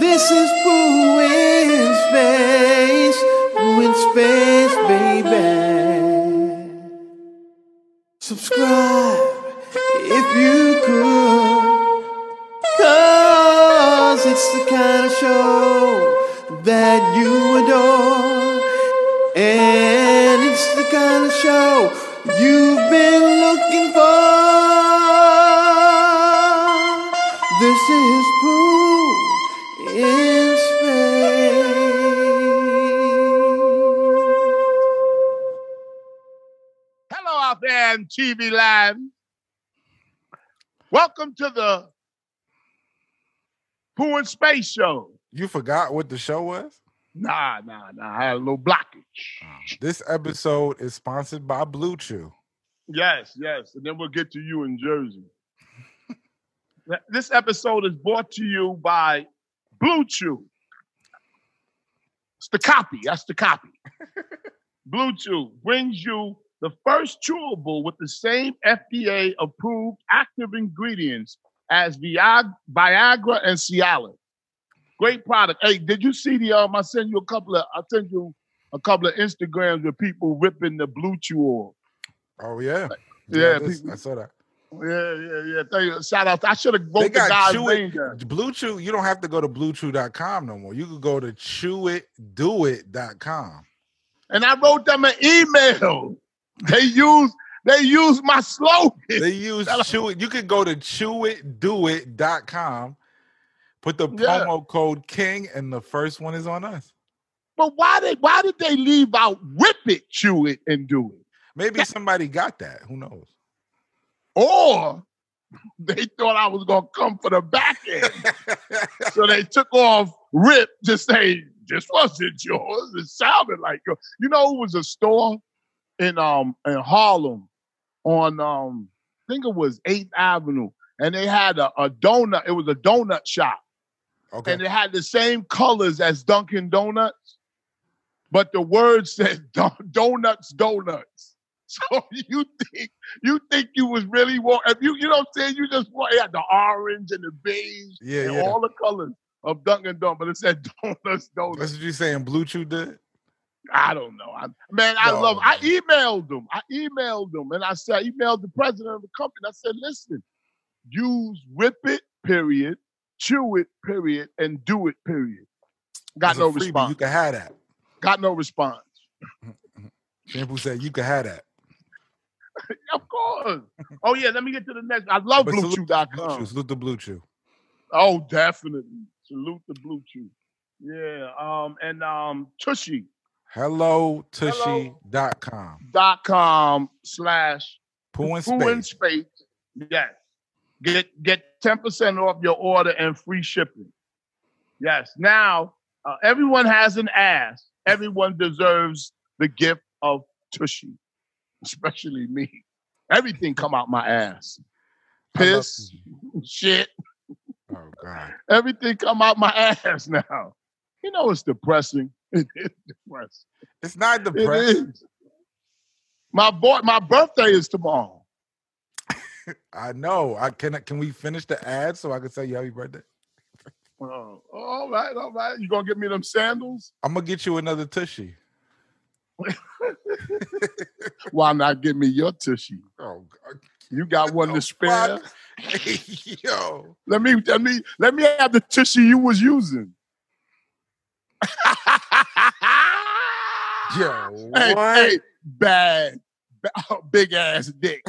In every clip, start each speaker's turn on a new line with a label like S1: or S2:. S1: This is Boo in Space, Boo in Space, baby. Subscribe if you could, cause it's the kind of show that you adore, and it's the kind of show you've been looking for. This is Boo in Space.
S2: Hello out there in TV land. Welcome to the Pooh and Space Show.
S3: You forgot what the show was?
S2: Nah, nah, nah. I had a little blockage.
S3: This episode is sponsored by Blue Chew.
S2: Yes, yes. And then we'll get to you in Jersey. Th- this episode is brought to you by Blue Chew. It's the copy. That's the copy. Blue Chew brings you the first chewable with the same FDA approved active ingredients as Viag- Viagra and Cialis. Great product. Hey, did you see the um? I sent you a couple of I sent you a couple of Instagrams with people ripping the blue chew off.
S3: Oh yeah,
S2: Yeah,
S3: this-
S2: people-
S3: I saw that.
S2: Yeah, yeah, yeah. Thank you. Shout out. I should have
S3: They
S2: wrote the
S3: got
S2: guy's
S3: Chew It.
S2: name down.
S3: Blue Chew. You don't have to go to BlueChew.com no more. You could go to ChewItDoIt.com.
S2: And I wrote them an email. They use they use my slogan.
S3: They use
S2: Shut up.
S3: Chew It. You could go to ChewItDoIt.com. Put the
S2: Yeah.
S3: promo code King, and the first one is on us.
S2: But why did why did they leave out whip it, chew it, and do it?
S3: Maybe somebody got that. Who knows?
S2: Or they thought I was gonna come for the back end. so they took off rip to say this wasn't yours. It sounded like yours. You know, it was a store in um in Harlem on um I think it was Eighth Avenue, and they had a, a donut. It was a donut shop,
S3: Okay.
S2: and it had the same colors as Dunkin' Donuts, but the word said Don- donuts, donuts. So you think you think you was really want if you you know what I'm saying you just want it had the orange and the beige
S3: Yeah,
S2: and
S3: yeah.
S2: all the colors of Dunkin' Donuts, but it said donuts, donuts.
S3: That's what you saying. Blue Chew did.
S2: I don't know. I, man, I
S3: No,
S2: love. I
S3: man.
S2: emailed them. I emailed them, and I said, I emailed the president of the company. I said, listen, use whip it, period, chew it, period, and do it, period. Got
S3: It's a
S2: no
S3: freebie.
S2: response.
S3: You can have that.
S2: Got no response.
S3: Shampoo said you can have that.
S2: of course. oh yeah, let me get to the next. I love
S3: But salute to Blue Chew.
S2: BlueChew.com.
S3: Salute to Blue Chew.
S2: Oh, definitely. Salute the Blue Chew. Yeah. Um. And um. Tushy.
S3: Hello, tushy.com.
S2: dot com slash
S3: Poo and
S2: Pooh in
S3: space.
S2: space. Yes. Get get ten percent off your order and free shipping. Yes. Now uh, everyone has an ass. Everyone deserves the gift of tushy, especially me. Everything come out my ass.
S3: I love
S2: Piss, shit,
S3: Oh God.
S2: everything come out my ass now. You know it's depressing. It is depressing.
S3: It's not
S2: It
S3: depressing.
S2: is. My boy, my birthday is tomorrow.
S3: I know. I can can we finish the ad so I can say you happy birthday?
S2: Oh, all right, all right. You gonna get me them sandals?
S3: I'm gonna get you another tushy.
S2: Why not give me your tushy?
S3: Oh God.
S2: You got one
S3: the
S2: to spare.
S3: fuck? Yo.
S2: Let me, let me, let me have the tushy you was using.
S3: Yo,
S2: Hey,
S3: what?
S2: hey, bad, ba- oh, big ass dick.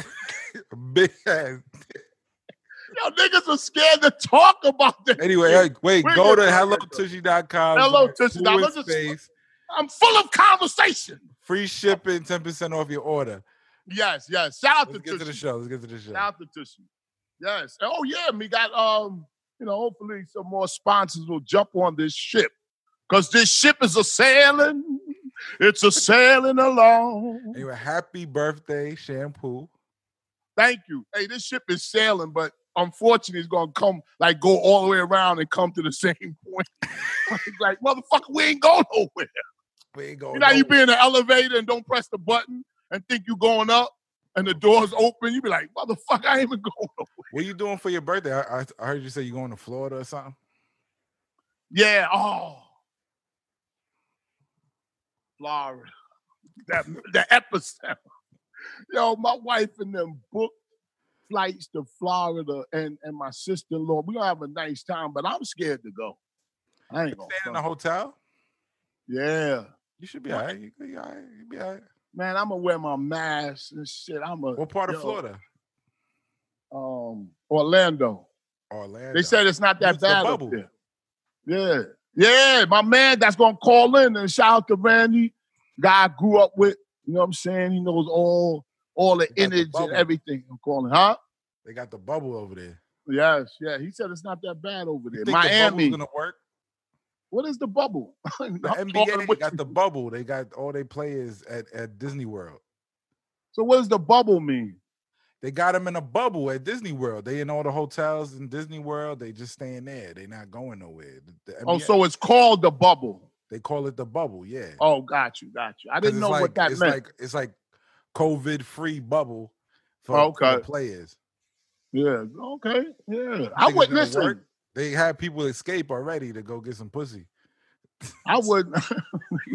S3: Big ass.
S2: Yo, niggas are scared to talk about that.
S3: Anyway, hey, wait,
S2: Wait,
S3: go
S2: wait,
S3: to
S2: wait,
S3: hello
S2: wait,
S3: tushy.com.
S2: Hello, Tushy. Now,
S3: Poo in
S2: let's just-
S3: space.
S2: I'm full of conversation.
S3: Free shipping, 10% off your order.
S2: Yes, yes. Shout out
S3: Let's
S2: to
S3: get to
S2: tushy.
S3: the show. Let's get to the show.
S2: Shout out to Tushy. Yes. Oh yeah, and we got um, you know, hopefully some more sponsors will jump on this ship. Cause this ship is a sailing, it's a sailing along.
S3: Anyway, happy birthday, shampoo.
S2: Thank you. Hey, this ship is sailing, but unfortunately it's gonna come like go all the way around and come to the same point. like, motherfucker, we ain't going nowhere.
S3: We ain't going
S2: You know how you
S3: nowhere.
S2: be in the elevator and don't press the button and think you going up and the doors open, you be like, motherfucker, I ain't even going nowhere.
S3: What you doing for your birthday? I, I, I heard you say you're going to Florida or something.
S2: Yeah. Oh, Florida. That the epicenter. Yo, my wife and them booked flights to Florida, and and my sister in law. We gonna have a nice time, but I'm scared to go. I ain't gonna.
S3: Staying in a
S2: front.
S3: hotel,
S2: Yeah,
S3: you should be all right. You could be all right. You be all right.
S2: man. I'm gonna wear my mask and shit. I'm a
S3: What part of
S2: Yo.
S3: Florida?
S2: um Orlando.
S3: Orlando.
S2: They said it's not that
S3: It's the
S2: bad up
S3: bubble.
S2: there. Yeah, yeah, my man that's gonna call in and shout out to Randy, guy I grew up with. You know what I'm saying? He knows all all the
S3: He got the
S2: innards and
S3: bubble.
S2: everything. I'm calling, huh?
S3: they got the bubble over there.
S2: Yes, yeah. He said it's not that bad over there.
S3: You think the bubble's
S2: Miami.
S3: gonna work.
S2: What is the bubble?
S3: The
S2: I'm talking
S3: NBA
S2: with
S3: got
S2: you.
S3: the bubble. They got all their players at, at Disney World.
S2: so what does the bubble mean?
S3: They got them in a bubble at Disney World. They in all the hotels in Disney World. They just staying there. They not going nowhere. The- the
S2: Oh,
S3: NBA
S2: so it's called the bubble.
S3: they call it the bubble. Yeah,
S2: Oh, got you, got you. I
S3: 'Cause
S2: didn't
S3: it's
S2: know
S3: like-
S2: what that
S3: it's
S2: meant.
S3: Like, it's like COVID free bubble for,
S2: Oh,
S3: for the
S2: okay.
S3: players.
S2: yeah. Okay. Yeah. I
S3: Think it's
S2: would
S3: gonna
S2: listen.
S3: work? They had people escape already to go get some pussy.
S2: I wouldn't.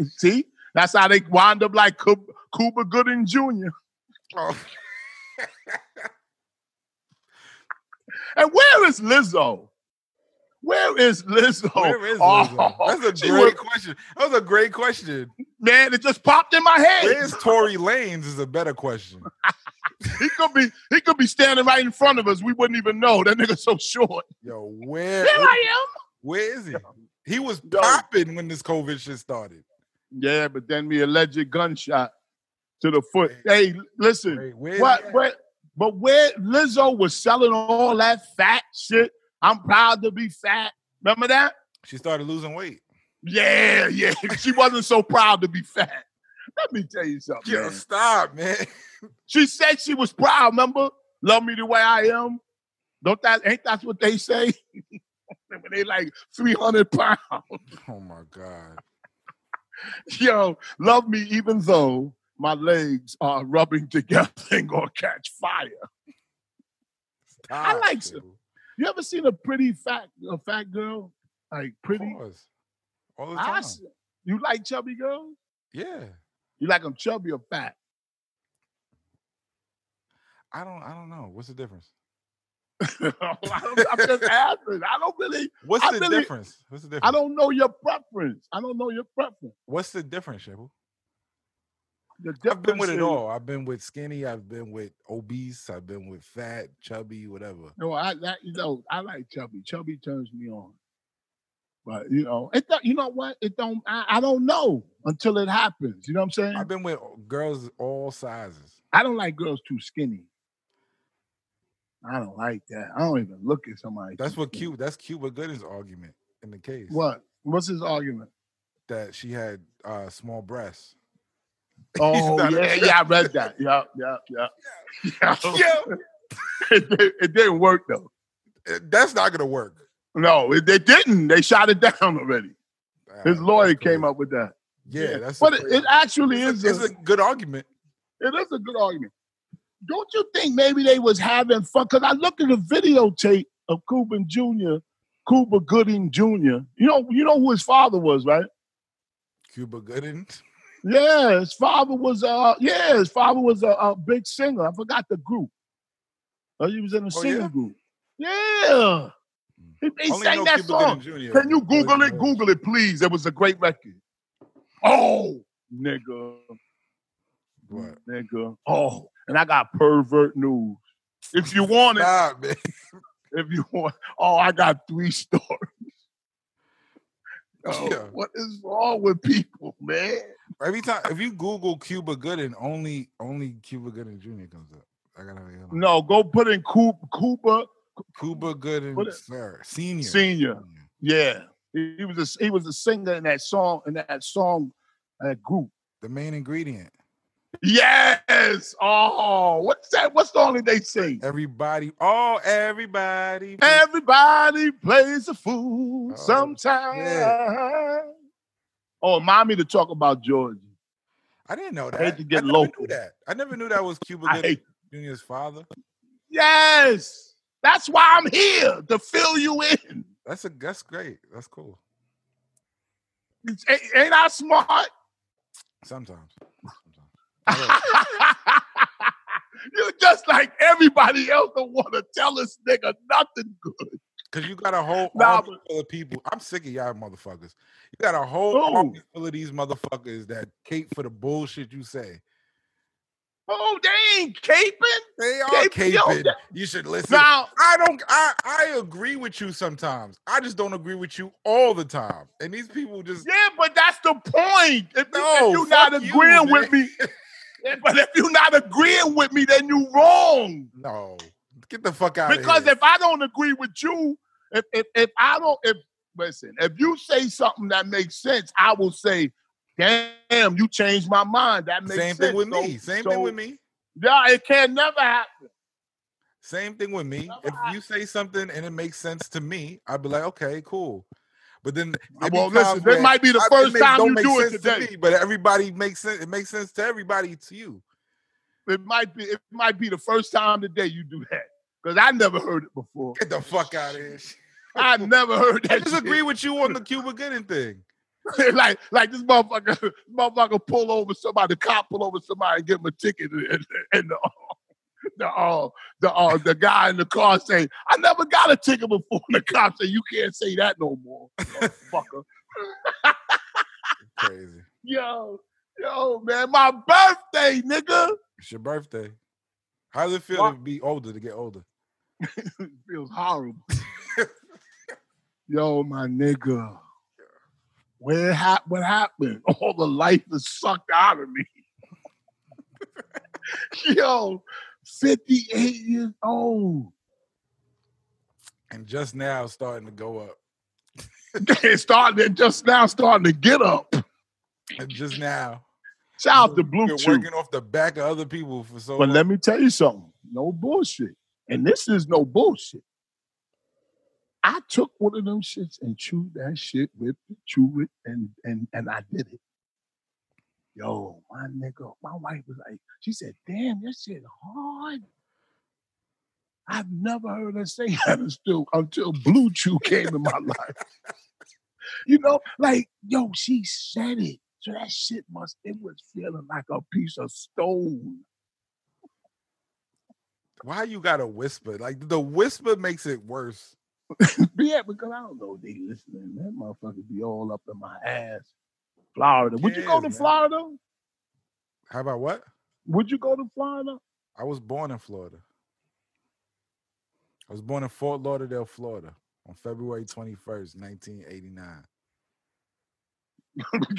S2: See, that's how they wind up like Coo- Cuba Gooding Jr. Oh, And where is Lizzo? Where is Lizzo?
S3: Where is
S2: Oh,
S3: Lizzo? That's a
S2: she
S3: great
S2: was-
S3: question. That was a great question.
S2: man, it just popped in my head.
S3: Where's Tory Lanez is a better question.
S2: He could be he could be standing right in front of us. We wouldn't even know. That nigga's so short.
S3: Yo, where
S2: Here I
S3: where is he? He was
S2: Yo.
S3: popping when this COVID shit started.
S2: am. Yeah, but then the alleged gunshot to the foot. Hey, listen.
S3: Wait, where is he
S2: What,
S3: at?
S2: what, but where Lizzo was selling all that fat shit, I'm proud to be fat. Remember that?
S3: She started losing weight.
S2: Yeah, yeah. She wasn't so proud to be fat. Let me tell you something.
S3: Yo,
S2: man.
S3: stop, man.
S2: She said she was proud, remember? Love me the way I am. Don't that ain't that's what they say? when they like 300 pounds.
S3: Oh my god.
S2: Yo, love me even though my legs are rubbing together and gonna catch fire.
S3: Stop,
S2: like
S3: dude.
S2: You ever seen a pretty fat a fat girl? Like pretty.
S3: Of course. All the
S2: I
S3: time.
S2: s- you like chubby girls?
S3: Yeah.
S2: You like them chubby or fat?
S3: I don't I don't know. What's the difference?
S2: I don't- I'm just asking. I don't really.
S3: What's
S2: I
S3: the
S2: really-
S3: difference? What's the difference?
S2: I don't know your preference. I don't know your preference.
S3: What's the difference, Shabu?
S2: The
S3: I've been with it
S2: difference is-
S3: all. I've been with skinny, I've been with obese, I've been with fat, chubby, whatever.
S2: No, I, I you know I like chubby. Chubby turns me on. But you know, it don't, you know what? It don't. I, I don't know until it happens. You know what I'm saying?
S3: I've been with girls all sizes.
S2: I don't like girls too skinny. I don't like that. I don't even look at somebody.
S3: That's
S2: too
S3: what
S2: skinny.
S3: Cuba that's Cuba Gooding's argument in the case.
S2: Mm-hmm. What? What's his argument?
S3: That she had uh small breasts.
S2: Oh
S3: not a
S2: yeah,
S3: trans-
S2: yeah, I read that. Yeah, yeah, yeah. yeah.
S3: Yo,
S2: it, didn't- it didn't work though.
S3: Eh, that's not gonna work.
S2: No, it, they didn't. They shot it down already. His
S3: Uh,
S2: lawyer
S3: that's
S2: came
S3: crazy.
S2: up with that.
S3: Yeah, that's
S2: but it,
S3: crazy.
S2: it actually is.
S3: it's,
S2: A,
S3: a good argument.
S2: it is a good argument. Don't you think maybe they was having fun? Because I looked at a videotape of Cuba Jr., Cuba Gooding Jr. You know, you know who his father was, right?
S3: Cuba Gooding.
S2: Yeah, his father was uh yeah, his father was a, a big singer. I forgot the group. Uh, he was in a
S3: Oh,
S2: singing
S3: yeah?
S2: group. Yeah. He, he
S3: Only
S2: sang
S3: know
S2: that
S3: Cuba
S2: song.
S3: Gooding Jr.
S2: Can you
S3: Boys
S2: Google
S3: and
S2: it?
S3: Girls.
S2: Google it, please. It was a great record. Oh, nigga.
S3: What?
S2: Nigga. Oh, and I got pervert news. If you want it,
S3: Nah, man.
S2: if you want. Oh, I got three stories. Oh,
S3: Yeah.
S2: What is wrong with people, man?
S3: Every time if you Google Cuba Gooding, only only Cuba Gooding Jr. comes up. I gotta you know,
S2: No, go put in Coop, Cooper
S3: Cuba Gooding
S2: What it-
S3: sir, senior.
S2: Senior. Yeah, he, he was a, he was a singer in that song in that song uh, group.
S3: The main ingredient.
S2: Yes. Oh, what's that? What's the only they sing?
S3: Everybody, oh everybody.
S2: Everybody plays a fool
S3: Oh,
S2: sometime. Oh, remind me to talk about George.
S3: I didn't know that.
S2: hate to get
S3: I never
S2: local.
S3: knew that. I never knew that was Cuba
S2: I
S3: Gooding
S2: hate-
S3: Jr.'s father.
S2: Yes, that's why I'm here to fill you in.
S3: That's a that's great. That's cool.
S2: It's- ain't- Ain't I smart?
S3: Sometimes. Sometimes.
S2: you just like everybody else don't want to tell this nigga nothing good.
S3: Cause you got a whole
S2: Nah,
S3: army full of people. I'm sick of y'all motherfuckers. You got a whole
S2: Who?
S3: army full of these motherfuckers that cape for the bullshit you say.
S2: Oh, they ain't caping.
S3: They are
S2: Cape- yo,
S3: caping.
S2: that-
S3: You should listen.
S2: Now,
S3: I don't. I I agree with you sometimes. I just don't agree with you all the time. And these people just
S2: yeah, but that's the point. If, oh,
S3: No,
S2: you, are not
S3: fuck you,
S2: agreeing
S3: man.
S2: with me, Yeah, but if you're not agreeing with me, then you wrong.
S3: no. Get the fuck out.
S2: Because
S3: of here.
S2: if I don't agree with you, if, if if I don't if listen, if you say something that makes sense, I will say, damn, you changed my mind. That makes
S3: same
S2: sense.
S3: thing with
S2: So-
S3: me. Same
S2: so-
S3: thing with me.
S2: Yeah, it can never happen.
S3: Same thing with me. If
S2: Nah.
S3: you say something and it makes sense to me, I'd be like, okay, cool. But then there be
S2: Uh, Well,
S3: times
S2: listen,
S3: where
S2: this might be the
S3: I-
S2: first
S3: may-
S2: time
S3: don't
S2: you
S3: make
S2: do it
S3: sense to
S2: today.
S3: me, but everybody makes sense. It makes sense to everybody to you.
S2: It might be it might be the first time today you do that. Because I never heard it before.
S3: Get the fuck out of here.
S2: I never heard that.
S3: I disagree
S2: shit.
S3: with you on the Cuba Gooding thing.
S2: like like this motherfucker, this motherfucker pull over somebody, the cop pull over somebody and give him a ticket, and, and the the uh, the uh, the guy in the car say, "I never got a ticket before." And the cop say, "You can't say that no more, fucker."
S3: Crazy.
S2: Yo, yo, man, my birthday, nigga.
S3: It's your birthday. How does it feel
S2: Why-
S3: to be older, to get older?
S2: It feels horrible. Yo, my nigga, where hap- what happened? All the life is sucked out of me. Yo, 58 years old.
S3: And just now it's starting to go up.
S2: It's starting they're just now starting to get up.
S3: And just now.
S2: Shout out to
S3: You've
S2: Blue
S3: been
S2: Chew.
S3: working off the back of other people for so
S2: But
S3: long.
S2: let me tell you something. No bullshit. And this is no bullshit. I took one of them shits and chewed that shit with chewed it and and and I did it. Yo, my nigga, my wife was like, she said, damn, that shit hard. I've never heard her say that until, until Blue Chew came in my life. You know, like, yo, she said it. So that shit must, it was feeling like a piece of stone.
S3: Why you gotta whisper? Like the whisper makes it worse.
S2: Yeah, because I don't know if they listening. That motherfucker be all up in my ass. Florida. Would you go
S3: Yes,
S2: to
S3: man.
S2: Florida?
S3: How about what?
S2: Would you go to Florida?
S3: I was born in Florida. I was born in Fort Lauderdale, Florida on February 21st, 1989.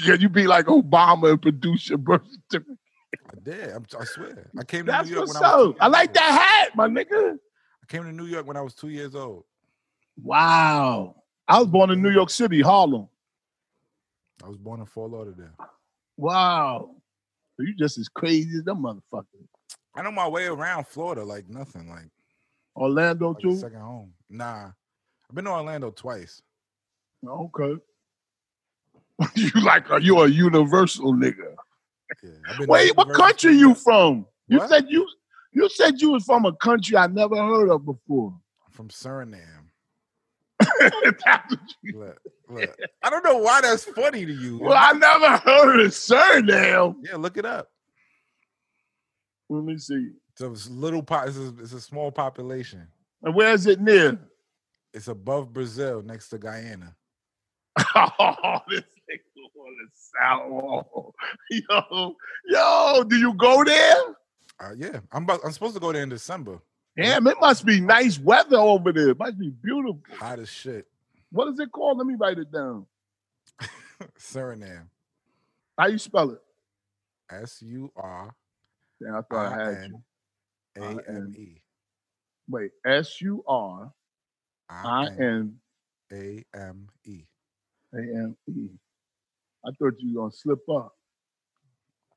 S2: yeah, you be like Obama and produce your birth certificate.
S3: I did. I'm, I swear. I came to
S2: That's
S3: New York
S2: what's
S3: when I was two
S2: up. I
S3: years
S2: like
S3: old.
S2: that hat, my nigga.
S3: I came to New York when I was two years old.
S2: Wow. I was born in New York City, Harlem.
S3: I was born in Fort Lauderdale.
S2: Wow. So you just as crazy as them motherfuckers.
S3: I know my way around Florida like nothing. Like,
S2: Orlando
S3: like a
S2: too?
S3: second home. Nah. I've been to Orlando twice.
S2: Okay. you like a, you're a universal nigga.
S3: Yeah. I've been to
S2: Wait, what
S3: Universal
S2: country you
S3: Studios.
S2: from? You
S3: What?
S2: said you you said you was from a country I never heard of before.
S3: I'm from Suriname.
S2: That's-
S3: Look, look. I don't know why that's funny to you.
S2: well, I never heard of Suriname.
S3: yeah, look it up.
S2: Let me see.
S3: So it's little pot. It's a, it's a small population.
S2: And where is it near?
S3: It's above Brazil, next to Guyana.
S2: oh, this nigga on the south wall. Yo, yo, do you go there?
S3: Uh, yeah, I'm about, I'm supposed to go there in December.
S2: Damn, it must be nice weather over there. It must be beautiful.
S3: Hot as shit,
S2: What is it called? Let me write it down.
S3: Suriname.
S2: How you spell it?
S3: S U R
S2: Damn, I thought I
S3: I
S2: had you.
S3: N A M E.
S2: Wait, S U R I N
S3: A M E.
S2: A M E. I thought you were gonna slip up.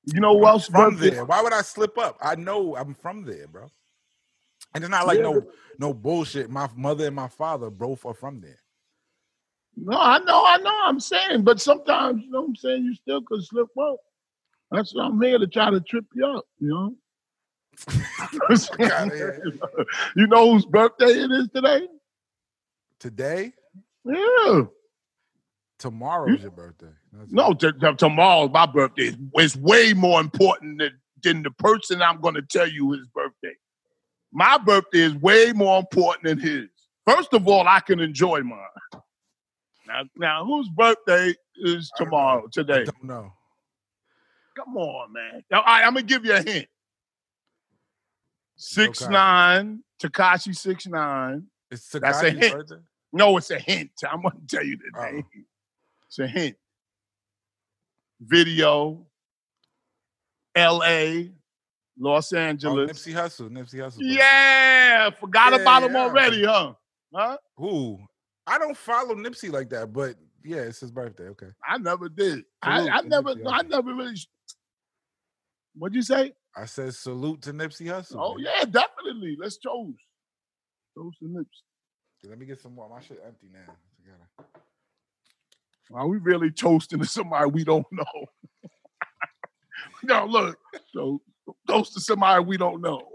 S2: You know who else
S3: From
S2: birthday-
S3: there, why would I slip up? I know I'm from there, bro. And it's not like
S2: Yeah.
S3: no no bullshit. My mother and my father both are from there.
S2: No, I know, I know. I'm saying, but sometimes you know what I'm saying. You still could slip up. That's what I'm here to try to trip you up. You know.
S3: outta here.
S2: you know whose birthday it is today?
S3: Today,
S2: Yeah,
S3: Tomorrow's your birthday. That's
S2: No,
S3: it.
S2: t- t- tomorrow's my birthday. It's, it's way more important than, than the person I'm going to tell you his birthday. My birthday is way more important than his. First of all, I can enjoy mine. Now, now whose birthday is
S3: I don't know.
S2: tomorrow, today?
S3: I don't know.
S2: Come on, man. Now, all right, I'm gonna give you a hint. Six
S3: Okay.
S2: nine, Takashi six nine.
S3: It's
S2: That's a
S3: Takagi's
S2: hint.
S3: birthday.
S2: No, it's a hint. I'm gonna tell you the
S3: Oh.
S2: name. It's a hint. Video, L.A., Los
S3: Oh,
S2: Angeles.
S3: Nipsey Hussle. Nipsey Hussle.
S2: yeah, forgot about him
S3: Yeah.
S2: already, huh? Huh?
S3: Who? I don't follow Nipsey like that, but yeah, it's his birthday. Okay.
S2: I never did. I,
S3: Salute
S2: I
S3: to
S2: never.
S3: Nipsey
S2: I
S3: Hussle.
S2: never really. What'd you say?
S3: I said salute to Nipsey Hussle.
S2: Oh
S3: man.
S2: yeah, definitely. Let's toast. Toast and lips.
S3: Let me get some more. My shit empty now. I gotta-
S2: Are we really toasting to somebody we don't know? no, look. So toast to somebody we don't know.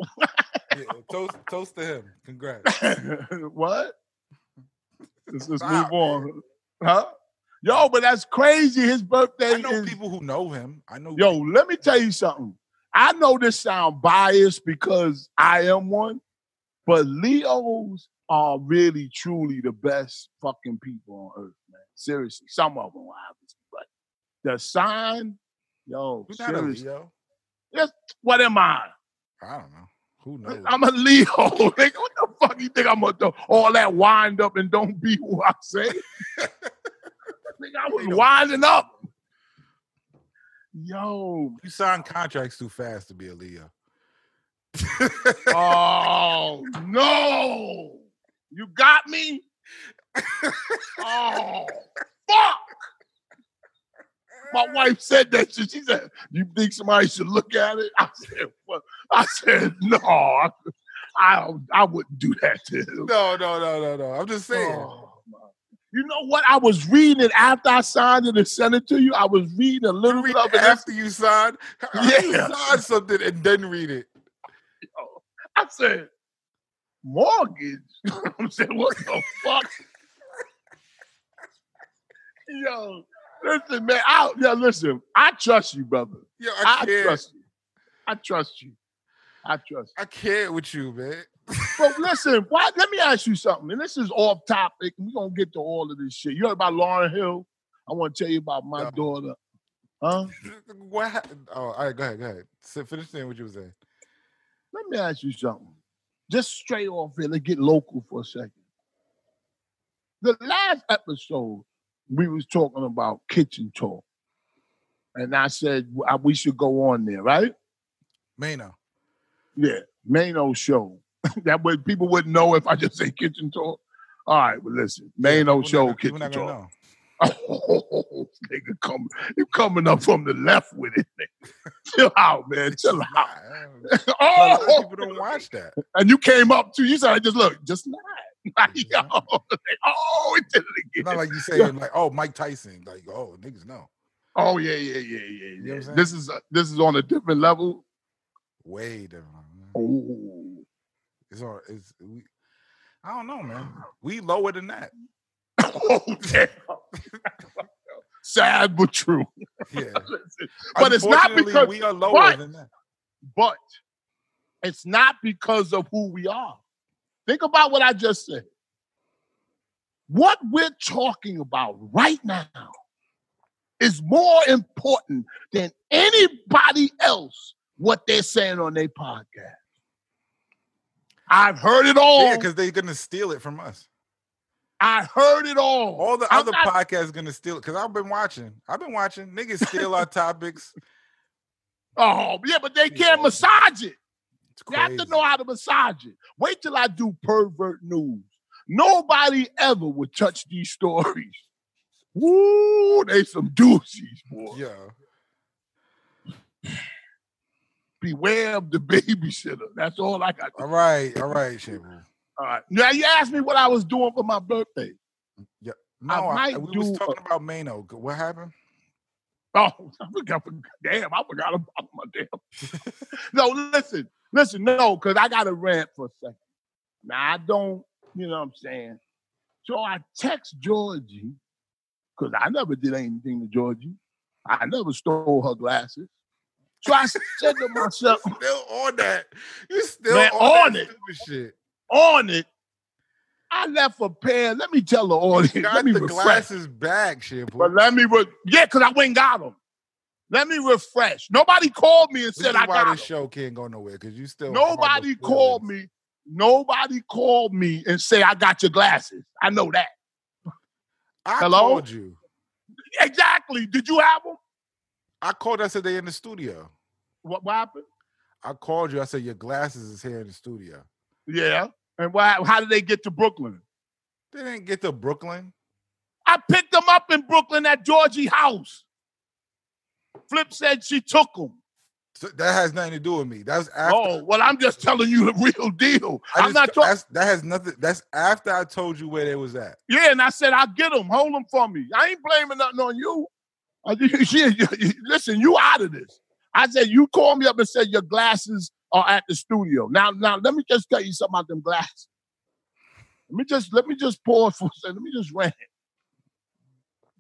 S3: Yeah, uh, toast, toast to him. Congrats.
S2: what? Let's, let's
S3: Wow,
S2: move on. Huh? Yo, but that's crazy. His birthday
S3: I know
S2: is.
S3: people who know him. I know.
S2: Yo, let me tell you something. I know this sound biased because I am one, but Leos are really truly the best fucking people on earth, man. Seriously, some of them obviously, but the sign, yo,
S3: You're not a
S2: seriously,
S3: Leo.
S2: what am I?
S3: I don't know. Who knows?
S2: I'm a Leo. Nigga, what the fuck you think I'm gonna do? All that wind up and don't be who I say. Nigga, I was
S3: Leo.
S2: winding up. Yo,
S3: you sign contracts too fast to be a Leo.
S2: Oh no! You got me. oh fuck! My wife said that shit. She said, "You think somebody should look at it?" I said, "What?" I said, "No, I, I, don't- I wouldn't do that to him."
S3: no, no, no, no, no. I'm just saying.
S2: Oh, my- You know what? I was reading it after I signed it and sent it to you. I was reading a little bit of it.
S3: After you sign,
S2: Yeah.
S3: yeah. sign something and then read it.
S2: I said, mortgage. I'm saying, what the fuck? yo, listen, man. I, yeah, listen. I trust you, brother.
S3: Yo, I,
S2: I,
S3: can't.
S2: trust you. I trust you. I trust
S3: I can't with you, man.
S2: you. But listen, why, let me ask you something. And this is off topic. We're gonna get to all of this shit. You heard about Lauren Hill? I want to tell you about my
S3: No.
S2: daughter. Huh?
S3: what? happened? Oh, all right. Go ahead. Go ahead. So finish saying what you were saying.
S2: Let me ask you something. Just straight off here, let's get local for a second. The last episode, we was talking about kitchen talk, and I said w- I- we should go on there, right?
S3: Mano.
S2: Yeah, Mano show. that way, people wouldn't know if I just say kitchen talk. All right, well listen, Mano
S3: People
S2: show
S3: not- people
S2: kitchen
S3: not gonna
S2: talk.
S3: know.
S2: Oh, nigga, come, you coming up from the left with it? Nigga. Chill out, man. Chill out.
S3: I don't- A lot
S2: Oh,
S3: of people don't watch that.
S2: and you came up to you said, "I just look, just not." Like, yo,
S3: Yeah.
S2: like, oh, it did it
S3: It's
S2: again.
S3: not like you saying like, "Oh, Mike Tyson." Like, "Oh, niggas know."
S2: oh yeah, yeah, yeah, yeah.
S3: know
S2: yeah.
S3: what I'm saying?
S2: this is uh, this is on a different level.
S3: Way different. man.
S2: Oh,
S3: It's all. It's we. I don't know, man. We lower than that.
S2: oh damn. Sad but true.
S3: Yeah,
S2: Listen, But it's not
S3: Unfortunately,
S2: because-
S3: we are lower
S2: but-
S3: than that.
S2: but it's not because of who we are. Think about what I just said. What we're talking about right now is more important than anybody else what they're saying on their podcast. I've heard it all.
S3: Yeah, because they're gonna steal it from us.
S2: I heard it all.
S3: All the
S2: I'm
S3: other
S2: not-
S3: podcasts gonna steal it. Because I've been watching. I've been watching. Niggas steal our topics.
S2: oh, yeah, but they can't
S3: Yeah.
S2: massage it.
S3: It's
S2: You have
S3: crazy.
S2: to know how to massage it. Wait till I do pervert news. Nobody ever would touch these stories. Woo, they some doozies, boy.
S3: Yeah.
S2: Beware of the babysitter. That's all I got.
S3: All right. All right, Shabu.
S2: All right. Now you asked me what I was doing for my birthday.
S3: No, I,
S2: might
S3: we was
S2: do a-
S3: talking about Mano. What happened?
S2: Oh, I forgot. Damn, I forgot about my damn. no, listen, listen, no, because I got to rant for a second. Now I don't, you know what I'm saying. So I text Georgie Because I never did anything to Georgie. I never stole her glasses. So I said to myself,
S3: Still on that. You still
S2: Man,
S3: on,
S2: on
S3: that
S2: it.
S3: stupid shit.
S2: on it, I left a pair. Let me tell the audience.
S3: Got
S2: Let me
S3: the
S2: refresh.
S3: glasses back, shit.
S2: But let me, re- yeah, because I went and got them. Let me refresh. Nobody called me and
S3: This is
S2: said I
S3: why
S2: got
S3: this
S2: 'em.
S3: show can't go nowhere because you still.
S2: Nobody called me. Nobody called me and say I got your glasses. I know that
S3: I
S2: Hello?
S3: called you.
S2: exactly. Did you have them?
S3: I called. I said they in the studio.
S2: What, what happened?
S3: I called you. I said your glasses is here in the studio.
S2: Yeah. And why? How did they get to Brooklyn?
S3: They didn't get to Brooklyn.
S2: I picked them up in Brooklyn at Georgie House. Flip said she took them.
S3: So that has nothing to do with me. That's after.
S2: Oh, well, I'm just telling you the real deal.
S3: I
S2: I'm
S3: just-
S2: not talking.
S3: that's- That has nothing. That's after I told you where they was at.
S2: Yeah, and I said, I'll get them. Hold them for me. I ain't blaming nothing on you. I just- she- listen, you out of this. I said, you called me up and said your glasses are at the studio. Now, now let me just tell you something about them glasses. Let me just let me just pause for a second. Let me just rant.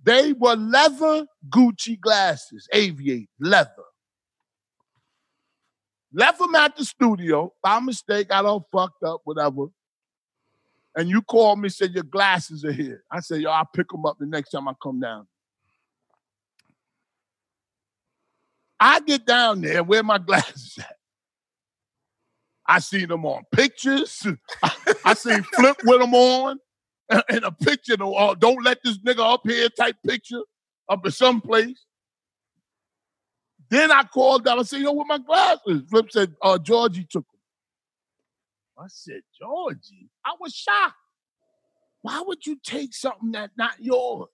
S2: They were leather Gucci glasses, aviate, leather. Left them at the studio by mistake. I don't fucked up, whatever and you called me said your glasses are here. I said, yo, I'll pick them up the next time I come down. I get down there, where my glasses at? I seen them on pictures. I, I seen Flip with them on and a picture, the, uh, don't let this nigga up here type picture up in some place. Then I called down. I said, yo, where my glasses? Flip said, uh, Georgie took I said, Georgie, I was shocked. Why would you take something that's not yours?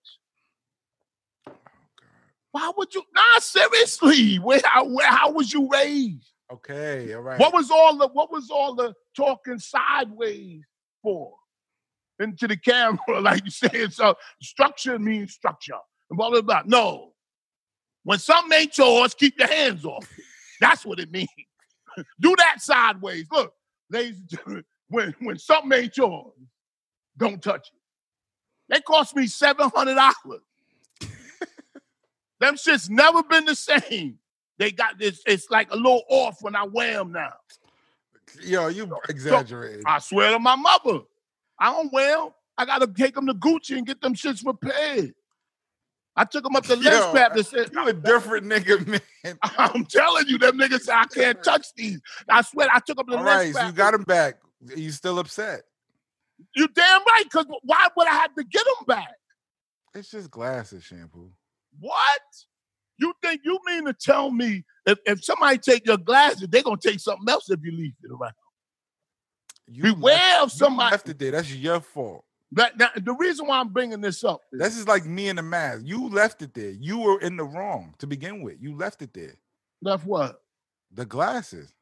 S2: Why would you? Nah, seriously. Where, how, where, how was you raised?
S3: Okay, all right.
S2: What was all the What was all the talking sideways for? Into the camera, like you said. So structure means structure. And blah blah blah. No, when something ain't yours, keep your hands off. it. That's what it means. Do that sideways. Look, ladies and gentlemen, when, when something ain't yours, don't touch it. They cost me seven hundred dollars. Them shits never been the same. They got this. It's like a little off when I wear them now.
S3: Yo, you exaggerated.
S2: I swear to my mother, I don't wear 'em. I gotta take them to Gucci and get them shits repaired. I took them up to
S3: Yo,
S2: Lens Pap and said,
S3: you a different nigga, man.
S2: I'm telling you, them niggas said I can't touch these. I swear, I took them to
S3: All
S2: Lens
S3: right, so
S2: Pap.
S3: you got him back. You still upset?
S2: You damn right, because why would I have to get them back?
S3: It's just glasses, shampoo.
S2: What? You think you mean to tell me if, if somebody take your glasses, they gonna take something else if you leave it around?
S3: You left-
S2: Beware of
S3: you
S2: somebody.
S3: left it there. That's your fault.
S2: That, that- the reason why I'm bringing this up is
S3: This is like me and the mask. You left it there. You were in the wrong to begin with. You left it there.
S2: that's what
S3: The glasses.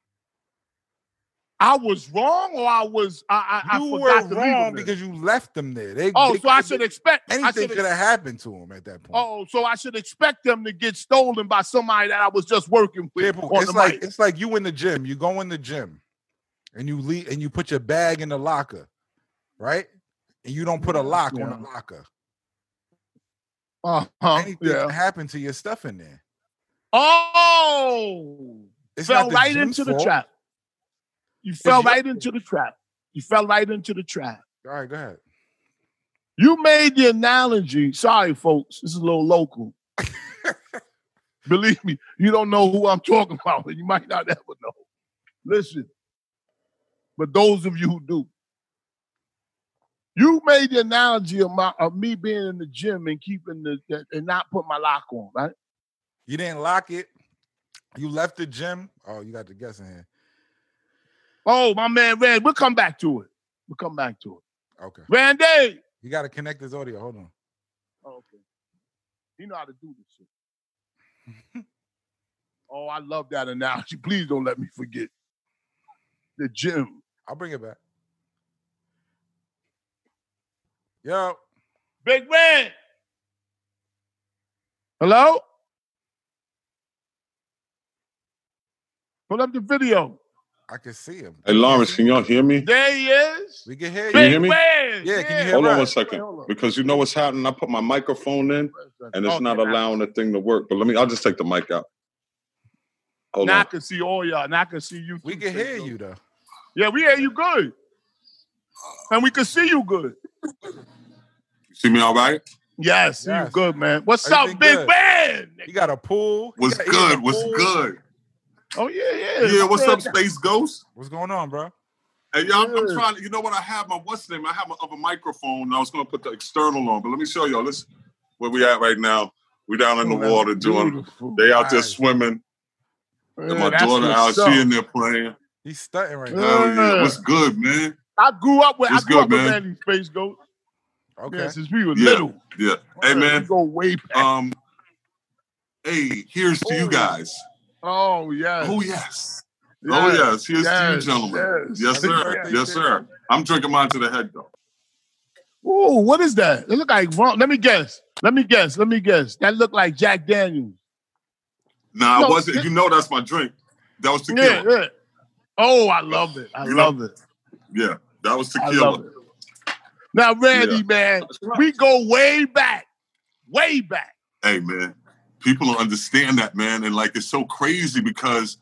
S2: I was wrong or I was I I, I
S3: you were
S2: forgot to leave
S3: wrong
S2: them there.
S3: because you left them there. They,
S2: oh,
S3: they
S2: so I
S3: could've-
S2: should expect I
S3: anything
S2: should
S3: could have happened to him at that point.
S2: oh, so I should expect them to get stolen by somebody that I was just working with
S3: Shampoo,
S2: on
S3: it's
S2: the
S3: like
S2: mic.
S3: it's like you in the gym. You go in the gym, and you leave, and you put your bag in the locker, right? And you don't put a
S2: What's
S3: lock on
S2: going
S3: the
S2: on?
S3: locker.
S2: Uh-huh,
S3: Anything can
S2: yeah.
S3: happen to your stuff in there.
S2: Oh,
S3: It's
S2: fell
S3: not the
S2: right
S3: gym's
S2: into the
S3: fault.
S2: trap. You fell
S3: your
S2: right into the trap. You fell right into the trap.
S3: All right, go ahead.
S2: You made the analogy. Sorry, folks, this is a little local. Believe me, you don't know who I'm talking about, but you might not ever know. Listen, but those of you who do, you made the analogy of my of me being in the gym and keeping the that- and not putting my lock on, right?
S3: You didn't lock it. You left the gym. Oh, you got the guess in here.
S2: Oh, my man Rand, we'll come back to it. We'll come back to it.
S3: Okay,
S2: Randy.
S3: you got to connect this audio. Hold on.
S2: Oh, okay. You know how to do this shit. oh, I love that analogy. Please don't let me forget. The gym.
S3: I'll bring it back. Yo,
S2: Big man. Hello? Pull up the video.
S3: I can see him.
S4: Hey, Lawrence, can y'all hear me?
S2: There he is.
S3: We can hear
S4: Can you
S2: Big
S3: you.
S4: hear me?
S2: man.
S3: Yeah, can you hear
S4: Hold on
S3: right.
S4: one second, because you know what's happening. I put my microphone in, and it's
S2: Okay,
S4: not
S2: now-
S4: allowing the thing to work. But let me—I'll just take the mic out. Hold
S2: Now I
S4: on.
S2: can see all y'all. Now I can see you.
S3: We
S2: too,
S3: can
S2: Tay,
S3: hear
S2: so-
S3: you though.
S2: Yeah, we hear you good. And we can see you good.
S4: You see me all right?
S2: Yes, see you
S3: Yes.
S2: good, man. What's
S3: Everything
S2: up, Big
S3: good.
S2: Man?
S3: You got a pool. You
S4: What's
S3: got- he in
S4: good?
S3: the
S4: What's
S3: pool.
S4: good?
S2: Oh yeah, yeah.
S4: Yeah, what's
S2: Yeah.
S4: up, Space Ghost?
S3: What's going on, bro?
S4: Hey, y'all, I'm, I'm
S2: Yeah.
S4: trying to, you know what? I have my, what's the name? I have my other microphone. and I was going to put the external on, but let me show y'all. Listen, where we at right now. we down in the
S2: Oh, that's
S4: water doing,
S2: beautiful.
S4: they out there
S3: Nice.
S4: swimming.
S2: Yeah,
S4: and my
S2: that's
S4: daughter out,
S2: what's
S4: she
S2: up.
S4: in there playing.
S3: He's stunting right
S2: Yeah.
S3: now.
S4: Hell yeah. What's good, man?
S2: I grew up with I
S4: It's
S2: grew
S4: good,
S2: up with
S4: man.
S2: Manny Space Goat
S3: Okay.
S2: man, since we were
S4: Yeah.
S2: little.
S4: Yeah. Hey,
S2: We
S4: man.
S2: go way back.
S4: Um, hey, here's to you
S2: Ooh.
S4: guys.
S2: oh yes.
S4: Oh, yes. Oh, yes. Here's to you,
S2: Yes,
S4: gentlemen.
S2: yes.
S4: Yes,
S3: Happy
S4: sir.
S3: birthday,
S4: Yes,
S3: Jay.
S4: sir. I'm drinking mine to the head, though.
S2: Ooh, what is that? It look like rum. Let me guess. Let me guess. Let me guess. That look like Jack Daniels.
S4: Nah,
S2: No,
S4: I wasn't.
S2: it-
S4: You know that's my drink. That was tequila.
S2: Yeah, yeah. Oh, I love it. I
S4: You know,
S2: love it.
S4: Yeah, that was
S2: I
S4: tequila.
S2: love it. Now, Randy,
S4: Yeah.
S2: man, we go way back. Way back.
S4: hey man, people don't understand that, man. And like it's so crazy because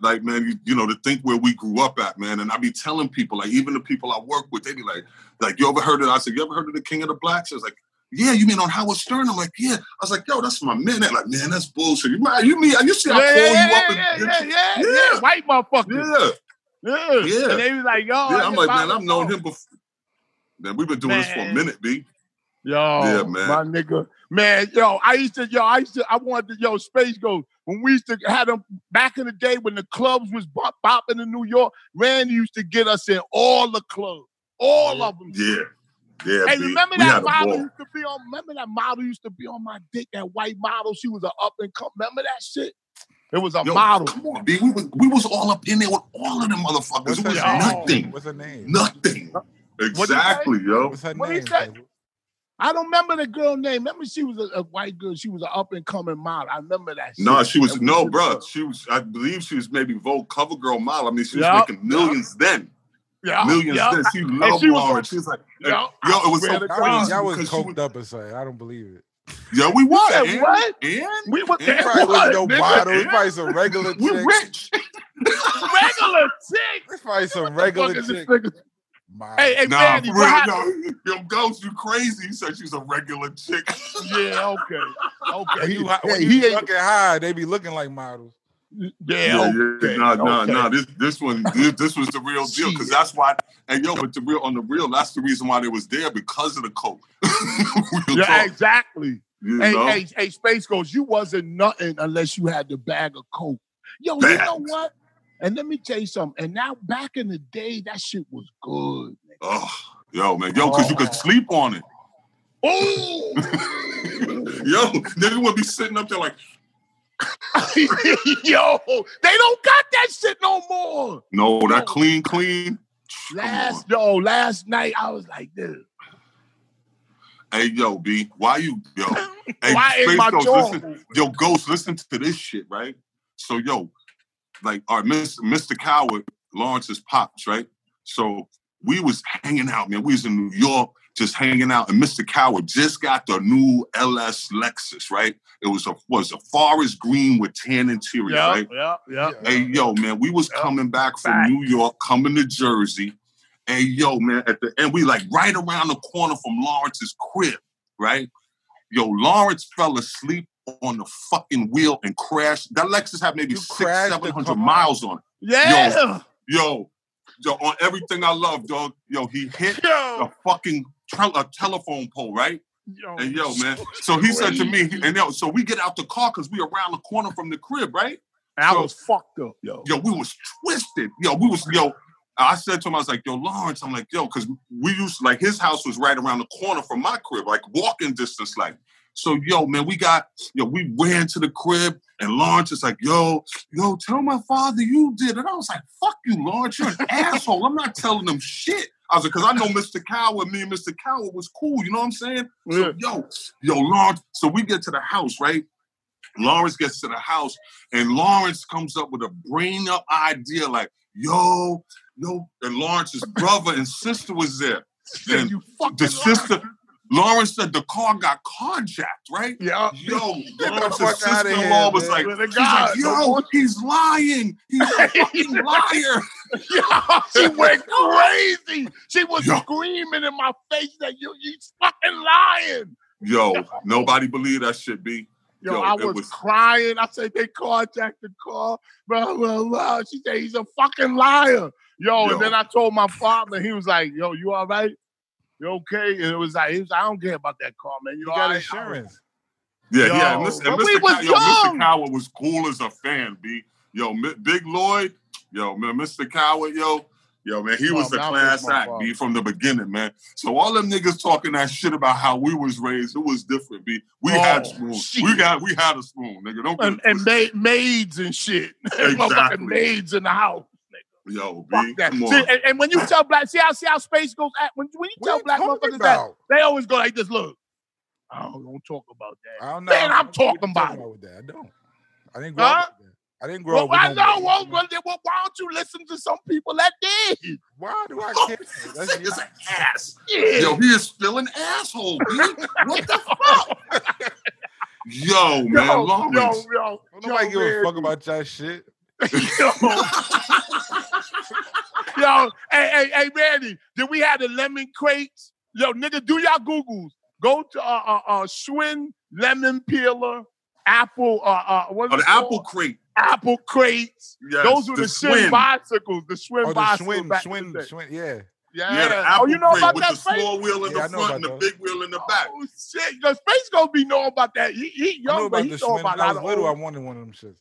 S4: like man, you, you know, to think where we grew up at, man. And I be telling people, like even the people I work with, they be like, like, you ever heard of I said, You ever heard of the King of the Blacks? I was like, Yeah, you mean on Howard Stern? I'm like, Yeah. I was like, yo, that's my man. They're like, man, that's bullshit. You mind you mean you see I
S2: yeah,
S4: call
S2: yeah,
S4: you up and
S2: yeah, yeah, yeah,
S4: Yeah.
S2: yeah. White motherfuckers.
S4: yeah.
S2: Yeah.
S4: Yeah.
S2: And they was like, yo.
S4: Yeah, I'm like, man,
S2: i
S4: I've known him before. Man, we've been doing this for a
S2: Man.
S4: minute, B.
S2: Yo,
S4: Yeah, man.
S2: my nigga, man, yo, I used to, yo, I used to, I wanted to, yo, Space Ghost. When we used to have them back in the day when the clubs was bop, bopping in New York, Randy used to get us in all the clubs, all of them.
S4: Yeah. Yeah.
S2: Hey,
S4: B.
S2: remember
S4: we had
S2: that
S4: a
S2: model
S4: ball.
S2: used to be on? Remember that model used to be on my dick? That white model, she was an up and come. Remember that shit? It was a
S4: Yo,
S2: model.
S4: Come on, B. We was, we was all up in there with all of them
S3: What's
S4: motherfuckers. it
S3: her
S4: was
S3: name?
S4: nothing.
S3: What's her name?
S4: Nothing. Exactly, yo.
S3: What's her
S2: What do you
S3: name?
S2: say?
S3: baby?
S2: I don't remember the girl name. Remember she was a, a white girl. She was an up and coming model. I remember that. Shit.
S4: No, she was
S2: That
S4: no,
S2: good
S4: bro.
S2: stuff.
S4: She was. I believe she was maybe Vogue cover girl model. I mean, she was
S2: Yup,
S4: making millions then,
S2: Yeah,
S4: millions
S2: yeah.
S4: then. She loved
S2: she was
S4: Lauren.
S2: on-
S4: she was like,
S2: Yo,
S4: yo,
S2: I
S4: it was
S2: swear
S4: so
S2: to
S3: Y'all,
S2: God.
S3: was-
S4: crazy
S3: y'all was
S4: because she
S3: coked
S4: was,
S3: up or something. I don't believe it.
S4: yo, we was.
S2: said
S4: and,
S2: what?
S4: And
S2: We was
S4: It
S2: there.
S3: probably
S2: What,
S3: wasn't no
S2: nigga?
S3: model. It's probably some regular
S4: we
S3: chick.
S4: rich.
S2: Regular chick.
S3: It's probably some
S2: What the
S3: regular
S2: fuck is this
S3: chick.
S2: nigga?
S3: My-
S2: Hey, hey,
S4: Nah,
S2: Randy,
S4: for
S2: what
S4: real,
S2: happened?
S4: no. Yo, Ghost, you crazy. You said she's a regular chick.
S2: Yeah, okay, okay.
S3: When you,
S2: yeah,
S3: when
S2: he
S3: you
S2: ain't.
S3: fucking high, they be looking like models.
S2: Yeah, oh, okay.
S4: Nah, nah,
S2: okay.
S4: nah. This this one this, this was the real deal because that's why. And yo, but the real on the real, that's the reason why they was there because of the coke. Real
S2: Yeah,
S4: talk,
S2: exactly.
S4: you
S2: Hey,
S4: know?
S2: hey, hey, Space Ghost, you wasn't nothing unless you had the bag of coke. Yo, you know
S4: Facts.
S2: what? And let me tell you something. And now back in the day, that shit was good.
S4: Oh, yo, man, yo, because you could sleep on it.
S2: Oh,
S4: Yo, nigga would be sitting up there like,
S2: yo, they don't got that shit no more.
S4: no, that clean, clean. Come on.
S2: Last yo, last night I was like this.
S4: Hey, yo, B, why you, yo? Hey,
S2: Why ain't
S4: Space
S2: my
S4: Ghost,
S2: jaw?
S4: listen- yo, Ghost, listen to this shit, right? So, yo, like, our Miss, Mr. Coward, Lawrence's pops, right? So, we was hanging out, man. We was in New York, just hanging out, and Mr. Coward just got the new LS Lexus, right? It was a was a forest green with tan interior, right?
S2: yeah,
S4: Hey, yo, man, we was coming back from
S2: Back.
S4: New York, coming to Jersey. And yo, man, at the end, we like right around the corner from Lawrence's crib, right? Yo, Lawrence fell asleep on the fucking wheel and crashed. That Lexus had maybe
S3: You
S4: six,
S3: crashed the
S4: seven hundred
S3: car.
S4: miles on it.
S2: Yeah.
S4: Yo, yo, on everything I love, dog. Yo, he hit a
S2: Yo.
S4: fucking tel- a telephone pole, right?
S2: Yo.
S4: And yo, man. So he said to me, and yo, so we get out the car because we around the corner from the crib, right?
S2: And I
S4: so-
S2: was fucked up, yo.
S4: yo, we was twisted. Yo, we was yo. I said to him, I was like, yo, Lawrence, I'm like, yo, because we used like his house was right around the corner from my crib, like walking distance, like. So yo, man, we got yo, we ran to the crib and Lawrence is like, yo, yo, tell my father you did. And I was like, fuck you, Lawrence, you're an asshole. I'm not telling them shit. I was like, cause I know Mr. Coward, me and Mr. Coward was cool, you know what I'm saying? So, yo, yo, Lawrence. So we get to the house, right? Lawrence gets to the house, and Lawrence comes up with a brain up idea, like, yo, yo. And Lawrence's brother and sister was there.
S2: Then
S4: Then
S2: you fucking
S4: The
S2: lying.
S4: sister, Lawrence said the car got carjacked, right?
S2: Yeah.
S4: Yo,
S3: the
S4: Lawrence's
S3: fuck outta
S4: sister in law
S3: here,
S4: was
S3: man.
S4: like,
S2: With the
S4: she's like,
S2: God.
S4: yo, he's lying. He's a fucking liar.
S2: Yo, she went crazy. She was
S4: Yo.
S2: screaming in my face that you you fucking lying.
S4: Yo, nobody believed that shit, B.
S2: Yo,
S4: Yo,
S2: I
S4: it
S2: was,
S4: was-
S2: crying. I said they carjacked the car. Blah blah blah. She said he's a fucking liar. Yo,
S4: Yo.
S2: and then I told my father, he was like, Yo, you all right? You okay? And it was like, he was, I don't care about that car, man. You
S3: You
S2: all
S3: got
S2: right?"
S3: insurance.
S4: Yeah,
S2: Yo,
S4: yeah. And Mr. And
S2: but we
S4: Mr.
S2: was
S4: Cow- yo, Mr.
S2: young.
S4: Coward was cool as a fan, B. Yo, Mi- Big Lloyd, yo, man, Mr. Coward, yo. Yo, man, he
S2: Oh,
S4: was a
S2: man, I
S4: class
S2: miss my
S4: act,
S2: father.
S4: B, from the beginning, man. So all them niggas talking that shit about how we was raised, it was different, B. We
S2: Oh,
S4: had spoon.
S2: shit.
S4: We got we had a spoon, nigga. Don't get
S2: And,
S4: it
S2: and
S4: twisted.
S2: ma- maids and shit.
S4: Exactly.
S2: Motherfucking maids in the house.
S4: yo,
S2: Fuck
S4: B.
S2: that.
S4: Come
S2: See,
S4: on.
S2: and, and when you tell black, see how see how space goes at when, when you
S3: What
S2: tell
S3: you
S2: black
S3: talking
S2: motherfuckers that
S3: about?
S2: they always go like this. Look, I don't, don't talk about that.
S3: I don't know.
S2: Man,
S3: I
S2: I'm
S3: don't know what
S2: talking
S3: you're
S2: about it.
S3: with that. I don't. I didn't grow
S2: Huh?
S3: up with that. I didn't grow
S2: Well,
S3: up with
S2: I
S3: no
S2: know.
S3: black
S2: Well,
S3: woman.
S2: well, then, well, why don't you listen to some people that did?
S3: Why do I
S4: Oh,
S3: care? That's
S4: Nigga's an ass.
S2: Yeah.
S4: Yo, he is still an asshole, B. What the fuck? Yo, man,
S2: yo, yo,
S4: Lawrence.
S2: yo,
S3: Don't nobody give a
S2: man.
S3: fuck about that shit.
S2: yo, yo, hey, hey, hey, Randy, did we have the lemon crates? Yo, nigga, do y'all Googles. Go to uh, uh, uh, Schwinn lemon peeler, apple, uh, uh, what's
S4: Oh,
S2: it
S4: the
S2: called?
S4: apple crate.
S2: apple crates.
S4: Yes,
S2: Those were the,
S4: Swin.
S2: swim bicycles, the swim
S3: Oh, the
S2: bicycles.
S3: Schwinn,
S2: back in the day.
S3: Schwinn, Schwinn. Yeah.
S2: Yeah.
S4: Yeah, the apple
S2: oh, you know
S4: crate
S2: about
S4: with
S2: that
S4: the
S2: face?
S4: small wheel in
S3: Yeah, I
S4: the
S3: know
S4: front and the
S3: about
S4: big wheel in the back.
S2: Oh shit, the space gonna be knowing about that. He, he
S3: I knew
S2: young, but
S3: about
S2: he
S3: the
S2: know
S3: Schwinn.
S2: about
S3: When
S2: a lot
S3: I was
S2: of
S3: little, I
S2: old.
S3: wanted one of them shits.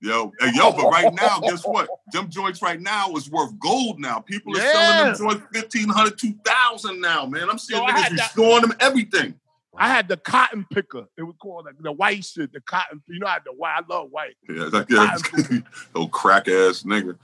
S4: Yo, hey, yo, but right now, guess what? Them joints right now is worth gold now. People are
S2: Yeah.
S4: selling them joints 1500 2000 now, man. I'm seeing
S2: Yo, I
S4: niggas
S2: had that-
S4: restoring them everything.
S2: I had the cotton picker. It was called like, the white shit, the cotton. You know, I had the white. I love white.
S4: Yeah, it's like, yeah. old crack ass nigga.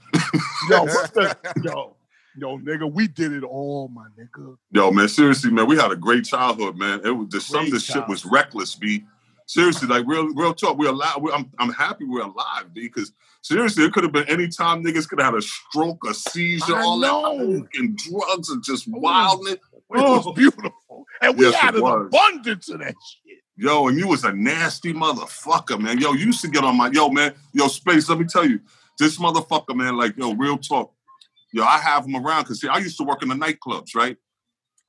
S2: Yo, what's the yo, yo, nigga? We did it all, my nigga.
S4: Yo, man, seriously, man, we had a great childhood, man. It was just some of
S2: Great
S4: this shit was reckless, B. Seriously, like real, real talk. We're alive. we I'm, I'm happy we're alive, B. Because seriously, it could have been any time niggas could have had a stroke, a seizure,
S2: I
S4: all that
S2: know. Oh,
S4: coke and drugs and just wildness.
S2: It was beautiful, and we
S4: Yes,
S2: had
S4: it
S2: an
S4: was.
S2: abundance of that shit.
S4: Yo, and you was a nasty motherfucker, man. Yo, you used to get on my yo, man. Yo, space. Let me tell you, this motherfucker, man. Like yo, real talk. Yo, I have him around because see, I used to work in the nightclubs, right?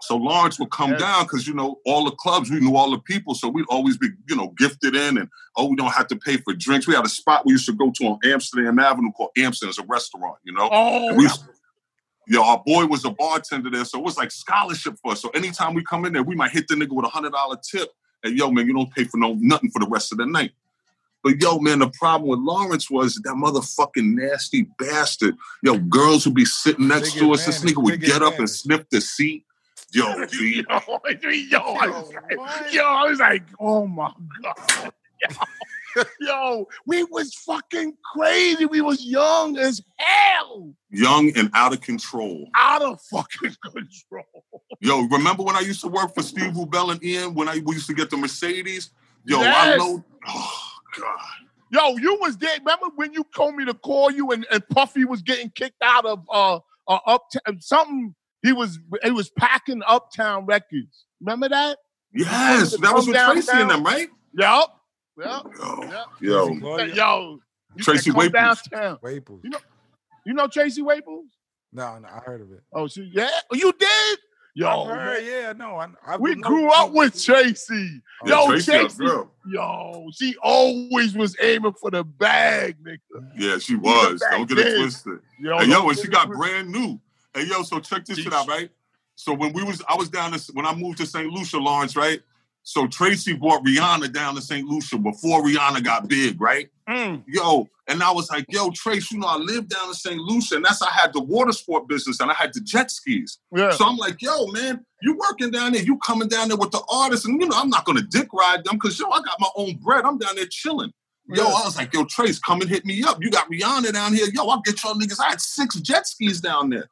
S4: So Lawrence would come
S2: Yes.
S4: down because you know all the clubs, we knew all the people, so we'd always be you know gifted in, and oh, we don't have to pay for drinks. We had a spot we used to go to on Amsterdam Avenue called Amsterdam's a restaurant, you know.
S2: Oh,
S4: And we used- yo, our boy was a bartender there, so it was like scholarship for us. So anytime we come in there, we might hit the nigga with a hundred dollar tip, and yo, man, you don't pay for no nothing for the rest of the night. But yo, man, the problem with Lawrence was that motherfucking nasty bastard. Yo, girls would be sitting next
S3: Big
S4: to us. This
S3: advantage,
S4: nigga
S3: big
S4: would get up and
S3: advantage.
S4: sniff the seat. Yo, B,
S2: yo, yo, I was like-
S3: what?
S2: yo, I was like, oh my god, yo, yo, we was fucking crazy. We was young as hell,
S4: young and out of control.
S2: out of fucking control.
S4: Yo, remember when I used to work for Steve Rubel and Ian when I we used to get the Mercedes? Yo, I
S2: Yes.
S4: know. Oh God.
S2: Yo, you was there. Remember when you told me to call you and, and Puffy was getting kicked out of uh, uh uptown something. He was he was packing Uptown Records. Remember that?
S4: Yes, that was with
S2: Come
S4: Tracy and them, right?
S2: Yep. Yep.
S4: Yo,
S2: Yep.
S3: Tracy
S4: yo,
S3: Gloria,
S2: Yo, you said
S4: Oh, Tracy
S2: come
S4: Waples.
S2: downtown.
S3: Waples.
S2: You know- You know Tracy Waples?
S3: No, no, I heard of it.
S2: Oh, she yeah. You did? Yo,
S3: I've heard, yeah, no, I, I
S2: Oh, we
S3: know-
S2: grew up with Tracy. Yo,
S4: Tracy, a
S2: Tracy.
S4: girl.
S2: Yo, she always was aiming for the bag, nigga.
S4: Yeah, she was.
S2: back
S4: Don't get it
S2: then.
S4: twisted.
S2: Yo,
S4: Hey, yo,
S2: don't
S4: and
S2: get
S4: she
S2: it
S4: got
S2: twisted.
S4: brand new. Hey, yo, so check this shit
S2: Jeez.
S4: out, right? So when we was, I was down to, when I moved to St. Lucia, Lawrence, right? So Tracy brought Rihanna down to St. Lucia before Rihanna got big, right?
S2: Mm.
S4: Yo, and I was like, yo, Trace, you know, I live down in St. Lucia, and that's I had the water sport business and I had the jet skis.
S2: Yeah.
S4: So I'm like, yo, man, you working down there, you coming down there with the artists, and you know, I'm not gonna dick ride them because yo, I got my own bread. I'm down there chilling. Yo,
S2: Yeah.
S4: I was like, yo, Trace, come and hit me up. You got Rihanna down here. Yo, I'll get y'all niggas. I had six jet skis down there.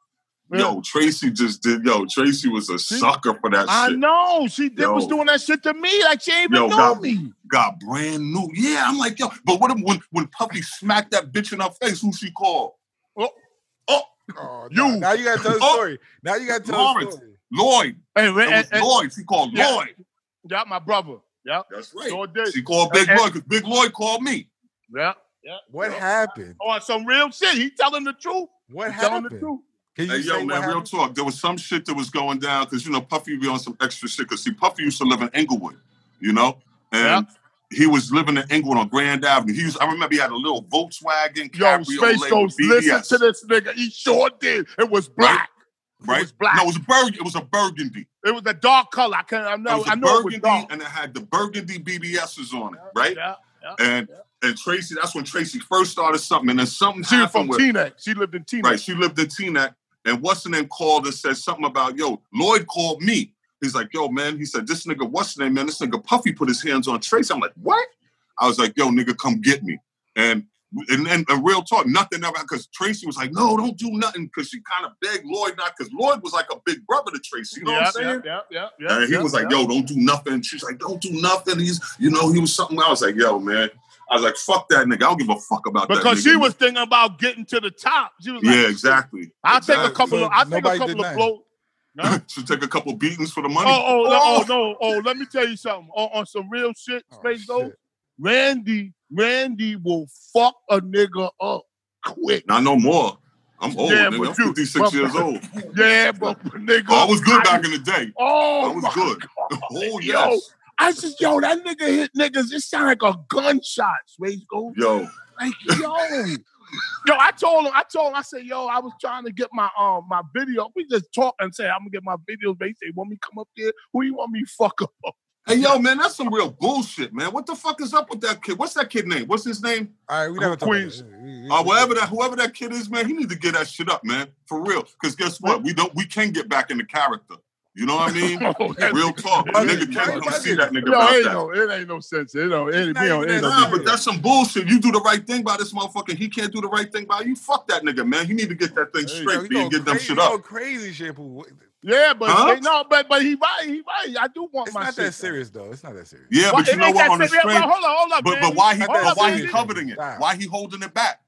S2: Yeah.
S4: Yo, Tracy just did. Yo, Tracy was a
S2: See?
S4: sucker for that
S2: I
S4: shit.
S2: know she did, was
S4: Yo.
S2: doing that shit to me like she ain't even
S4: Yo,
S2: know
S4: God.
S2: me.
S4: Got brand new. Yeah, I'm like, yo, but what if- when when Puffy smacked that bitch in her face? Who she called?
S2: Oh.
S4: Oh,
S3: Oh,
S2: You.
S3: no. Now you gotta tell the
S4: Oh.
S3: story. Now you gotta tell the
S4: Lawrence.
S3: story.
S4: Lloyd.
S2: And,
S4: It was
S2: and, and,
S4: Lloyd. She called
S2: Yeah.
S4: Lloyd.
S2: yeah, my brother. Yeah,
S4: That's
S2: so it did.
S4: She called Big
S2: And-
S4: Lloyd because Big Lloyd called me.
S2: Yeah.
S3: What
S4: Yeah.
S3: happened?
S2: Oh, some real shit. He telling the truth.
S3: What
S2: He telling
S3: happened?
S2: the truth.
S3: Can
S4: Hey,
S3: you
S4: yo,
S3: say what
S4: man, real
S3: happened?
S4: talk. There was some shit that was going down because you know Puffy be on some extra shit. Because see, Puffy used to live in Inglewood, you know, and he was living in Inglewood on Grand Avenue. He was. I remember he had a little Volkswagen
S2: Yo,
S4: Cabrio
S2: Space
S4: labeled
S2: Ghost, listen
S4: BBS,
S2: to this nigga. He sure did. It was black. It
S4: right?
S2: was black.
S4: No, it was a burg. It was a burgundy.
S2: It was a dark color. I can't. I
S4: it
S2: know.
S4: was a
S2: I know it was
S4: burgundy,
S2: dark.
S4: and it had the burgundy BBSs on it, right?
S2: Yeah.
S4: And and Tracy, that's when Tracy first started something, and then something
S2: She was
S4: happened
S2: from
S4: with
S2: Teaneck. She lived in Teaneck.
S4: Right. She lived in Teaneck. And what's the name called and said something about, yo, Lloyd called me. He's like, yo, man. He said, this nigga, what's the name, man? This nigga Puffy put his hands on Trace. I'm like, what? I was like, yo, nigga, come get me. And and then a real talk, nothing ever because Tracy was like, no, don't do nothing. Cause she kind of begged Lloyd not, because Lloyd was like a big brother to Tracy. Oh, You know what I'm
S2: yeah,
S4: saying?
S2: yeah, yeah, yeah, yeah.
S4: And he
S2: yeah,
S4: was like,
S2: yeah.
S4: yo, don't do nothing. She's like, don't do nothing. He's, you know, he was something. I was like, yo, man. I was like, fuck that nigga. I don't give a fuck about that.
S2: because
S4: nigga.
S2: she was thinking about getting to the top. She was like,
S4: Yeah, exactly.
S2: I'll take a
S4: Exactly.
S2: couple of. I'll take
S3: Nobody
S2: a couple
S3: did
S2: of
S3: nothing.
S2: blows. Huh?
S4: Should take a couple beatings for the money.
S2: Oh, oh, no, oh, no, oh, let me tell you something. On, on some real shit,
S3: Oh,
S2: Space
S3: shit.
S2: Ghost, Randy, Randy will fuck a nigga up quick.
S4: Not no more. I'm old,
S2: Yeah,
S4: nigga.
S2: but
S4: I'm
S2: you-
S4: 56 years old.
S2: Yeah, but nigga.
S4: Oh, I was good back in the day.
S2: Oh,
S4: I was
S2: my
S4: good.
S2: God. Yo,
S4: Oh, yes.
S2: I just yo, that nigga hit niggas. It sound like a gunshot. Space Ghost.
S4: Yo,
S2: Like, yo. Yo, I told him, I told him, I said, yo, I was trying to get my um my video. We just talk and say, I'm gonna get my videos. They say, want me come up there? Who you want me to fuck up?
S4: hey, yo, man, that's some real bullshit, man. What the fuck is up with that kid? What's that kid name? What's his name?
S3: All right, we never talk
S2: Queens.
S3: about that. We- we-
S4: Uh, whatever that, whoever that kid is, man, he need to get that shit up, man, for real. Because guess what? We don't, we can get back into character. You know what I mean?
S2: Oh, that-
S4: Real talk,
S2: Why
S4: nigga
S3: you- why
S4: can
S3: you
S4: come see
S3: bugging?
S4: that nigga
S2: Yo,
S4: about
S2: ain't
S4: that.
S2: no, it ain't no sense. It don't, it, ain't-
S3: Not
S2: we don't,
S3: even
S2: ain't no
S3: that
S4: Nah,
S3: serious.
S4: but that's some bullshit. You do the right thing by this motherfucker. He can't do the right thing by you. Fuck that nigga, man. He need to get that thing
S2: Hey,
S3: Yo,
S4: straight
S3: you
S4: B,
S3: go
S4: and get them
S3: crazy-
S4: shit
S3: you go
S4: up.
S3: crazy, Shampoo.
S2: Yeah, but
S4: Huh?
S2: they- no, but but he right, he right. I do want
S3: It's
S2: my
S3: not
S2: shit.
S3: that serious, though. It's not that serious.
S4: Yeah,
S2: Why-
S4: but you
S2: it
S4: know
S2: ain't
S4: what?
S2: that
S4: On the
S2: serious. Yeah,
S4: straight,
S2: but hold on, hold up,
S4: but
S2: man.
S4: but why he
S2: Hold
S3: that's
S4: but
S2: up,
S4: why he
S2: Randy.
S4: coveting it?
S3: Stop.
S4: Why he holding it back?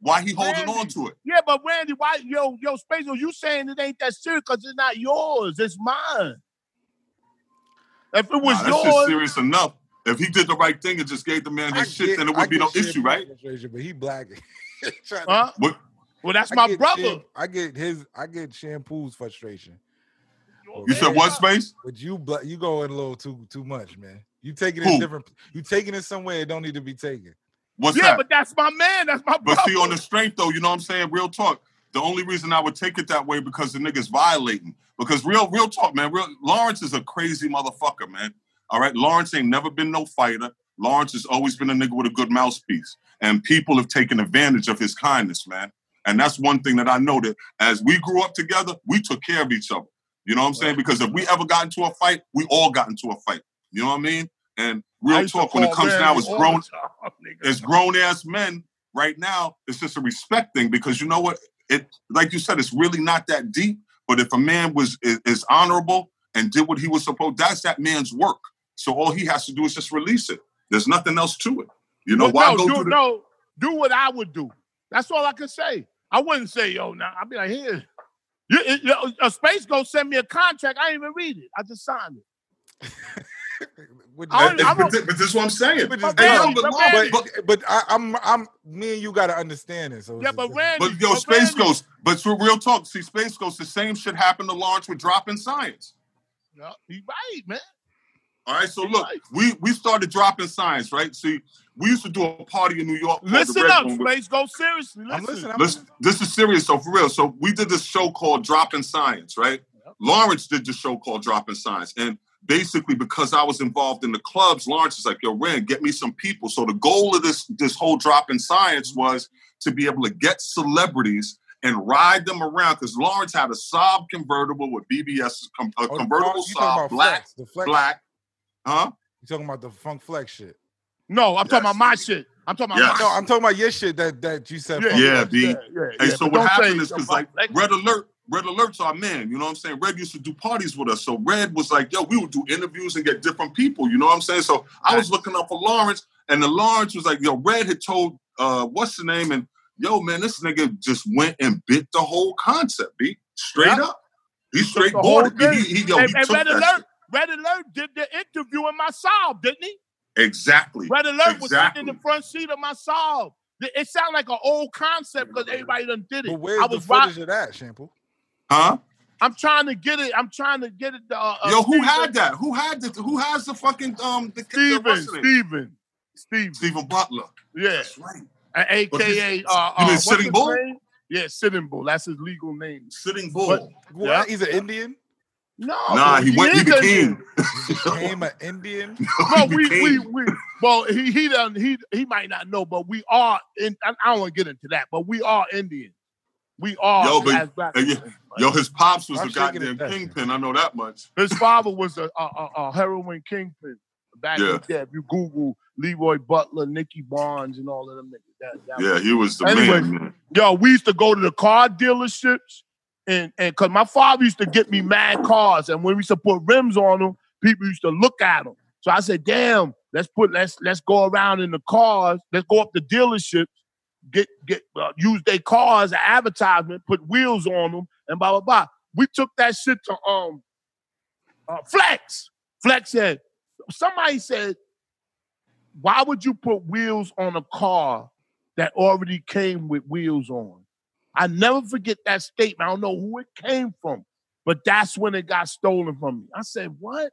S4: Why he holding on to it?
S2: Yeah, but Randy, why yo yo Spazo, you saying it ain't that serious because it's not yours, it's mine. If it was
S4: Nah, that's just
S2: yours,
S4: serious enough. If he did the right thing and just gave the man his
S3: I
S4: shit,
S3: get-
S4: then it
S3: I
S4: would be no
S3: get
S4: issue,
S3: Shampoo's
S4: right?
S3: frustration, But he black. Trying to-
S2: huh?
S4: What?
S2: Well, that's
S3: I
S2: my
S3: get
S2: brother.
S3: Shamp- I get his. I get Shampoo's frustration.
S2: Yo,
S4: You
S2: yeah.
S4: said what, Space?
S3: But you, bla- you going a little too too much, man. You taking
S4: Who?
S3: it different. You taking it somewhere it don't need to be taken.
S4: What's
S2: Yeah,
S4: that?
S2: but that's my man. That's my brother.
S4: But see, on the strength though, you know what I'm saying? Real talk. The only reason I would take it that way because the niggas violating. Because real, real talk, man. Real Lawrence is a crazy motherfucker, man. All right. Lawrence ain't never been no fighter. Lawrence has always been a nigga with a good mouthpiece. And people have taken advantage of his kindness, man. And that's one thing that I know that as we grew up together, we took care of each other. You know what I'm saying? Because if we ever got into a fight, we all got into a fight. You know what I mean? And
S2: I
S4: real
S2: used to
S4: talk, when it
S2: call
S4: comes now,
S2: Randy
S4: it's
S2: all
S4: grown
S2: the time, nigga.
S4: as grown ass men right now, it's just a respect thing because you know what? It like you said, it's really not that deep. But if a man was is, is honorable and did what he was supposed, that's that man's work. So all he has to do is just release it. There's nothing else to it. You know
S2: Well,
S4: why
S2: no,
S4: go
S2: do,
S4: through the
S2: no, do what I would do. That's all I can say. I wouldn't say, yo, now I'd be like, here, you, it- yo, a space go send me a contract. I didn't even read it. I just signed it.
S3: What-
S2: I
S4: But
S2: don't- I'm a-
S4: thi- but this is what I'm saying.
S3: But
S2: But
S3: it's-
S4: Hey, yo,
S2: Randy,
S4: but
S2: but
S4: Lawrence-
S2: Randy-
S4: but-
S3: but but I, I'm I'm me and you got to understand it. So
S2: Yeah,
S3: it's-
S2: but
S3: it's-
S2: Randy,
S4: But yo,
S2: but
S4: Space
S2: Randy-
S4: Ghost, but for real talk, see, Space Ghost, the same shit happened to Lawrence with dropping science.
S2: No, he right, man.
S4: All right, so look, we we started dropping science, right? See, we used to do a party in New York. called the
S2: Listen
S4: Red
S2: up,
S4: Room,
S2: space go seriously.
S3: I'm
S2: Listen.
S3: listening. I'm
S4: Listen, this is serious though, for real. So we did this show called Dropping Science, right?
S2: Yep.
S4: Lawrence did this show called Dropping Science, and basically because I was involved in the clubs, Lawrence is like, "Yo, Ren, get me some people." So the goal of this this whole Dropping Science
S3: Mm-hmm.
S4: was to be able to get celebrities and ride them around because Lawrence had a Saab convertible with BBS com- a
S3: Oh,
S4: convertible
S3: you talking
S4: Saab,
S3: about
S4: black,
S3: flex, the flex,
S4: black, huh?
S3: You talking about the funk flex shit?
S2: No, I'm
S4: Yes.
S2: talking about my shit. I'm talking about
S4: Yes.
S3: No, I'm talking about your shit that that you said.
S2: Yeah,
S3: funk
S4: Yeah,
S3: flex.
S4: B.
S2: my shit. Yeah, yeah,
S4: Hey,
S2: yeah,
S4: so
S2: but
S4: what
S2: don't
S4: happened
S2: say
S4: is because like
S2: about-
S4: Red Alert, Red Alert's our man. You know what I'm saying? Red used to do parties with us. So Red was like, yo, we would do interviews and get different people. You know what I'm saying? So I was looking up for Lawrence, and the Lawrence was like, yo, Red had told uh what's the name and yo, man, this nigga just went and bit the whole concept, B. Straight
S2: Yep.
S4: up. He straight
S2: the whole
S4: bought it. B. He, he, yo, he
S2: and and
S4: took
S2: Red
S4: that
S2: Alert,
S4: shit.
S2: Red Alert did the interview in my sob, didn't he?
S4: Exactly.
S2: Red Alert was sitting in
S4: Exactly.
S2: the front seat of my sob. It it sounded like an old concept because everybody done did
S3: But
S2: it.
S3: where's
S2: I
S3: the
S2: was rock-
S3: footage of that, Shampoo?
S4: Huh?
S2: I'm trying to get it. I'm trying to get it. Uh, uh,
S4: Yo, who
S2: Steven-
S4: had that? Who had the who has the fucking um the, the
S2: Steven,
S4: what's his name?
S2: Steven, Steven.
S4: Steven Butler.
S2: Yeah,
S4: That's right.
S2: and
S4: But this-
S2: AKA. Uh,
S4: you
S2: uh,
S4: mean
S2: what's
S4: Sitting
S2: his
S4: Bull?
S2: name? Yeah, Sitting Bull. That's his legal name.
S4: Sitting Bull.
S2: What?
S3: What?
S2: Yeah.
S3: He's an Indian.
S2: No,
S4: Nah, he went. He
S2: is a-
S4: became.
S3: He became an Indian.
S2: Well,
S4: he
S2: we, we,
S4: became-
S2: we, well, he, he doesn't, he, he might not know, but we are, in, I I don't want to get into that, but we are Indian. We are.
S4: Yo, but-
S2: as black
S4: and you-
S2: people.
S4: Yo, his pops was
S3: I'm
S4: a
S3: shaking
S4: goddamn
S3: his ass.
S4: kingpin. I know that much.
S2: His father was a, a, a, a heroin kingpin back
S4: Yeah.
S2: in there. If you Google Leroy Butler, Nicky Barnes, and all of them niggas. That, that
S4: Yeah, he was the
S2: Anyway.
S4: man. man.
S2: Yo, we used to go to the car dealerships, and and cause my father used to get me mad cars, and when we used to put rims on them, people used to look at them. So I said, "Damn, let's put let's let's go around in the cars. Let's go up the dealerships, get get uh, use their cars as advertisement, put wheels on them, and blah blah blah." We took that shit to um uh, Flex. Flex said, somebody said, why would you put wheels on a car that already came with wheels on? I never forget that statement. I don't know who it came from, but that's when it got stolen from me. I said, what?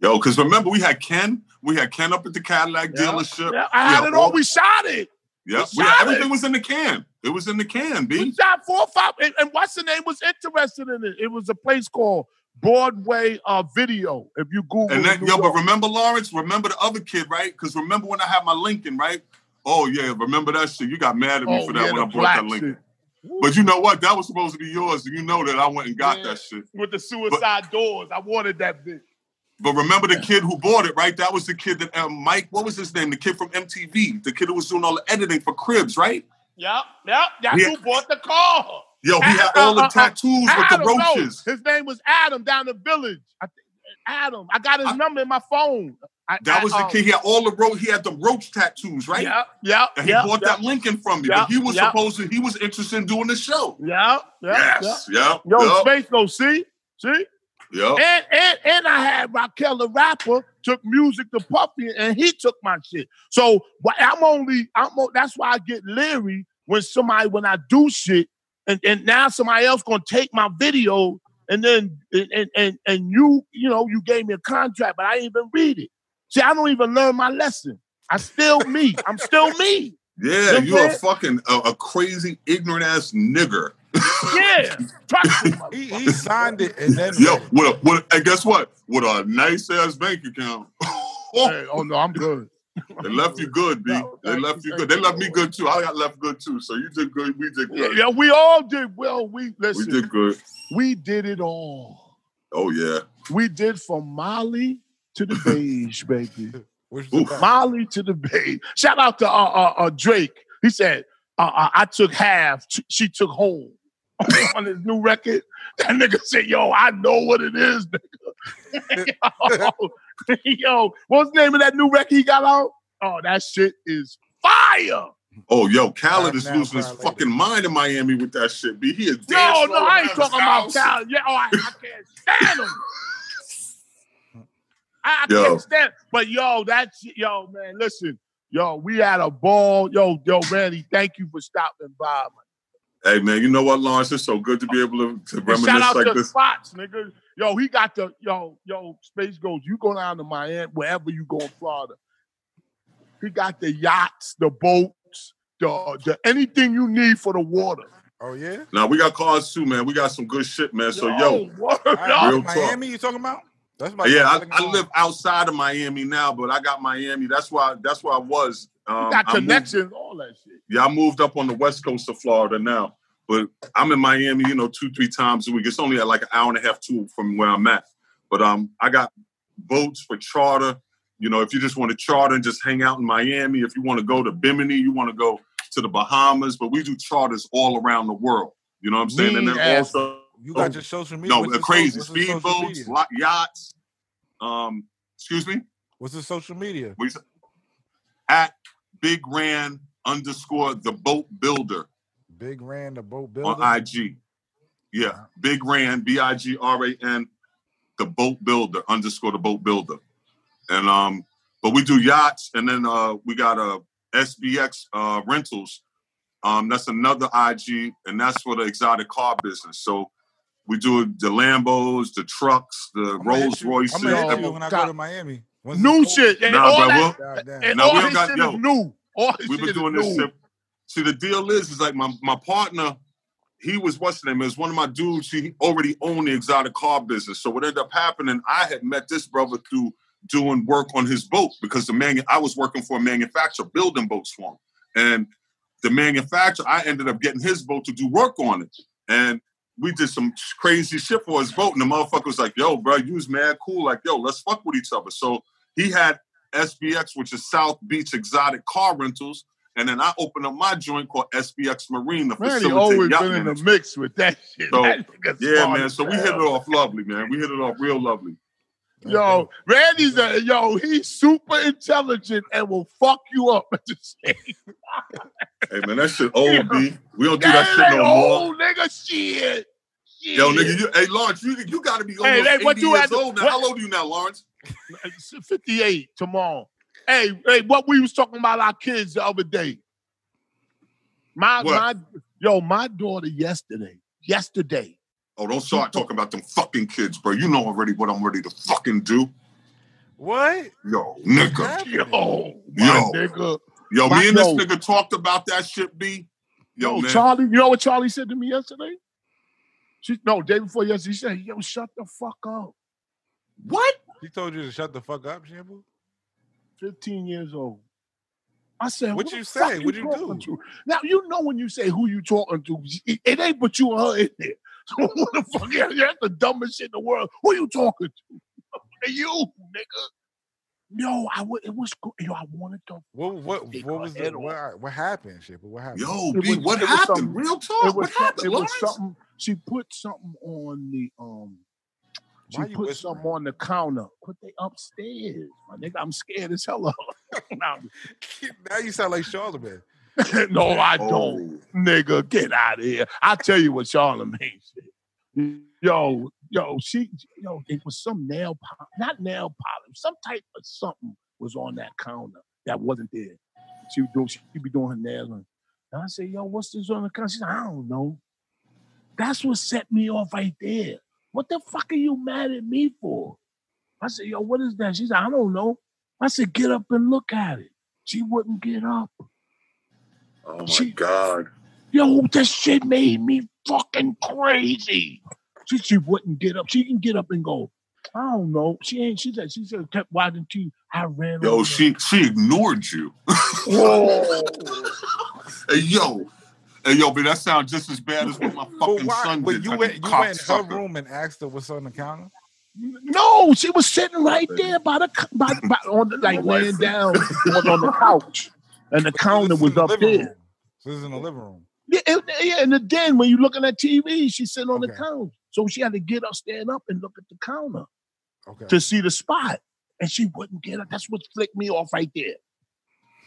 S4: Yo, because remember we had Ken. We had Ken up at the Cadillac
S2: Yeah.
S4: dealership.
S2: Yeah, I had
S4: Yeah,
S2: it all.
S4: all-
S2: We shot it.
S4: Yep.
S2: We
S4: We had,
S2: shot it.
S4: everything was in the can. It was in the can,
S2: We
S4: B.
S2: shot four or five. And, and what's the name was interested in it. It was a place called Broadway uh, Video. If you Google
S4: And that,
S2: New
S4: yo, but
S2: York.
S4: remember Lawrence? Remember the other kid, right? Because remember when I had my Lincoln, right? Oh yeah, remember that shit? You got mad at me
S2: Oh,
S4: for that
S2: yeah,
S4: when
S2: the
S4: I bought that
S2: black
S4: Lincoln.
S2: shit.
S4: But you know what? That was supposed to be yours, and you know that I went and got
S2: Yeah.
S4: that shit.
S2: with the suicide doors. I wanted that bitch.
S4: But remember the kid who bought it, right? That was the kid that um, Mike. What was his name? The kid from MTV. The kid who was doing all the editing for Cribs, right?
S2: Yep, yep. That's
S4: Yeah.
S2: who bought the car.
S4: Yo, he
S2: Uh,
S4: had all the tattoos with the
S2: Adam, no.
S4: roaches.
S2: His name was Adam down the village. I think Adam. I got his
S4: I-
S2: number in my phone. I,
S4: That
S2: I,
S4: was the
S2: um,
S4: kid. He had all the roach. He had the roach tattoos, right?
S2: Yep, yep,
S4: And he
S2: yep.
S4: bought
S2: yep,
S4: that Lincoln from me.
S2: Yeah,
S4: But he was
S2: yeah.
S4: supposed to. He was interested in doing the show.
S2: Yep, yep, yep.
S4: yes. Yep.
S2: Yo,
S4: yep.
S2: space no see, see,
S4: yep.
S2: and and and I had Raquel the rapper took music to Puffy, and he took my shit. So why- I'm only I'm o- that's why I get leery when somebody when I do shit, and and now somebody else gonna take my video, and then and and and, and you you know you gave me a contract, but I didn't even read it. See, I don't even learn my lesson. I still me. I'm still me.
S4: Yeah,
S2: You
S4: you a
S2: feel?
S4: fucking a, a crazy ignorant ass nigger.
S2: Yeah, trust me.
S3: He, he signed it and then
S4: Yo,
S3: read it.
S4: with a with a, and guess what? With a nice ass bank account.
S2: Hey, oh no, I'm good.
S4: They left you good, B.
S2: No,
S4: They
S2: thank
S4: left
S2: you,
S4: you
S2: thank
S4: good. They
S2: you,
S4: left me
S2: Lord.
S4: good too. I got left good too. So you did good. We did good.
S2: Yeah, we all did well. We
S4: We
S2: listen.
S4: did good.
S2: we did it all.
S4: Oh yeah.
S2: We did from Molly to the beige, baby.
S3: Which is
S4: Ooh.
S3: about-
S2: Molly to the beige. Shout out to uh, uh, uh, Drake. He said, uh, uh, I took half, t- she took whole on his new record. That nigga said, Yo, I know what it is, nigga. Yo, yo, what's the name of that new record he got out? Oh, that shit is fire.
S4: Oh yo, Khaled
S3: Time
S4: is
S3: now,
S4: losing his
S3: cry later.
S4: fucking mind in Miami with that shit, B. He is
S2: No,
S4: dancing
S2: no,
S4: all
S2: I ain't
S4: around
S2: talking
S4: his
S2: about
S4: house.
S2: Cal. Yeah, oh, I, I can't stand him. I, I
S4: Yo.
S2: can't stand. But yo, that's yo, man. Listen, yo, we had a ball. Yo, yo, Randy, thank you for stopping by.
S4: Hey man, you know what, Lawrence? It's so good to be able to, to
S2: Man. And Shout
S4: reminisce
S2: out
S4: like
S2: to
S4: this.
S2: Spots, nigga. Yo, he got the yo, yo, Space Goes. You go down to Miami, wherever you go in Florida. He got the yachts, the boats, the, the anything you need for the water.
S3: Oh yeah.
S4: Now we got cars too, man. We got some good shit, man. So yo,
S2: word,
S3: All right,
S2: yo.
S4: Real um, talk.
S3: Miami, you talking about? That's my
S4: yeah, I, I live outside of Miami now, but I got Miami. That's why. That's why I was. Um,
S2: you got
S4: I moved-
S2: connections, all that shit.
S4: Yeah, I moved up on the west coast of Florida now, but I'm in Miami, you know, two, three times a week. It's only like an hour and a half, two from where I'm at. But um, I got boats for charter. You know, if you just want to charter and just hang out in Miami, if you want to go to Bimini, you want to go to the Bahamas, but we do charters all around the world. You know what I'm saying?
S2: Mean
S4: and then
S2: ass.
S4: also,
S3: You got your social media.
S4: no,
S3: What's your so-
S4: crazy
S3: what's your social
S4: speedboats,
S3: media?
S4: lo- yachts. Um, excuse me.
S3: What's the social media?
S4: What you say? At Big Ran underscore the boat builder.
S3: Big Rand, the boat builder.
S4: on IG. Yeah, Big Ran, B I G R A N, the boat builder underscore the boat builder, and um, but we do yachts, and then uh, we got uh, SBX uh, rentals. Um, that's another IG, and that's for the exotic car business. So we do the Lambos, the trucks, the
S3: I'ma hit
S4: Rolls
S3: you-
S4: Royces.
S3: I'ma hit
S4: every-
S3: you when I go
S1: Stop.
S3: to Miami. Once
S2: New
S3: it's
S2: shit. And
S4: Nah,
S2: all
S4: bro,
S2: that,
S4: we'll-
S3: over, goddamn.
S2: and
S4: Nah,
S2: all
S4: we don't
S2: his
S4: got-
S2: shit
S4: yo,
S2: is new. All his
S4: We've
S2: shit
S4: been
S2: is
S4: doing
S2: new.
S4: this shit. See, the deal is, is like my my partner. He was what's the name? It was one of my dudes. He already owned the exotic car business. So what ended up happening? I had met this brother through doing work on his boat because the man I was working for a manufacturer building boats for him, and the manufacturer I ended up getting his boat to do work on it, and we did some crazy shit for his boat. And the motherfucker was like, "Yo, bro, you was mad cool. Like, yo, let's fuck with each other." So he had SBX, which is South Beach Exotic Car Rentals. And then I opened up my joint called SBX Marine. The
S2: Man, he always
S4: yacht
S2: been in the
S4: management.
S2: mix with that shit.
S4: So,
S2: That nigga
S4: Yeah,
S2: smart
S4: man.
S2: as
S4: So we
S2: hell.
S4: hit it off lovely, man. We hit it off real lovely.
S2: Yo, Randy's a yo. He's super intelligent and will fuck you up at the same.
S4: Hey, man, that shit old, B. We don't do that
S2: Hey,
S4: shit no more.
S2: old nigga shit. shit.
S4: Yo, nigga, you, hey, Lawrence, you, you got to be almost
S2: Hey, hey,
S4: 80
S2: what you
S4: years
S2: had to-
S4: old now.
S2: what-
S4: How old are you now, Lawrence?
S2: It's 58 tomorrow. Hey, hey, what we was talking about our kids the other day. My
S4: What?
S2: my yo, my daughter yesterday, yesterday,
S4: Oh, don't start talking about them fucking kids, bro. You know already what I'm ready to fucking do.
S3: What?
S4: Yo, nigga.
S3: Happening?
S2: yo, Oh, my
S4: Yo.
S2: nigga.
S4: Yo,
S2: My-
S4: me and this
S2: yo.
S4: nigga talked about that shit, B. Yo,
S2: Yo,
S4: man.
S2: Charlie, you know what Charlie said to me yesterday? She no, day before yesterday, she said, yo, shut the fuck up.
S4: What?
S3: He told you to shut the fuck up, Shampoo?
S2: 15 years old. I said,
S3: What'd
S2: "Who
S3: you
S2: the fuck
S3: say? What'd you
S2: talking
S3: do?"
S2: to?" Now you know when you say who you talking to, it it ain't but you and her in there. So who the fuck? yeah, That's the dumbest shit in the world. Who you talking to? Hey, you, nigga. No, I would. It was good. Yo, I wanted to.
S3: What what
S2: Take
S3: what
S2: her
S3: was
S2: head
S3: the, what, what happened, Shampoo? What happened?
S4: Yo,
S2: It
S4: B,
S2: was-
S4: what
S2: it was
S4: happened?
S2: something-
S4: Real
S2: It
S4: talk.
S2: was.
S4: What
S2: some-
S4: happened,
S2: It was
S4: Lawrence?
S2: something. She put something on the um. She
S3: Why you
S2: put
S3: whispering?
S2: something on the counter. Put they upstairs, my nigga. I'm scared as hell. of her. Nah,
S3: now you sound like Charlemagne.
S2: no, I don't.
S4: Oh.
S2: nigga, get out of here. I tell you what Charlamagne said. Yo, yo, she, yo, it was some nail polish, not nail polish, some type of something was on that counter that wasn't there. She would do, she'd be doing her nails. And and I said, yo, what's this on the counter? She said, I don't know. That's what set me off right there. What the fuck are you mad at me for? I said, yo, what is that? She said, I don't know. I said, get up and look at it. She wouldn't get up.
S4: Oh my
S2: She-
S4: God.
S2: Yo, this shit made me fucking crazy. She, she wouldn't get up. She can get up and go. I don't know. She ain't. She said. She said. Kept watching TV. I ran.
S4: Yo,
S2: over.
S4: she she ignored you.
S2: Oh. Whoa.
S4: Hey, yo. Hey, yo, but that sounds just as bad as what my
S3: But
S4: fucking
S3: why?
S4: son
S3: But
S4: did.
S3: you
S4: that
S3: went you went in her
S4: cocksucker.
S3: room and asked her what's on the counter.
S2: No, she was sitting right there by the co- by, by on the, like
S4: wife.
S2: laying down on, on the couch, and the
S3: So
S2: counter
S3: this is
S2: was
S3: in the
S2: up
S3: living
S2: there.
S3: room. So this is in the living room.
S2: Yeah, and, yeah, and then when you looking at TV, she's sitting on the
S3: Okay.
S2: couch, so she had to get up, stand up, and look at the counter.
S3: Okay.
S2: to see the spot. And she wouldn't get it. That's what flicked me off right there.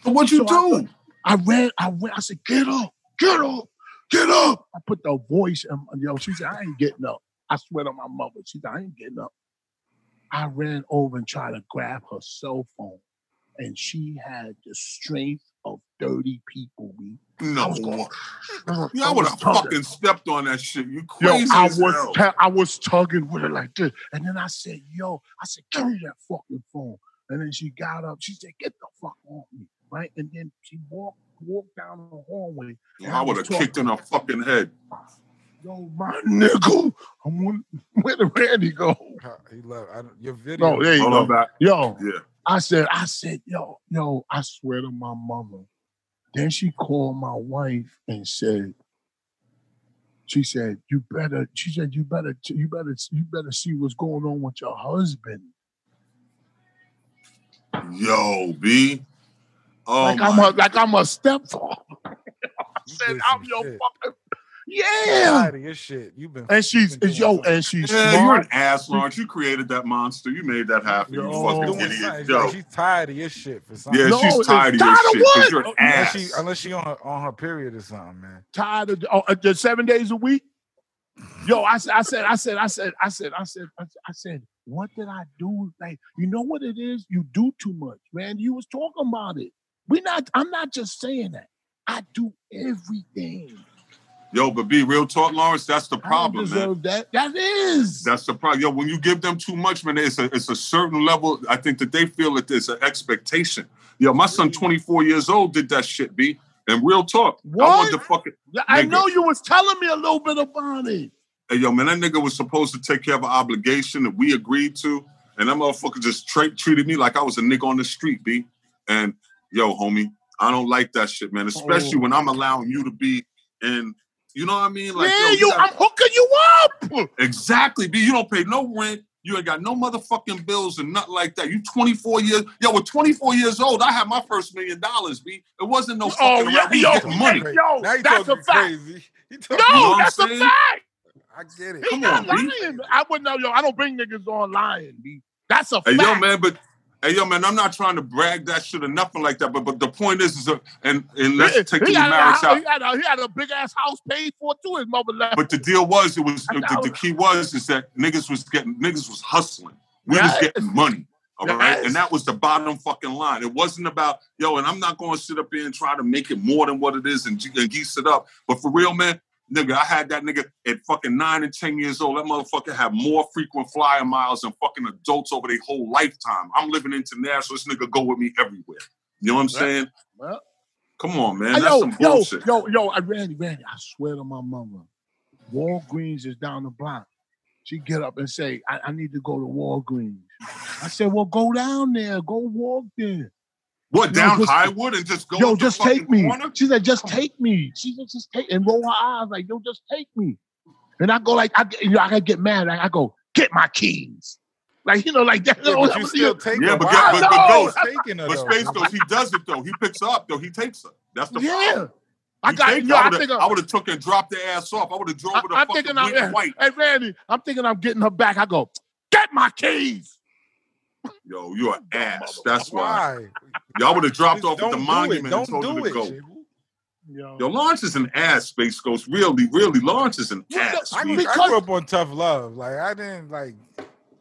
S4: So what'd you
S2: So I
S4: do?
S2: I ran, I ran, I said, get up, get up, get up. I put the voice in, you know, she said, I ain't getting up. I swear to my mother, she said, I ain't getting up. I ran over and tried to grab her cell phone. And she had the strength of 30 people. We I was
S4: no.
S2: going-
S4: Yeah, I would have
S2: tugging.
S4: fucking stepped on that shit. You
S2: Yo,
S4: crazy
S2: I
S4: as
S2: was
S4: hell.
S2: ta- I was tugging with her like this, and then I said, "Yo," I said, "Give me that fucking phone." And then she got up. She said, "Get the fuck off me!" Right? And then she walked walked down the hallway.
S4: Yo, I would have kicked in her fucking head.
S2: Yo, my nigga, I'm on, where did Randy go?
S3: How- He left. I, don't- your video.
S2: No, there you
S4: Hold on
S2: go.
S4: back.
S2: Yo,
S4: Yeah.
S2: I said, I said, yo, yo, I swear to my mama. Then she called my wife and said, she said, you better, she said, you better, you better, you better see what's going on with your husband.
S4: Yo, B. Oh
S2: like
S4: my
S2: I'm a like I'm a stepfather. I
S3: You
S2: said
S3: did
S2: I'm
S3: some
S2: your
S3: shit.
S2: fucking Yeah.
S3: Tired of your shit. You've been.
S2: And she's and yo, and she's
S4: Yeah, you're
S2: smart.
S4: an ass, Lawrence. You created that monster. You made that happen.
S3: You're
S4: You
S3: always
S4: fucking
S3: doing something.
S4: idiot,
S3: She's
S4: yo.
S3: like, She's tired of your shit for something.
S4: Yeah,
S2: No,
S4: she's
S2: it's
S4: tired of your
S2: tired of
S4: shit because
S2: what? Oh,
S4: you're an
S3: unless
S4: ass.
S3: she unless she on her on her period or something, man.
S2: Tired of oh, uh, the seven days a week. Yo, I, s- I said, I said, I said, I said, I said, I said, I said, what did I do? Like, you know what it is? You do too much, man. You was talking about it. We not. I'm not just saying that. I do everything.
S4: Yo, but be real talk, Lawrence. That's the
S2: I
S4: problem,
S2: don't
S4: man.
S2: deserve that. That is.
S4: That's the problem. Yo, when you give them too much, man, it's a it's a certain level. I think that they feel that there's an expectation. Yo, my son, 24 years old, did that shit, B. And real talk, I
S2: What?
S4: want the fucking
S2: I
S4: nigga.
S2: know you was telling me a little bit about it.
S4: hey, yo, man, that nigga was supposed to take care of an obligation that we agreed to, and that motherfucker just tra- treated me like I was a nigga on the street, B. And yo, homie, I don't like that shit, man. Especially
S2: Oh.
S4: when I'm allowing you to be in, you know what I mean? Like, yo,
S2: yeah,
S4: you
S2: you.
S4: gotta-
S2: I'm hooking you up.
S4: Exactly, B. You don't pay no rent. You ain't got no motherfucking bills and nothing like that. You 24 years, yo, with 24 years old, I had my first million dollars, B. It wasn't no fucking
S2: oh yeah,
S4: around. We
S2: yo,
S4: getting money.
S2: yo,
S3: Now you
S2: that's a
S3: talking
S2: fact.
S3: crazy. You
S2: No,
S3: talking-
S4: know what I'm
S2: that's a
S4: saying?
S2: fact.
S3: I get it.
S2: He
S4: Come
S2: not
S4: on, B.
S2: lying. I wouldn't know, yo. I don't bring niggas on lying, B. That's a
S4: Hey,
S2: fact.
S4: yo, man, but hey, yo, man, I'm not trying to brag that shit or nothing like that. But but the point is, is uh, and and let's
S2: He-
S4: take
S2: he
S4: the
S2: had a
S4: marriage
S2: hou-
S4: out.
S2: He had, a, he had a big ass house paid for too. His mother left.
S4: But the deal was, it was
S2: I
S4: the,
S2: know.
S4: the key was is that niggas was getting niggas was hustling. We was
S2: Yes.
S4: getting money. All right.
S2: Yes.
S4: And that was the bottom fucking line. It wasn't about, yo, and I'm not gonna sit up here and try to make it more than what it is and, ge- and geese it up. But for real, man, nigga, I had that nigga at fucking nine and ten years old. That motherfucker had more frequent flyer miles than fucking adults over their whole lifetime. I'm living international. This nigga go with me everywhere. You know what I'm saying?
S2: Well.
S4: Come on, man.
S2: Hey,
S4: That's some
S2: yo,
S4: bullshit.
S2: yo, yo, yo, I Randy, Randy, I swear to my mama, Walgreens is down the block. She get up and say, I, I need to go to Walgreens. I said, Well, go down there, go walk there.
S4: What
S2: Yo,
S4: down
S2: just-
S4: Highwood and just go?
S2: yo,
S4: up the
S2: just
S4: fucking
S2: take me.
S4: corner?
S2: She said, just take me. She said, just take and roll her eyes like, yo, just take me. And I go like, I, get- you know, I gotta get mad. I, I go, get my keys. Like, you know, like that.
S3: Yeah, but you still taking
S4: Yeah, but
S3: why
S4: get-
S3: is
S2: but- but
S3: he
S2: no.
S3: still taking her
S4: But
S3: though?
S4: Space Ghost, he does it though. He picks her up though. He takes her. That's the
S2: yeah.
S4: problem.
S2: I
S4: You
S2: got
S4: think
S2: yo,
S4: I
S2: I
S4: would've-
S2: think
S4: I
S2: I'm,
S4: would have took and dropped their ass off. I would have drove
S2: I-
S4: with a
S2: I'm
S4: fucking
S2: thinking I'm-
S4: wink white.
S2: hey Randy, I'm thinking I'm getting her back. I go, get my keys.
S4: Yo, you're an ass. That's why.
S3: Why?
S4: Y'all would have dropped
S3: Just
S4: off at
S3: don't do
S4: the
S3: it.
S4: monument and
S3: Don't
S4: told
S3: do
S4: her to
S3: it,
S4: go.
S3: Jiggle.
S2: Yo.
S4: Yo, Lawrence is an ass, Space Ghost. Really, really, Lawrence is an
S2: You know,
S4: ass.
S3: I,
S4: We,
S3: grew, I
S2: Because-
S3: grew up on tough love. Like I didn't like.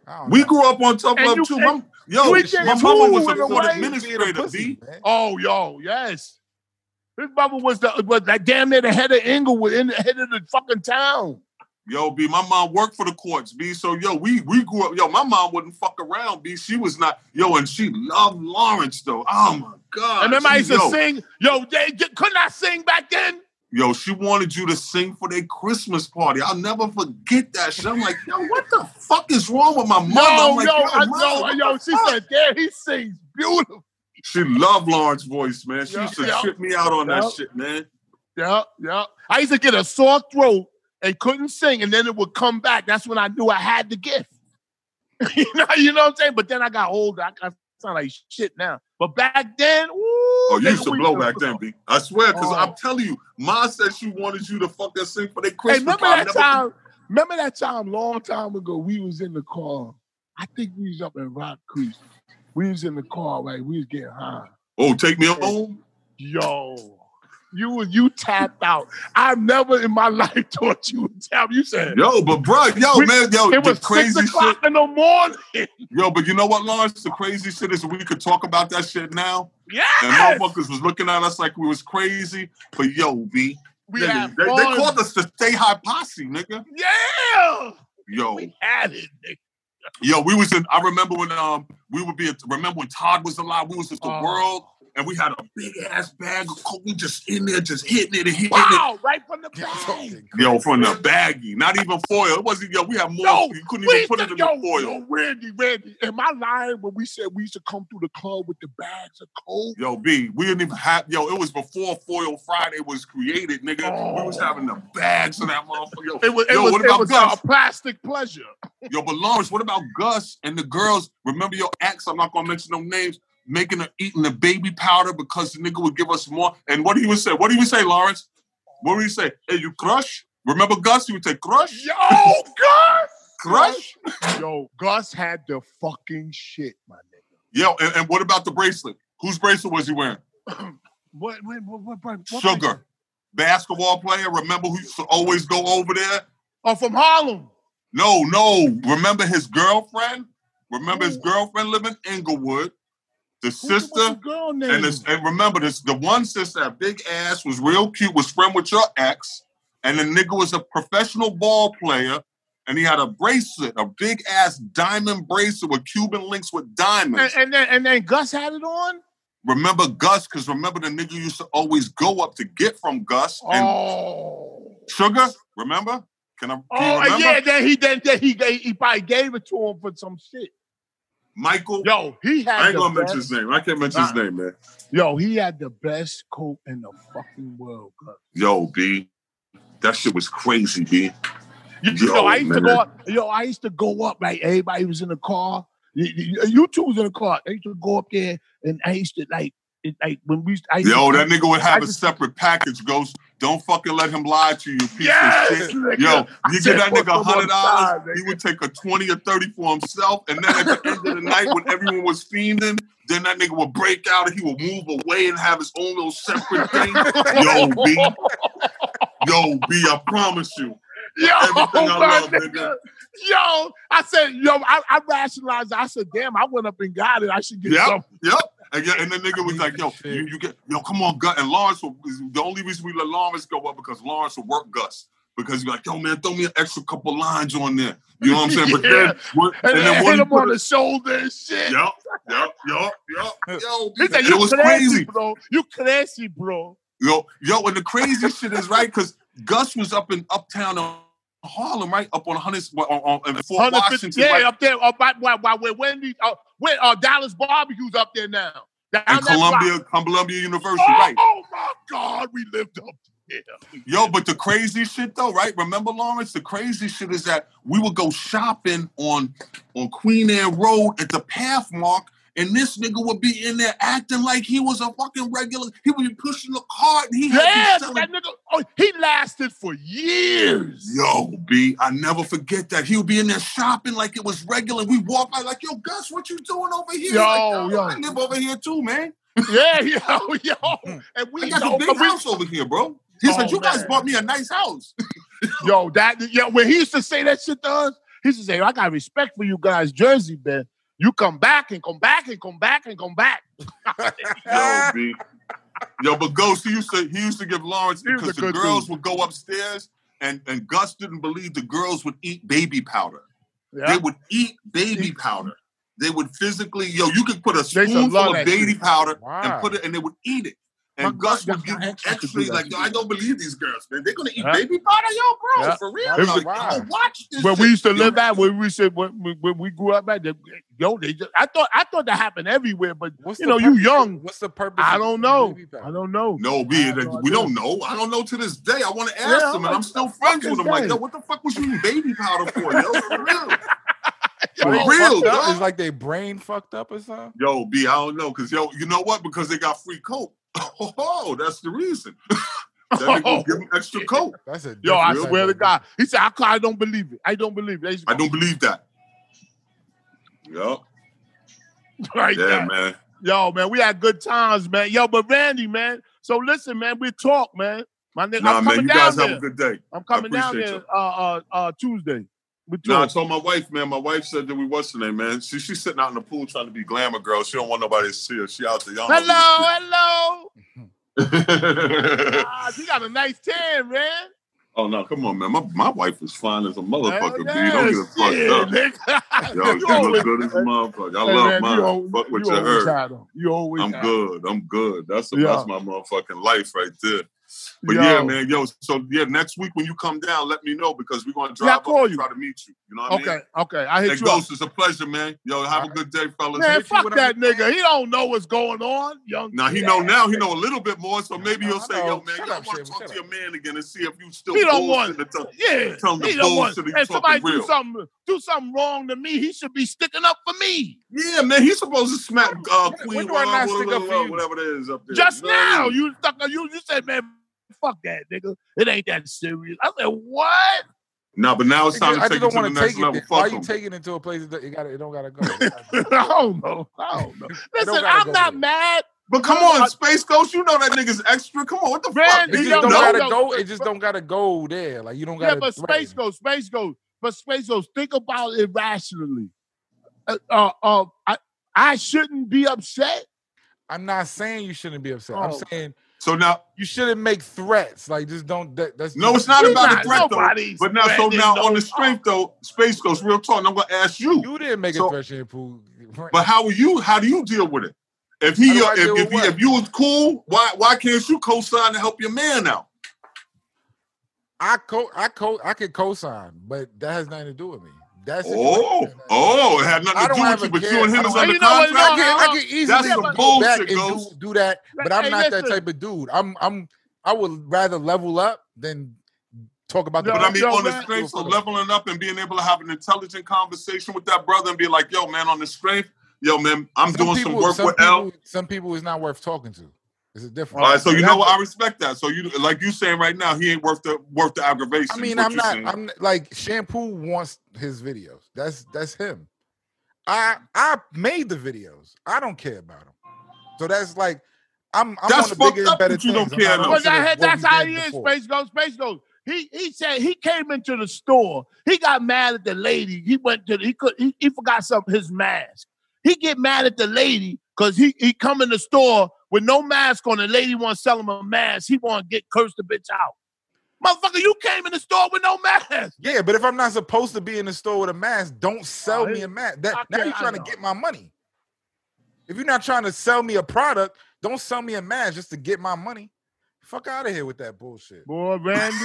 S3: I don't
S4: we
S3: know.
S4: grew up on tough
S2: And
S4: love
S2: you-
S4: too.
S2: and
S4: Mom, yo,
S2: we
S4: my
S2: did
S4: mama
S2: too,
S4: was
S2: in
S4: a
S2: a
S4: court
S2: way.
S3: Being a
S4: administrator.
S3: pussy,
S4: B.
S3: man.
S2: Oh, yo, yes. His mother was the was like damn near the head of Inglewood, in the head of the fucking town.
S4: Yo, B, my mom worked for the courts, B. So yo, we we grew up. Yo, my mom wouldn't fuck around, B. She was not yo, and she loved Lawrence though. Oh my god.
S2: and then I
S4: she,
S2: used to
S4: yo,
S2: sing, yo, they j- couldn't I sing back then?
S4: yo, she wanted you to sing for their Christmas party. I'll never forget that shit. I'm like, yo, what the fuck is wrong with my mom? I'm
S2: No,
S4: like,
S2: yo, I
S4: mom,
S2: know,
S4: what
S2: yo.
S4: the
S2: She
S4: fuck?
S2: said, "There he sings beautiful."
S4: she loved Lawrence voice, man. She
S2: Yeah,
S4: used to
S2: yeah.
S4: trip me out on
S2: Yeah.
S4: that shit, man.
S2: Yeah, yeah. I used to get a sore throat and couldn't sing, and then it would come back. That's when I knew I had the gift. you know, you know what I'm saying. But then I got older. I, I sound like shit now. But back then, ooh,
S4: Oh, you
S2: nigga,
S4: used to
S2: we
S4: blow
S2: could-
S4: back then, B. I swear, because
S2: Oh.
S4: I'm telling you, Ma said she wanted you to fucking sing for their
S2: Hey,
S4: Christmas
S2: remember
S4: party.
S2: that
S4: Never-
S2: time? Remember that time? Long time ago, we was in the car. I think we was up in Rock Creek. We was in the car, right? We was getting high.
S4: Oh, take me home.
S2: Yo, you was you tapped out. I've never in my life thought you would tap. You said
S4: Yo, but bro, yo,
S2: We-
S4: Oh, man, yo,
S2: it
S4: the
S2: was
S4: crazy
S2: six o'clock
S4: shit.
S2: in the morning.
S4: Yo, but you know what, Lawrence? The crazy shit is we could talk about that shit now. And
S2: Yes,
S4: motherfuckers was looking at us like we was crazy. But yo, B.
S2: we
S4: nigga,
S2: had
S4: they, they
S2: fun.
S4: called us the stay high posse, nigga.
S2: yeah,
S4: Yo.
S2: we had it. nigga.
S4: Yo, we was in I remember when um we would be at, remember when Todd was alive, we was at the
S2: Oh.
S4: world and we had a big ass bag of coke. We just in there, just hitting it and hitting it.
S2: Wow, right from the bag.
S3: Talking
S4: Yo, from the baggie, not even foil. It wasn't yo, we had more
S2: Yo,
S4: you couldn't
S2: We
S4: even put it
S2: did-
S4: in
S2: yo,
S4: the foil.
S2: yo, Randy, Randy. Am I lying when we said we used to come through the club with the bags of coke?
S4: Yo, B, we didn't even have yo, it was before Foil Friday was created, nigga. We
S2: Oh.
S4: was having the bags of that motherfucker. Yo,
S2: It was, it
S4: Yo,
S2: was,
S4: what
S2: it
S4: about
S2: was
S4: Gus?
S2: a plastic pleasure.
S4: yo, but Lawrence, what about Gus and the girls? Remember your ex, I'm not gonna mention no names, making her eating the baby powder because the nigga would give us more. And what do you would say? What do you would say, Lawrence? What do you say? Hey, you crush? Remember Gus? He would take crush,
S2: Yo, Gus!
S4: crush.
S2: Yo, Gus had the fucking shit, my nigga.
S4: Yo, and, and what about the bracelet? Whose bracelet was he wearing?
S2: What, what, what, what, what
S4: Sugar, basketball player. Remember who used to always go over there?
S2: Oh, from Harlem.
S4: No, no. Remember his girlfriend? Remember his girlfriend living in Inglewood. The
S2: Who's the- what's
S4: sister
S2: the girl name?
S4: and, this, and remember this: the one sister, that big ass, was real cute, was friend with your ex, and the nigga was a professional ball player, and he had a bracelet, a big ass diamond bracelet with Cuban links with
S2: and,
S4: diamonds.
S2: and then and then Gus had it on.
S4: remember Gus? Because remember the nigga used to always go up to get from Gus and
S2: Oh,
S4: Sugar. Remember? Can I? Can you
S2: oh, and
S4: remember?
S2: yeah. Then he then, then he gave, he probably gave it to him for some shit.
S4: Michael.
S2: Yo, he had.
S4: I ain't
S2: the
S4: gonna
S2: best-
S4: mention his name. I can't mention his name, man.
S2: Yo, he had the best coat in the fucking world, Gus.
S4: Yo, B, that shit was crazy, B.
S2: You yo,
S4: Yo,
S2: I used to
S4: man.
S2: go up. Yo, I used to go up. Like everybody was in the car. You, you- you two was in the car. I used to go up there, and I used to like, it, like when we. Used I used
S4: Yo,
S2: to,
S4: that nigga would have
S2: I
S4: a
S2: just-
S4: separate package. Goes, don't fucking let him lie to you, piece of
S2: Yes,
S4: shit.
S2: nigga.
S4: Yo,
S2: I
S4: you
S2: said,
S4: give that
S2: "Fuck
S4: nigga
S2: them on
S4: hundred
S2: the side,
S4: dollars, he would take a twenty or thirty for himself, and then at the end of the night, when everyone was fiending, then that nigga would break out and he would move away and have his own little separate thing. Yo, B, yo, B, I promise you.
S2: Yo,
S4: Everything I
S2: Oh my
S4: love,
S2: nigga.
S4: nigga.
S2: Yo, I said, yo, I, I rationalized. it. I said, damn, I went up and got it. I should get
S4: Yep.
S2: something.
S4: Yep. And, yeah, and the nigga was like, yo, you, you get yo, come on, Gus. And Lawrence will, is- the only reason we let Lawrence go up because Lawrence will work Gus. Because he'd be like, yo, man, throw me an extra couple lines on there. You know what I'm saying? But
S2: Yeah.
S4: then, what-
S2: and,
S4: and,
S2: then hit
S4: then what
S2: him on the shoulder and shit.
S4: Yep, yep, yep, yep, yo.
S2: He said,
S4: and
S2: you
S4: it was
S2: classy,
S4: crazy.
S2: bro. You classy, bro.
S4: Yo, yo, and the crazy shit is right, because Gus was up in uptown uh, Harlem, right? Up on 100 on, on, on Fort
S2: 150,
S4: Washington.
S2: yeah,
S4: right?
S2: up there, up by, by, by where Wendy, uh, where uh, Dallas barbecues up there now. Down
S4: And
S2: that block.
S4: Columbia, Columbia University,
S2: Oh,
S4: right?
S2: oh my God, we lived up there.
S4: Yo, but the crazy shit though, right? Remember, Lawrence, the crazy shit is that we would go shopping on on Queen Anne Road at the Pathmark, and this nigga would be in there acting like he was a fucking regular. He would be pushing the cart, and he
S2: Yeah,
S4: had to selling.
S2: that nigga, oh, he lasted for years.
S4: Yo, B, I never forget that. He would be in there shopping like it was regular. We walk by like, yo, Gus, what you doing over here? He's
S2: Yo,
S4: like,
S2: yo.
S4: I live over here too, man.
S2: Yeah, yo, yo. And we
S4: Hmm. I got
S2: yo,
S4: a big
S2: we-
S4: house over here, bro. He
S2: Oh,
S4: said, you guys
S2: man.
S4: bought me a nice house.
S2: Yo, that yo, when he used to say that shit to us, he used to say, I got respect for you guys, Jersey, man. You come back and come back and come back and come back.
S4: Yo,
S2: Ah.
S4: B. Yo, but Ghost, he used to he used to give Lawrence
S2: He was
S4: because
S2: a
S4: the
S2: good
S4: girls
S2: dude.
S4: would go upstairs and and Gus didn't believe the girls would eat baby powder. They
S2: Yeah.
S4: would eat baby powder. They would physically, yo, you could put a
S2: They should love
S4: spoonful
S2: that
S4: of baby powder
S3: Wow.
S4: and put it, and they would eat it.
S2: My
S4: And Gus
S2: God,
S4: would
S2: that's how
S4: give you
S2: I should do
S4: extra,
S2: that
S4: like, yo,
S2: shit.
S4: I don't believe these girls, man. They're gonna eat
S2: Yeah.
S4: baby powder, yo, bro,
S3: Yeah.
S4: for real.
S3: It
S4: I'm
S2: was-
S4: like, yo, watch this.
S2: When
S4: shit.
S2: Ah. we used to
S4: Yo,
S2: live at when we said when, when- when we grew up at, they- yo, they just, I thought I thought that happened everywhere, but
S3: What's
S2: you
S3: the
S2: know, you
S3: purpose-
S2: young.
S3: What's the purpose?
S2: I
S3: of
S2: don't
S3: the
S2: know.
S3: baby powder?
S2: I don't know.
S4: No,
S2: I
S4: we,
S2: have no
S4: we
S2: idea.
S4: don't know. I don't know to this day. I want to
S2: Yeah,
S4: ask
S2: I'm
S4: him,
S2: like,
S4: and I'm still
S2: what the
S4: friends
S2: fuck
S4: with
S2: is
S4: him. Like,
S2: that?
S4: yo, what the fuck was you eating baby powder for, yo? For real.
S2: Yo,
S3: Are they
S4: For
S3: fucked
S4: real,
S3: up?
S4: dog.
S3: It's like they brain fucked up or something.
S4: Yo, B, I don't know, cause yo, you know what? Because they got free coke. Oh, that's the reason. that nigga
S2: Oh,
S4: give them extra coke.
S3: That's a
S2: Yo, I
S3: different
S2: swear to
S3: type of-
S2: God. He said, I, ca- I don't believe it. I don't believe it. They used to
S4: I don't believe that. Yo,
S2: go like
S4: yeah,
S2: that.
S4: man.
S2: Yo, man, we had good times, man. Yo, but Randy, man. So listen, man, we talk, man. My nigga,
S4: Nah,
S2: I'm
S4: man,
S2: coming
S4: you
S2: down
S4: guys
S2: there.
S4: have a good day.
S2: I'm coming down
S4: appreciate
S2: there
S4: you.
S2: uh, uh, uh, Tuesday. With you.
S4: Nah, I told my wife, man. My wife said that we what's her name, man. She she's sitting out in the pool trying to be glamour girl. She don't want nobody to see her. She out there. Y'all
S2: hello, hello.
S4: hello.
S2: Ah, she got a nice tan, man.
S4: oh no, come on, man. My my wife is fine as a motherfucker,
S2: Hell
S4: B. Don't get it
S2: yeah,
S4: fucked up.
S2: nigga.
S4: Yo, she
S2: you always,
S4: look good as a motherfucker. I
S2: Hey,
S4: love
S2: man,
S4: mine.
S2: you always,
S4: Fuck with
S2: you
S4: your
S2: always
S4: herb.
S2: had them. You always
S4: I'm
S2: had
S4: good. I'm good. That's
S2: Yeah.
S4: that's my motherfucking life right there. But
S2: Yo.
S4: yeah, man, yo. So yeah, next week when you come down, let me know because we're gonna drive
S2: Yeah, I
S4: up
S2: call
S4: and
S2: you.
S4: try to meet you. You know what I
S2: Okay,
S4: mean?
S2: okay. I hit
S4: Hey,
S2: you up.
S4: Ghost, it's a pleasure, man. Yo, have a good day, fellas.
S2: Man,
S3: hit you
S2: fuck
S3: with
S2: that
S3: everything.
S2: nigga. He don't know what's going on. Young
S4: now he
S2: kid
S4: know
S2: ass
S4: now he know a little bit more, so maybe
S3: I
S4: he'll say,
S3: know.
S4: "Yo, man,
S3: Shut
S4: yo, I
S3: up,
S4: want
S3: Shaver,
S4: to talk
S3: shut
S4: to
S3: up.
S4: your man again and see if you still."
S2: He don't
S4: bullshitting
S2: want.
S4: the tongue.
S2: Yeah,
S4: Tell him to
S2: he don't want.
S4: bullshit, he
S2: And somebody
S4: talking
S2: do
S4: real.
S2: something, do something wrong to me. He should be sticking up for me.
S4: Yeah, man, he's supposed to smack uh,
S3: when
S4: Queen
S3: do I not
S4: Wild,
S3: stick up for you?
S4: whatever it is up there.
S2: Just
S4: You know what I
S2: now,
S4: mean?
S2: you stuck. You you said, man, fuck that, nigga. It ain't that serious. I said, what?
S4: Nah, but now it's time
S3: I
S4: to
S3: just
S4: take it
S3: don't
S4: to the
S3: want to take
S4: next
S3: it.
S4: level.
S3: there. Why
S4: Fuck
S3: you
S4: them.
S3: taking it to a place that it, got it don't gotta go?
S2: I don't know. I don't know. Listen,
S3: gotta
S2: I'm
S3: go
S2: not
S3: there.
S2: mad.
S4: But come on, Space Ghost, you know that nigga's extra. Come on, what the
S2: Man,
S4: fuck?
S3: It
S2: you
S4: nigga?
S3: just
S2: don't
S3: don't
S2: know.
S3: gotta
S2: No,
S3: go.
S2: but-
S3: It just don't gotta go there. Like you don't
S2: Yeah,
S3: gotta.
S2: but
S3: threaten.
S2: space goes, space goes, but space goes. Think about it rationally. Uh, uh, uh, I, I shouldn't be upset.
S3: I'm not saying you shouldn't be upset. I'm
S2: Oh.
S3: saying
S4: So now,
S3: you shouldn't make threats. Like just don't. That, that's
S4: No, it's not
S2: You're
S4: about the
S2: not-
S4: threat, though.
S2: nobody's
S4: but now, so
S2: threatening
S4: now
S2: no-
S4: on the strength though, Space Ghost, real talk. And I'm gonna ask you.
S3: You didn't make
S4: So-
S3: a threat, shampoo.
S4: But how are you? How do you deal with it? If he,
S3: How do I
S4: if
S3: deal with
S4: if, he,
S3: what?
S4: if you was cool, why why can't you co-sign to help your man out?
S3: I co I co I could co-sign, but that has nothing to do with me. That's
S4: Oh, oh, it had nothing
S3: I
S4: to
S3: don't
S4: do
S3: have
S4: with you,
S3: a
S4: but you
S3: care.
S4: and
S3: I
S4: him
S3: don't-
S4: is
S2: Well, Oh,
S4: under
S2: you know what,
S4: contract.
S2: you know,
S3: I can I can easily
S4: That's
S3: go
S4: some
S3: back
S4: bullshit,
S3: and do,
S4: Ghost.
S3: do that, but I'm
S2: Hey,
S3: not that
S2: listen.
S3: type of dude. I'm I'm I would rather level up than talk about the.
S2: No,
S4: But I mean,
S2: yo,
S4: on the
S2: man.
S4: strength of leveling up and being able to have an intelligent conversation with that brother and be like, yo, man, on the strength, yo, man, I'm doing some work
S3: some
S4: with L.
S3: people, some people is not worth talking to. It's a different.
S4: All right, so you know
S2: That's
S4: what?
S2: a-
S4: I respect that. So you, like you saying right now, he ain't worth the worth the aggravation.
S3: I mean,
S4: what
S3: I'm
S4: you
S3: not.
S4: saying.
S3: I'm like shampoo wants his videos. That's that's him. I I made the videos. I don't care about them. So that's like I'm. I'm
S4: That's
S3: on the bigger
S4: fucked
S3: and
S4: up
S3: better
S4: that you don't
S3: things, and I
S4: care
S2: Well,
S4: about.
S3: consider
S2: that,
S3: what
S2: that's
S3: we
S2: how
S3: did
S2: he is,
S3: before.
S2: Space Ghost. Space Ghost. He he said he came into the store. He got mad at the lady. He went to the, he could he, he forgot something his mask. He get mad at the lady because he he come in the store with no mask on. The lady want to sell him a mask. He want to get cursed the bitch out. Motherfucker, you came in the store with no mask.
S3: Yeah, but if I'm not supposed to be in the store with a mask, don't sell
S2: Oh,
S3: me a mask. That
S2: I
S3: now
S2: can't-
S3: you're
S2: I
S3: trying to
S2: know.
S3: get my money. If you're not trying to sell me a product, don't sell me a mask just to get my money. Fuck out of here with that bullshit.
S2: Boy, Randy,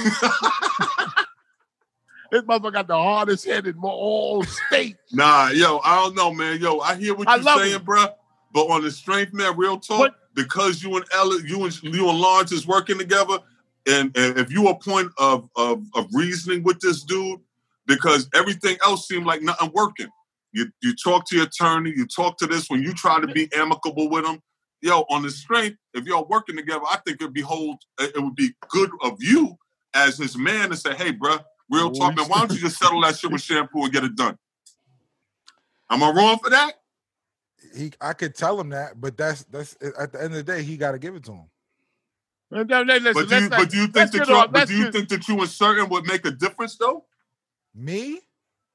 S2: this motherfucker got the hardest head in mo- all state.
S4: Nah, yo, I don't know, man. Yo, I hear what
S2: I
S4: you're
S2: love
S4: saying,
S2: him.
S4: bruh. But on the strength, man, real talk,
S2: What-
S4: because you and Ella, you and you and Lawrence is working together, and, and if you a point of, of of reasoning with this dude, because everything else seemed like nothing working. You you talk to your attorney, you talk to this when you try to be amicable with him. Yo, on the strength, if y'all working together, I think it'd be hold, it it would be good of you as his man to say, hey, bruh, real
S3: Boy,
S4: talk, man, why don't you just settle that shit with shampoo and get it done? Am I wrong for that?
S3: He, I could tell him that, but that's that's at the end of the day, he got to give it to him.
S2: And then- then listen,
S4: but do you,
S2: let's not-
S4: but do you
S2: let's
S4: think that
S2: get
S4: you
S2: off-
S4: but
S2: let's
S4: do you
S2: get-
S4: think that you and certain would make a difference though?
S3: Me?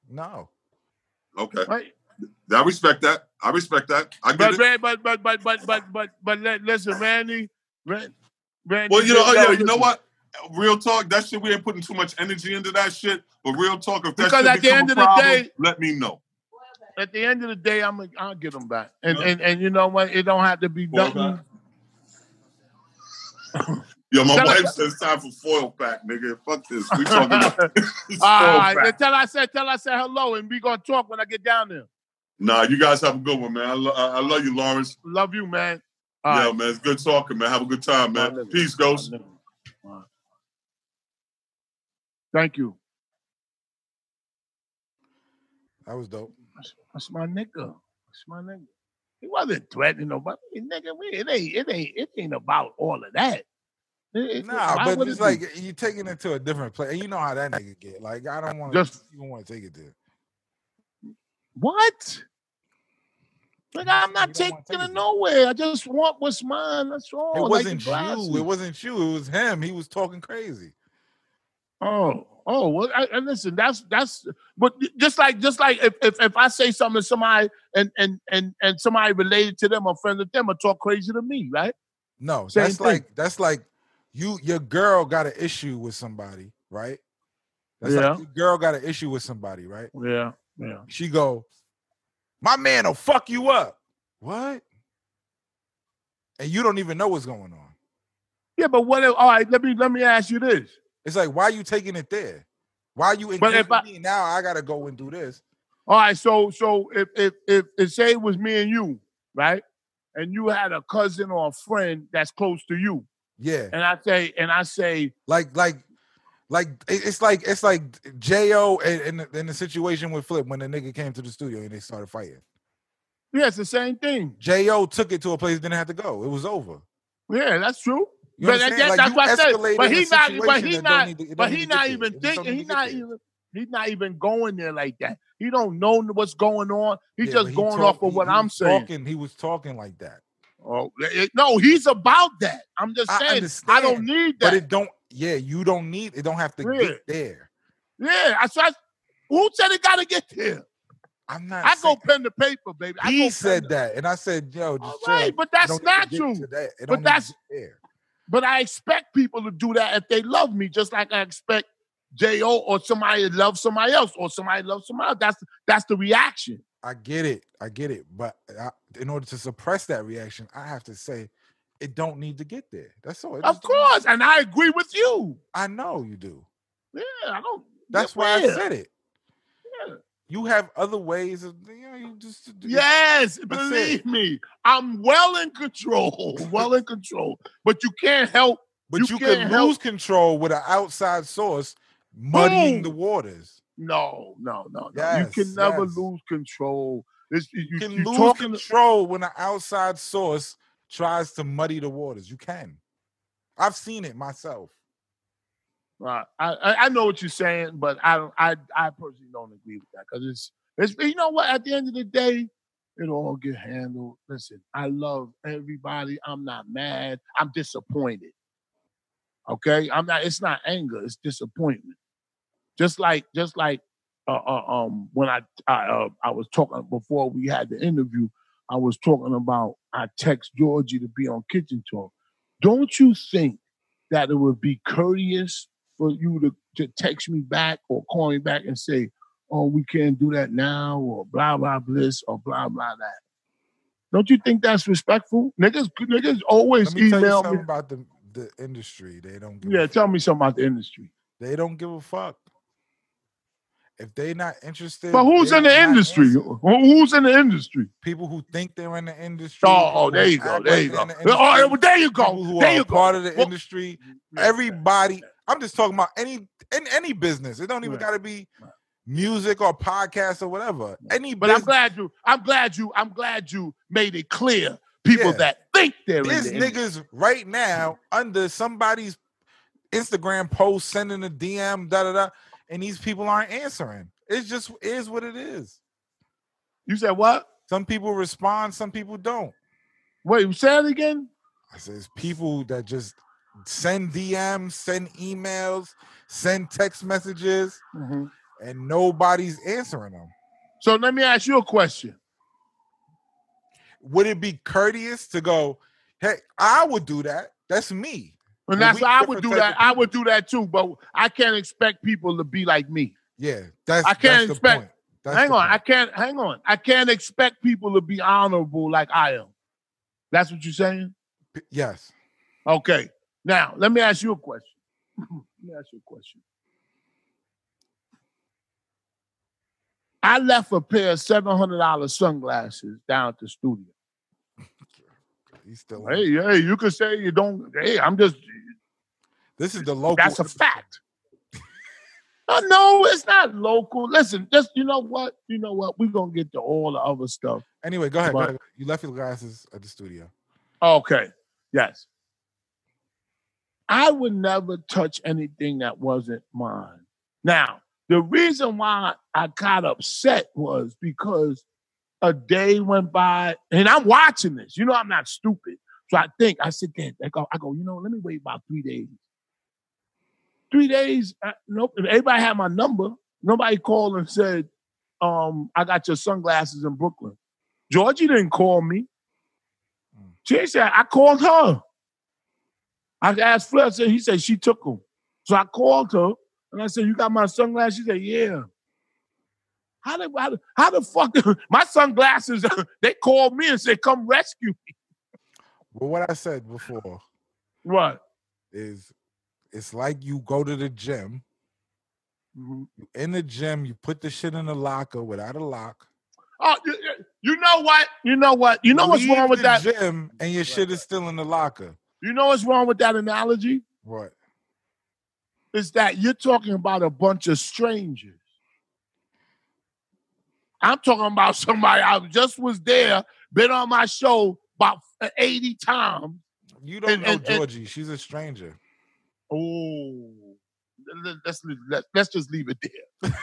S3: No.
S4: Okay,
S2: Right?
S4: I respect that. I respect that. I get
S2: But,
S4: it.
S2: man, but but but but but but but let, listen, Randy, Ran- Randy.
S4: Well, you know, oh,
S2: yo,
S4: yeah, you know
S2: listen.
S4: what? Real talk. That shit, we ain't putting too much energy into that shit. But real talk, if that
S2: Because
S4: shit
S2: at the
S4: become
S2: end
S4: a
S2: of the
S4: problem,
S2: day-
S4: let me know.
S2: At the end of the day, I'm gonna I'll get them back, and
S4: Yeah.
S2: and and you know what? It don't have to be
S4: Foil
S2: nothing.
S4: back. Yo, my
S2: Tell
S4: wife
S2: us-
S4: says it's time for foil pack, nigga. Fuck this. We talking about foil
S2: All right,
S4: pack.
S2: then tell her I said tell her I said hello, and we gonna talk when I get down there.
S4: Nah, you guys have a good one, man. I, lo- I-, I love you, Lawrence.
S2: Love you, man. All
S4: Yeah,
S2: right.
S4: man. It's good talking, man. Have a good time,
S2: My
S4: man.
S2: nigga.
S4: Peace, Ghost.
S2: My nigga. All right. Thank you.
S3: That was dope.
S2: That's, that's my nigga. That's my nigga. He wasn't threatening nobody. Nigga, we, it ain't it ain't it ain't about all of that. It- it- why
S3: Nah, but
S2: would
S3: it's
S2: it be?
S3: like you're taking it to a different place, and you know how that nigga get. Like I don't want to
S2: Just-
S3: even want to take it there.
S2: What? Like I'm not
S3: You don't
S2: taking
S3: wanna take
S2: it
S3: it.
S2: nowhere. I just want what's mine. That's all.
S3: It
S2: Oh, Like
S3: wasn't
S2: the glasses.
S3: you. It wasn't you. It was him. He was talking crazy.
S2: Oh, oh. Well, I, and listen, that's that's. But just like just like if, if if I say something to somebody and and and and somebody related to them or friends with them or talk crazy to me, right?
S3: No,
S2: Same
S3: that's
S2: thing.
S3: like that's like you your girl got an issue with somebody, right? That's
S2: Yeah.
S3: like your girl got an issue with somebody, right?
S2: Yeah, yeah.
S3: She go, my man will fuck you up. What? And you don't even know what's going on.
S2: Yeah, but what? If, all right, let me let me ask you this.
S3: It's like why you taking it there? Why you
S2: But if
S3: including
S2: I-
S3: me now? I gotta go and do this.
S2: All right, so so if if if, if say it was me and you, right? And you had a cousin or a friend that's close to you,
S3: Yeah,
S2: and I say and I say,
S3: like like like it- it's like it's like Jo and in, the- in the situation with Flip when the nigga came to the studio and they started fighting.
S2: yeah, it's the same thing.
S3: Jo took it to a place it didn't have to go. It was over.
S2: Yeah, that's true.
S3: You
S2: But
S3: understand?
S2: that-
S3: Like,
S2: that's
S3: you
S2: what I said.
S3: escalating
S2: But
S3: a
S2: he not- but
S3: situation
S2: he
S3: that don't
S2: not-
S3: need to- it
S2: But
S3: don't
S2: he
S3: need to
S2: not
S3: get there.
S2: even
S3: It just don't
S2: thinking.
S3: need
S2: He
S3: to
S2: not
S3: get there.
S2: even. He's not even going there like that. He don't know what's going on. He's
S3: Yeah, but
S2: just
S3: he
S2: going
S3: talk-
S2: off of
S3: he-
S2: what
S3: he
S2: I'm
S3: was
S2: saying.
S3: Talking, he was talking like that,
S2: Oh, it- no, he's about that. I'm just
S3: I
S2: saying. I, don't
S3: understand,
S2: need
S3: but
S2: that.
S3: it don't. Yeah, you don't need. It don't have to
S2: Yeah.
S3: get there.
S2: yeah, I, so I Who said it got to get there?
S3: I'm not.
S2: I go
S3: saying-
S2: pen to paper, baby. I go
S3: He
S2: pen
S3: said
S2: to-
S3: that, and I said, "Yo, just
S2: All
S3: chill.
S2: right,
S3: It
S2: but that's
S3: don't need to
S2: not
S3: get
S2: you.
S3: to that. It don't
S2: But
S3: need to
S2: that's-
S3: get there.
S2: But I expect people to do that if they love me, just like I expect J.O. or somebody to love somebody else or somebody loves somebody else. That's that's the reaction.
S3: I get it. I get it. But I, in order to suppress that reaction, I have to say, it don't need to get there. That's all. It
S2: Of
S3: just don't need-
S2: course. And I agree with you.
S3: I know you do.
S2: Yeah, I don't
S3: That's why I
S2: yeah.
S3: said it.
S2: Yeah.
S3: You have other ways of you know. You just it-
S2: Yes,
S3: That's
S2: believe
S3: it.
S2: me. I'm well in control. Well in control. But you can't help
S3: But
S2: you
S3: you,
S2: can't
S3: can
S2: help-
S3: lose control with an outside source muddying the
S2: Boom.
S3: waters.
S2: no, no, no, no. you
S3: Yes,
S2: can never
S3: yes.
S2: lose control. It's, you,
S3: You
S2: you,
S3: can
S2: you
S3: lose
S2: talking
S3: control when an outside source tries to muddy the waters. You can. I've seen it myself.
S2: Right. uh, I, I I know what you're saying, but I don't. I I personally don't agree with that because it's it's you know what. At the end of the day, it all get handled. Listen, I love everybody. I'm not mad. I'm disappointed. Okay, I'm not. It's not anger. It's disappointment. Just like just like uh, uh, um when I I uh, I was talking before we had the interview, I was talking about I text Georgie to be on Kitchen Talk. Don't you think that it would be courteous for you to, to text me back or call me back and say, "Oh, we can't do that now," or blah blah bliss or blah blah that? Don't you think that's respectful? Niggas, niggas always
S3: Let me tell you
S2: email
S3: something
S2: me.
S3: about the, the industry. They don't give
S2: Yeah,
S3: a fuck.
S2: tell me something about the industry.
S3: They don't give a fuck. If they're not interested,
S2: But who's
S3: they
S2: in the
S3: will not
S2: industry?
S3: answer.
S2: Who- Who's in the industry?
S3: People who think they're in the industry.
S2: Oh, there you
S3: people
S2: go.
S3: who act
S2: There
S3: like
S2: you
S3: they're
S2: go.
S3: in the
S2: Oh,
S3: industry,
S2: there you
S3: people
S2: go.
S3: who
S2: There
S3: are
S2: you go.
S3: part of the
S2: Well-
S3: industry. Everybody, I'm just talking about any in any business. It don't even
S2: Right.
S3: gotta be
S2: Right.
S3: music or podcast or whatever. Any
S2: But I'm
S3: business,
S2: glad you. I'm glad you. I'm glad you made it clear people
S3: Yeah.
S2: that think they're in the
S3: there's
S2: industry.
S3: niggas right now under somebody's Instagram post sending a DM, da da da, and these people aren't answering. It's just is what it is.
S2: You said what?
S3: Some people respond, some people don't.
S2: Wait, say it again.
S3: I says people that just send DMs, send emails, send text messages, and nobody's answering them.
S2: So let me ask you a question.
S3: Would it be courteous to go, hey, I would do that. That's me.
S2: And
S3: Well,
S2: that's
S3: we
S2: I would
S3: different
S2: do
S3: type
S2: that.
S3: of
S2: I would do that too, but I can't expect people to be like me.
S3: Yeah, that's
S2: I can't
S3: that's the
S2: expect-
S3: point. That's
S2: hang
S3: the
S2: on,
S3: point.
S2: I can't. Hang on, I can't expect people to be honorable like I am. That's what you're saying.
S3: P- yes.
S2: Okay. Now let me ask you a question. let me ask you a question. I left a pair of seven hundred dollar sunglasses down at the studio.
S3: He's still
S2: Hey, hey, you could say you don't. Hey, I'm just.
S3: this is the local
S2: That's a fact. no, no, it's not local. Listen, just you know what, you know what. We're gonna get to all the other stuff.
S3: Anyway, go ahead, go
S2: But-
S3: ahead. You left your glasses at the studio.
S2: Okay. Yes. I would never touch anything that wasn't mine. Now, the reason why I got upset was because a day went by and I'm watching this. You know, I'm not stupid. So I think, I sit there, I go, I go, you know, let me wait about three days. Three days, uh, nope. If everybody had my number, nobody called and said, um, I got your sunglasses in Brooklyn. Georgie didn't call me. She said, I called her. I asked Flair, I said, he said she took them. So I called her and I said, You got my sunglasses? She said, Yeah. How the, how the, how the fuck? my sunglasses, they called me and said, Come rescue me.
S3: But what I said before
S2: What?
S3: is it's like you go to the gym.
S2: Mm-hmm.
S3: You in the gym, you put the shit in the locker without a lock.
S2: Oh, you, you- you know what? You know what? You know what's
S3: leave
S2: wrong with
S3: the
S2: that?
S3: gym and your
S2: Right,
S3: shit is still in the locker.
S2: You know what's wrong with that analogy?
S3: What?
S2: Is that you're talking about a bunch of strangers. I'm talking about somebody I just was there, been on my show about 80 times.
S3: You don't
S2: And-
S3: know
S2: and- and-
S3: Georgie. She's a stranger.
S2: Oh, let- let's let, let's just leave it there.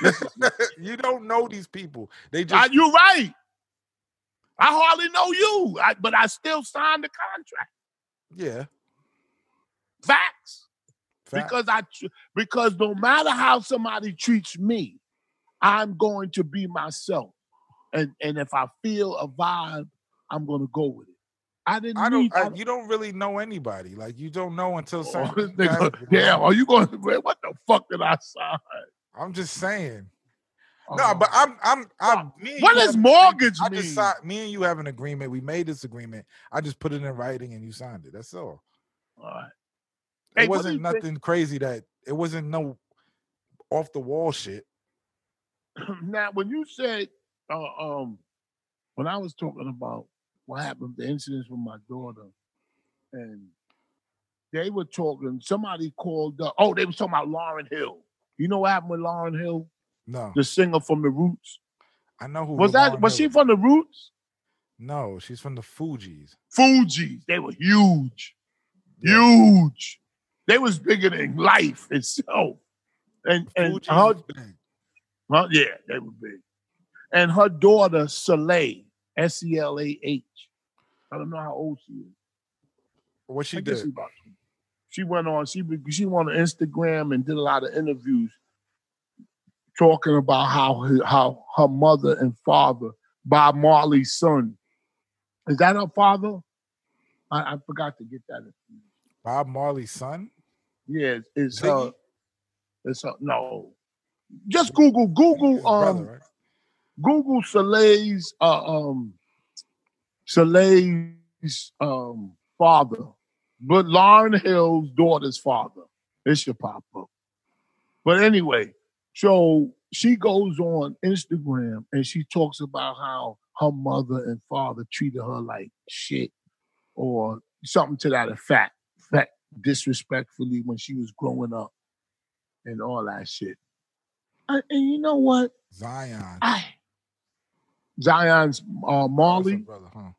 S3: Eh, you don't know these people.
S2: Ah,
S3: They just
S2: you're right. I hardly know you, I, but I still signed the contract.
S3: yeah.
S2: Facts,
S3: fact.
S2: because I tr- because no matter how somebody treats me, I'm going to be myself, and and if I feel a vibe, I'm going to go with it. I didn't.
S3: I
S2: need,
S3: don't.
S2: I-
S3: I, you don't really know anybody. Like you don't know until
S2: Oh,
S3: something.
S2: this nigga, damn, are you going? to What the fuck did I sign?
S3: I'm just saying.
S2: Oh.
S3: No, but I'm. I'm. I'm. Me and
S2: What
S3: you
S2: does
S3: have an agreement.
S2: mortgage
S3: I
S2: mean?
S3: just signed, me and you have an agreement. We made this agreement. I just put it in writing and you signed it. That's all.
S2: All right.
S3: It
S2: Hey, what do
S3: wasn't
S2: you think-
S3: nothing crazy that it wasn't no off the wall shit.
S2: now when you said uh, um when I was talking about what happened the incidents with my daughter and they were talking somebody called uh, oh they was talking about Lauren Hill you know what happened with Lauren Hill
S3: No,
S2: the singer from the Roots
S3: I know who
S2: was that
S3: Lauren
S2: was
S3: Hill
S2: she
S3: is.
S2: from the Roots
S3: No, she's from the Fugees.
S2: Fugees they were huge
S3: Yeah.
S2: huge they was bigger than life itself and and
S3: Fugees
S2: her
S3: is big.
S2: Well, yeah, they were big. And her daughter, Soleil, S E L A H. I don't know how old she is.
S3: What she
S2: I guess
S3: did?
S2: she about. She went on. She be- she went on Instagram and did a lot of interviews, talking about how her, how her mother and father, Bob Marley's son, is that her father? I, I forgot to get that.
S3: Bob Marley's son.
S2: Yeah, it's, it's her.
S3: Ziggy?
S2: It's her. No, just Google Google
S3: His
S2: um
S3: brother, right?
S2: Google Soleil's uh, um Soleil's um father, but Lauren Hill's daughter's father. It should pop up. But anyway, so she goes on Instagram and she talks about how her mother and father treated her like shit or something to that effect, effect disrespectfully when she was growing up and all that shit. And- and you know what?
S3: Zion.
S2: I Zion's uh,
S3: That's her
S2: Marley.
S3: brother, huh?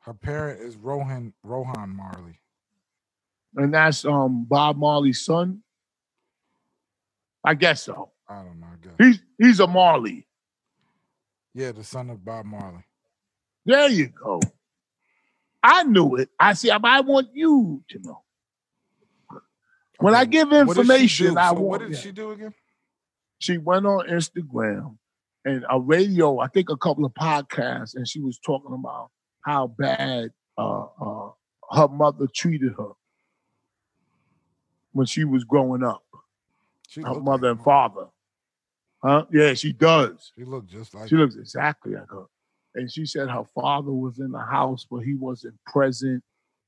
S3: Her parent is Rohan Rohan Marley.
S2: and that's um Bob Marley's son. I guess so.
S3: I don't know. I guess.
S2: He's he's a Marley.
S3: Yeah, the son of Bob Marley.
S2: There you go. I knew it. I see. I, I want you to know. When I give
S3: what does she
S2: information,
S3: do?
S2: I
S3: So
S2: want.
S3: What did she do again?
S2: she went on Instagram and a radio, I think a couple of podcasts, and she was talking about how bad uh, uh, her mother treated her when she was growing up,
S3: She
S2: her
S3: looked
S2: mother
S3: like
S2: and
S3: her.
S2: father. Huh? Yeah, she does.
S3: She looked just like.
S2: She looks exactly like her. And she said her father was in the house, but he wasn't present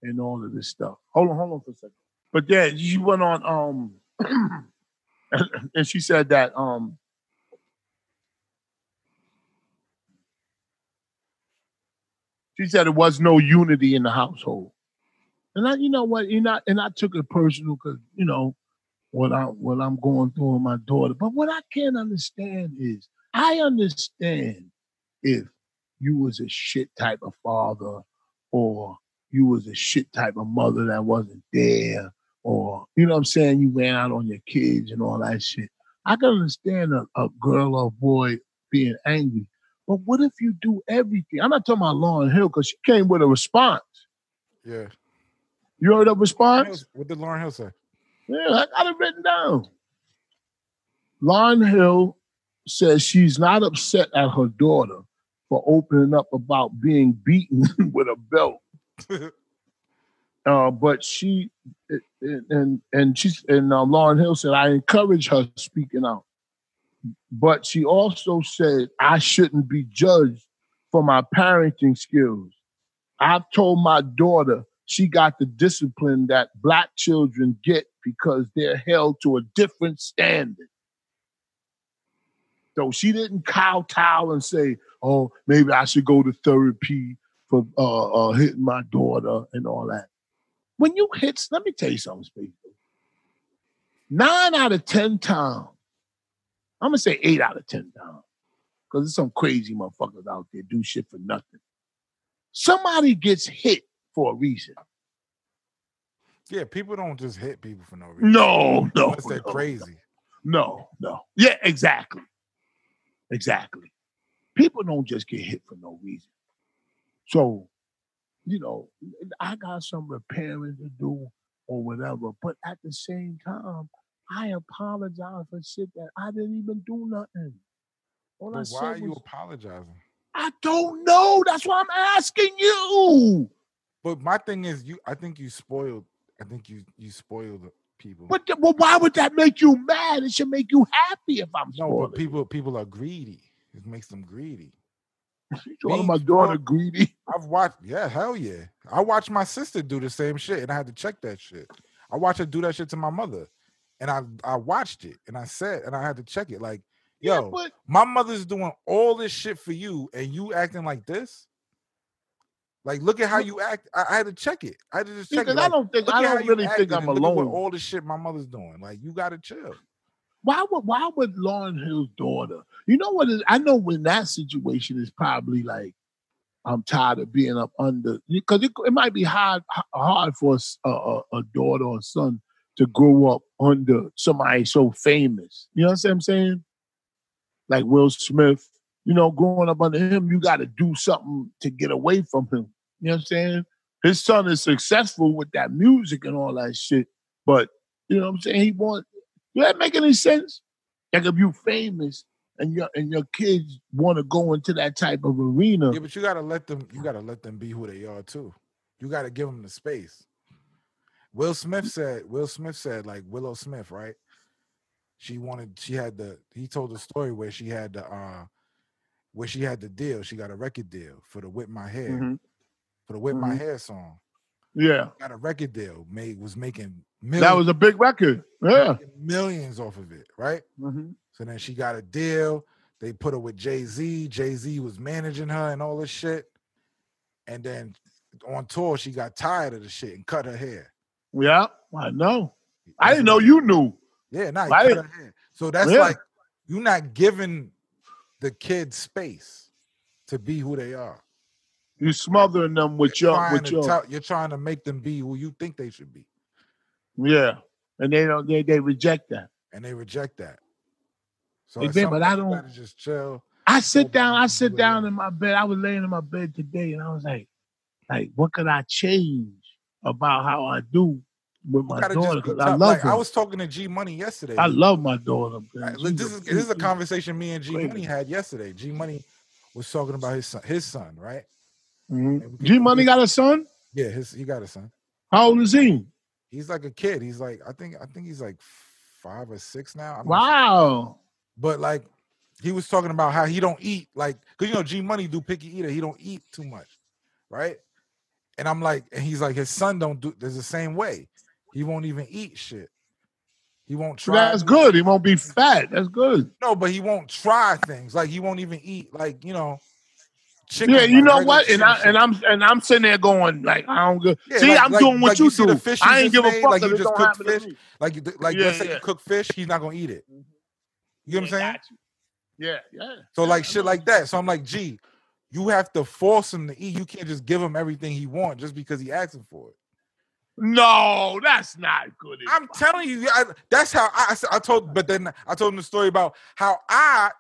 S2: and all of this stuff. Hold on, hold on for a second. But yeah, she went on um and she said that um she said it was no unity in the household. And I, you know what, you know, and I took it personal because, you know, what I what I'm going through with my daughter. But what I can't understand is I understand if you was a shit type of father or you was a shit type of mother that wasn't there or you know what I'm saying, you ran out on your kids and all that shit. I can understand a, a girl or a boy being angry. But what if you do everything? I'm not talking about Lauren Hill because she came with a response.
S3: Yeah.
S2: You heard that
S3: What
S2: response?
S3: else- what did Lauren Hill say?
S2: Yeah, I got it written down. Lauren Hill says she's not upset at her daughter for opening up about being beaten with a belt. Uh, but she and and she's and uh, Lauren Hill said I encourage her speaking out, but she also said I shouldn't be judged for my parenting skills. I've told my daughter she got the discipline that black children get because they're held to a different standard. So she didn't kowtow and say, "Oh, maybe I should go to therapy for uh, uh, hitting my daughter and all that." When you hit, let me tell you something, Speed. Nine out of ten times, I'm gonna say eight out of ten times, because there's some crazy motherfuckers out there do shit for nothing. Somebody gets hit for a reason.
S3: Yeah, people don't just hit people for no reason.
S2: No, no,
S3: unless they're
S4: no.
S3: crazy.
S2: no, no. Yeah, exactly, exactly. People don't just get hit for no reason. So, you know, I got some repairing to do or whatever, but at the same time, I apologize for shit that I didn't even do nothing. All I
S3: But why are
S2: said
S3: you
S2: was,
S3: apologizing?
S2: I don't know. That's why I'm asking you.
S3: But my thing is, you. I think you spoiled. I think you you spoiled people.
S2: But th- well, why would that make you mad? It should make you happy if I'm
S3: no,
S2: spoiled.
S3: but people people are greedy. It makes them greedy.
S2: You calling
S3: being
S2: my daughter
S3: spoiled-
S2: greedy?
S3: I've watched. Yeah, hell yeah. I watched my sister do the same shit, and I had to check that shit. I watched her do that shit to my mother, and I I watched it, and I said, and I had to check it. Like, yo,
S2: Yeah, but
S3: my mother's doing all this shit for you and you acting like this like look at how you act i, I had to check it i had to just check
S2: because
S3: it
S2: I
S3: like,
S2: don't think
S3: look
S2: I
S3: at how
S2: don't
S3: you
S2: really
S3: acting
S2: think I'm
S3: and look at what
S2: alone.
S3: all the shit my mother's doing like you gotta chill
S2: Why would why would Lauren Hill's daughter? You know what? Is, I know when that situation is probably like I'm tired of being up under because it, it might be hard h- hard for a s- a, a- a daughter or son to grow up under somebody so famous. You know what I'm saying? Like Will Smith. You know, growing up under him, you got to do something to get away from him. You know what I'm saying? His son is successful with that music and all that shit, but you know what I'm saying? He want. Does that make any sense? Like if you famous and your and your kids want to go into that type of arena,
S3: yeah but you gotta let them you gotta let them be who they are too you gotta give them the space will smith
S2: Mm.
S3: said will smith said like willow smith right she wanted she had the he told the story where she had the uh where she had the deal she got a record deal for the whip my hair
S2: Mhm.
S3: for the whip my
S2: Mhm.
S3: hair song
S2: yeah,
S3: got a record deal, made was making millions,
S2: That was a big record. Yeah.
S3: making millions off of it, right? So then she got a deal. They put her with Jay Z. Jay Z was managing her and all this shit. And then on tour, she got tired of the shit and cut her hair.
S2: Yeah, I know. I
S3: That's
S2: didn't know
S3: like-
S2: you knew.
S3: Yeah, nah, he
S2: I
S3: cut her
S2: didn't-
S3: hair. So that's
S2: Yeah.
S3: like you're not giving the kid space to be who they are.
S2: You smothering them with
S3: You're
S2: your
S3: trying,
S2: with
S3: to
S2: your
S3: tell- you're trying to make them be who you think they should be,
S2: yeah, and they don't they, they reject that.
S3: and they reject that. So
S2: They
S3: at
S2: did,
S3: some
S2: but I
S3: point, you
S2: don't-
S3: gotta just chill.
S2: I sit down. I
S3: Nobody
S2: sit
S3: will.
S2: down in my bed. I was laying in my bed today, and I was like, like, what could I change about how I do with
S3: You
S2: my
S3: gotta
S2: daughter?
S3: just be
S2: Because I
S3: tough.
S2: love
S3: like,
S2: her.
S3: I was talking to G Money yesterday.
S2: I
S3: He-
S2: love my daughter. man.
S3: I- li- this
S2: She's
S3: is this is a
S2: she's-
S3: conversation me and G
S2: Great.
S3: Money had yesterday. G Money was talking about his son, his son, right?
S2: Mhm.
S3: And we could-
S2: G Money got a son.
S3: Yeah, his he got a son.
S2: How old is he?
S3: He's like a kid. He's like I think I think he's like five or six now. I'm not sure.
S2: Wow.
S3: But like he was talking about how he don't eat like because you know G Money do picky eater. He don't eat too much, right? And I'm like, and he's like, his son don't do. There's the same way. He won't even eat shit. He won't try.
S2: That's
S3: new
S2: good. He won't be fat. That's good.
S3: No, but he won't try things. Like he won't even eat like you know, chicken.
S2: Yeah, you
S3: like,
S2: know
S3: regular
S2: what? And
S3: chicken
S2: I
S3: shit.
S2: and I'm and I'm sitting there going like I don't go.
S3: Yeah,
S2: see,
S3: like-
S2: I'm
S3: like-
S2: doing what
S3: like
S2: you,
S3: see
S2: do.
S3: the fish
S2: I
S3: you
S2: ain't
S3: just
S2: give a
S3: made,
S2: fuck.
S3: like
S2: that
S3: you
S2: it
S3: just
S2: don't
S3: cook
S2: happen to
S3: fish.
S2: me.
S3: Like you, d- like
S2: Yeah,
S3: let's say
S2: yeah. Mm-hmm.
S3: you cook fish, he's not gonna eat it. You know what I'm
S2: Yeah,
S3: saying?
S2: got you. Yeah, yeah.
S3: So
S2: yeah,
S3: like
S2: I
S3: shit
S2: know.
S3: like that. So I'm like, gee, you have to force him to eat. You can't just give him everything he wants just because he asking for it.
S2: No, that's not good.
S3: I'm telling you, I, that's how I, I s- I told. But then I told him the story about how I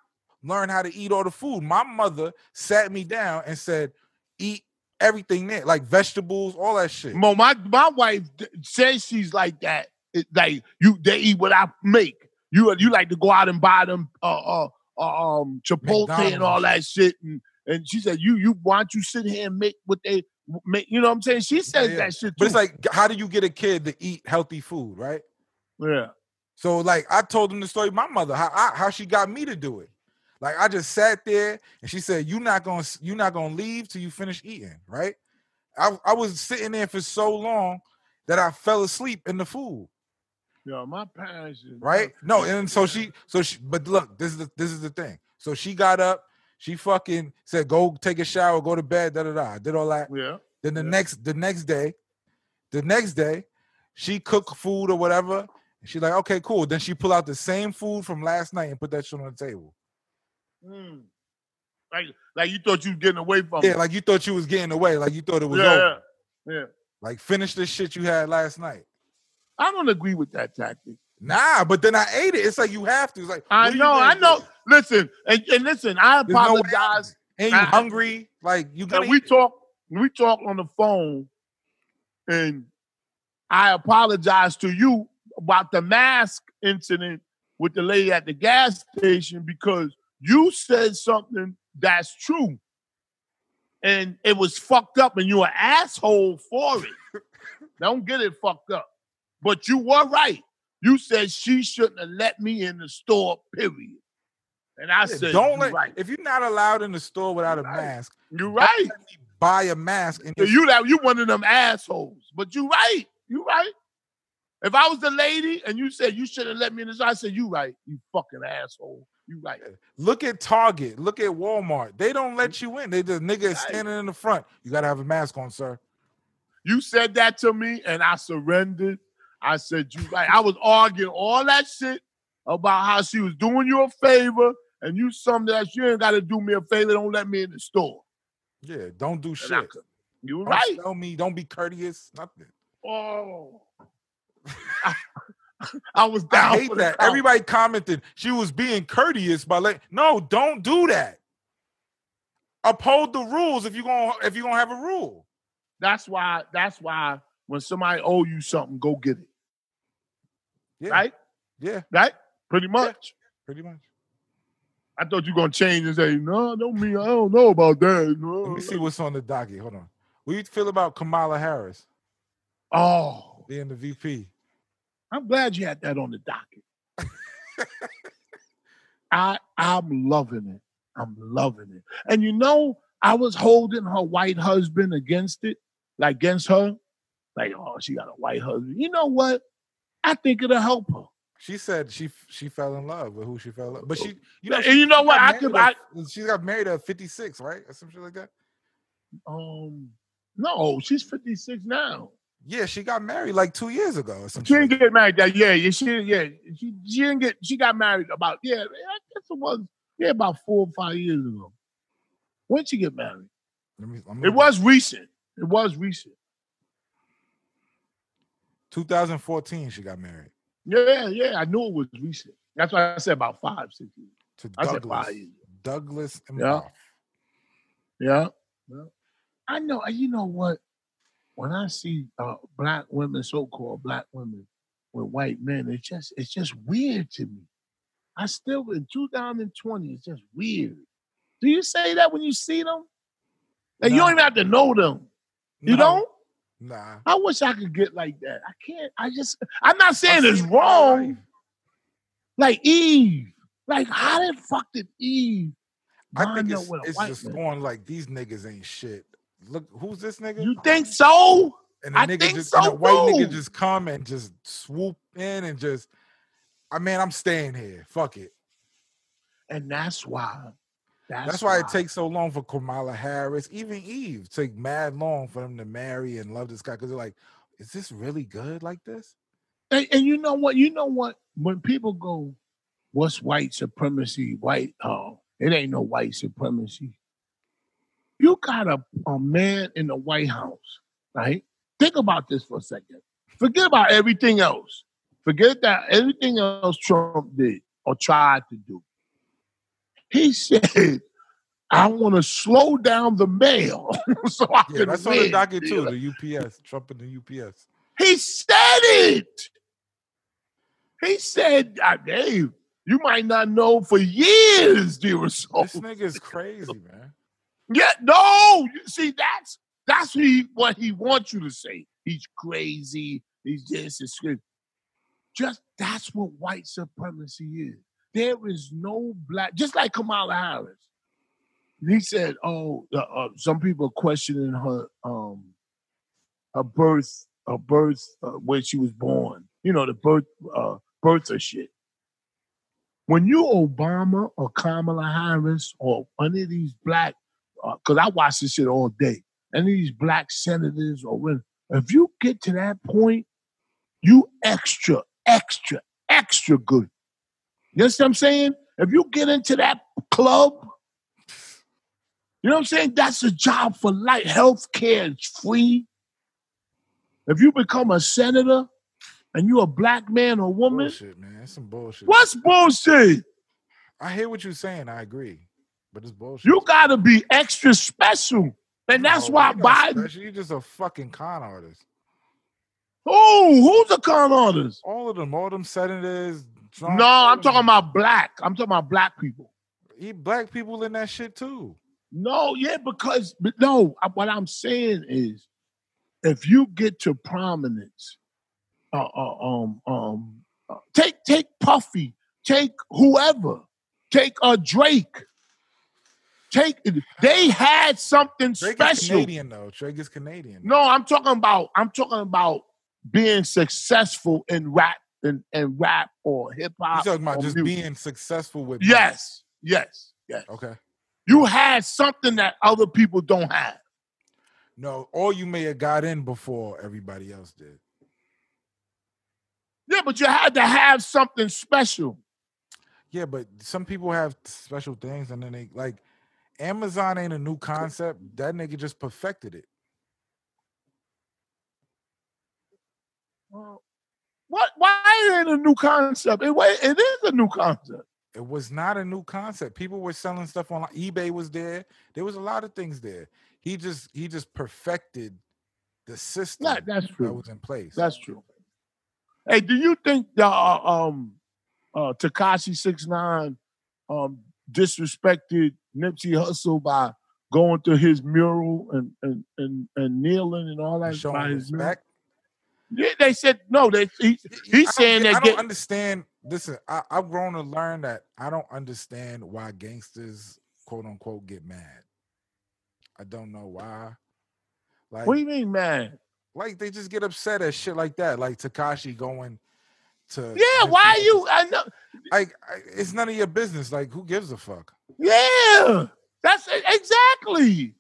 S3: learned how to eat all the food. My mother sat me down and said, "Eat everything there, like vegetables, all that shit."
S2: Mo, my my wife d- says she's like that. It, like you, they eat what I make. You you like to go out and buy them uh uh, uh um Chipotle and
S3: McDonald's
S2: all
S3: and
S2: that shit. And and she said you you why don't you sit here and make what they make? You know what I'm saying? She says
S3: yeah.
S2: that shit. Too.
S3: But it's like, how do you get a kid to eat healthy food, right?
S2: yeah.
S3: So like, I told him the story. of My mother, how I, how she got me to do it. Like I just sat there and she said, "You're not gonna s- you're not gonna leave till you finish eating, right?" I I was sitting there for so long that I fell asleep in the food.
S2: Yo, my parents is
S3: right? No, and so she, so she, but look, this is the, this is the thing. So she got up, she fucking said, "Go take a shower, go to bed." Da da da. I Did all that.
S2: Yeah.
S3: Then the
S2: Yeah.
S3: next, the next day, the next day, she cooked food or whatever. and She like, okay, cool. Then she pull out the same food from last night and put that shit on the table.
S2: Mm. Like like you thought you was getting away from
S3: Yeah,
S2: it.
S3: like you thought you was getting away, like you thought it was
S2: Um, yeah,
S3: over.
S2: yeah.
S3: Like finish this shit you had last night.
S2: I don't agree with that tactic.
S3: Nah, but then I ate it. It's like you have to. It's like
S2: I
S3: what are you
S2: know,
S3: gonna
S2: I
S3: do?
S2: know. Listen, and, and listen, I
S3: There's no way
S2: apologize.
S3: And you
S2: I-
S3: hungry? Like you
S2: and
S3: gonna
S2: we
S3: eat it.
S2: talk, we talk on the phone, and I apologize to you about the mask incident with the lady at the gas station because you said something that's true, and it was fucked up, and you're an asshole for it. Don't get it fucked up, but you were right. You said she shouldn't have let me in the store. Period. And I said,
S3: don't
S2: "You
S3: let
S2: right.
S3: if you're not allowed in the store without a
S2: Right.
S3: mask,
S2: You're right.
S3: buy a mask and
S2: Yeah, you that you one of them assholes. But you right. You right. If I was the lady and you said you should have let me in this, I said you right. You fucking asshole. You right.
S3: look at Target, look at Walmart. They don't let you in. They just nigga
S2: Right.
S3: is standing in the front. You gotta have a mask on, sir.
S2: You said that to me and I surrendered. I said you right. I was arguing all that shit about how she was doing you a favor and you summed it that you ain't got to do me a favor. Don't let me in the store.
S3: Yeah, don't do shit.
S2: And I could- you were
S3: Don't
S2: right.
S3: smell me. Don't be courteous. Nothing.
S2: Oh. I, I was down.
S3: I hate
S2: for the
S3: that.
S2: count.
S3: Everybody commented she was being courteous by like, no, don't do that. Uphold the rules if you're gonna if you're gonna have a rule.
S2: That's why. That's why when somebody owe you something, go get it.
S3: Yeah.
S2: Right.
S3: Yeah,
S2: Right. Pretty much.
S3: pretty much.
S2: I thought you were gonna change and say, "No, don't mean I don't know about that." No.
S3: Let me see what's on the docket. Hold on. What do you feel about Kamala Harris
S2: Oh,
S3: being the VP?
S2: I'm glad you had that on the docket. I I'm loving it. I'm loving it. And you know, I was holding her white husband against it, like against her, like, "Oh, she got a white husband." You know what? I think it'll help her.
S3: She said she she fell in love with who she fell in love. But she you
S2: Oh,
S3: know
S2: and
S3: she
S2: you know what? I
S3: got
S2: could.
S3: married
S2: I,
S3: at, she got married at 56, right? Or something like that.
S2: um, no, she's 56 now.
S3: Yeah, she got married like two years ago or
S2: She
S3: something.
S2: didn't get married that yeah, yeah, she yeah. She she didn't get she got married about yeah, I guess it was yeah, about four or five years ago. When she get married?
S3: Let me- I'm
S2: It
S3: looking.
S2: was recent. It was recent.
S3: 2014 she got married
S2: Yeah, yeah, I knew it was recent. That's why I said about five, six years.
S3: to
S2: I said
S3: Douglas.
S2: five years.
S3: Douglas and
S2: Yeah. Yeah. yeah. I know uh, you know what? When I see uh, black women, so called black women with white men, it's just it's just weird to me. I still in 2020, it's just weird. Do you say that when you see them? Like you
S3: No.
S2: don't even have to know them. You don't?
S3: Nah.
S2: I wish I could get like that. I can't. I just I'm not saying
S3: I've
S2: it's
S3: seen it in real life.
S2: wrong. Like Eve. Like how the fuck did Eve
S3: I think
S2: wind up
S3: it's,
S2: with a
S3: it's
S2: white
S3: just
S2: man?
S3: going like these niggas ain't shit. Look, who's this nigga?
S2: You think so?
S3: and the
S2: I
S3: nigga
S2: think
S3: just
S2: so,
S3: and the white
S2: too.
S3: nigga just come and just swoop in and just I mean, I'm staying here. Fuck it.
S2: And that's why. That's,
S3: That's, why, it takes so long for Kamala Harris, even Eve, take mad long for them to marry and love this guy because they're like, is this really good like this?
S2: And, and you know what? You know what? When people go, "What's white supremacy?" White, oh, it ain't no white supremacy. You got a, a man in the White House, right? Think about this for a second. Forget about everything else. Forget that everything else Trump did or tried to do. He said, "I want to slow down the mail so I
S3: Yeah,
S2: can
S3: that's
S2: win."
S3: on the docket too.
S2: Yeah.
S3: The UPS, Trump and the UPS.
S2: He said it. He said, God, Dave, you might not know for years, dear soul.
S3: This nigga is crazy, man.
S2: Yeah, no. You see, that's that's what he, what he wants you to say. He's crazy. He's this. It's good. Just that's what white supremacy is. There is no black, just like Kamala Harris. He said, "Oh, uh, uh, some people are questioning her, um, her birth, her birth, uh, where she was born. You know, the birth, uh, birth of shit." When you Obama or Kamala Harris or any of these black because I watch this shit all day. And these black senators or when if you get to that point, you extra, extra, extra good. You understand what I'm saying? If you get into that club, you know what I'm saying? That's a job for life. Health care is free. If you become a senator, and you a black man or woman?
S3: Bullshit, man. That's some bullshit.
S2: What's bullshit?
S3: I hear what you're saying. I agree, but it's bullshit.
S2: You gotta be extra special. And that's
S3: No,
S2: why
S3: you're not
S2: Biden.
S3: special. You're just a fucking con artist.
S2: Who? Who's the con artist?
S3: All of them, all them senators. Trump,
S2: No,
S3: all
S2: I'm
S3: of
S2: talking
S3: them.
S2: about black. I'm talking about black people.
S3: he black people in that shit too.
S2: No, yeah, because but no, I- what I'm saying is, if you get to prominence, uh, uh, um, um, uh, take take Puffy, take whoever, take a uh, Drake, take. They had something
S3: Drake is
S2: special.
S3: Canadian though. Drake is Canadian.
S2: No, I'm talking about I'm talking about being successful in rap and, and rap or hip
S3: you
S2: hop.
S3: talking about
S2: or
S3: just
S2: music.
S3: being successful with
S2: Yes, yes, yes.
S3: Okay.
S2: You had something that other people don't have.
S3: No, or you may have got in before everybody else did.
S2: Yeah, but you had to have something special.
S3: Yeah, but some people have special things, and then they like Amazon ain't a new concept. That nigga just perfected it.
S2: What? Why ain't it a new concept? It, wa- it is a new concept.
S3: It was not a new concept. People were selling stuff online. eBay was there. There was a lot of things there. He just he just perfected the system
S2: That, that's
S3: that
S2: true.
S3: was in place.
S2: That's true. Hey, do you think the uh, um uh Takashi six nine um disrespected Nipsey Hussle by going to his mural and and and, and kneeling and all
S3: And
S2: that by
S3: showing
S2: his mural?
S3: respect.
S2: Yeah, they said no. They he,
S3: I
S2: he's
S3: don't
S2: saying
S3: get- I
S2: that
S3: don't
S2: get,
S3: understand. Listen, I, I've grown to learn that I don't understand why gangsters quote unquote get mad. I don't know why. Like
S2: What do you mean, man?
S3: like they just get upset at shit like that. Like Takashi going to
S2: Yeah,
S3: Nipsey
S2: why
S3: Hussle.
S2: you? I know.
S3: like I- it's none of your business. Like who gives a fuck?
S2: Yeah, that's e- exactly.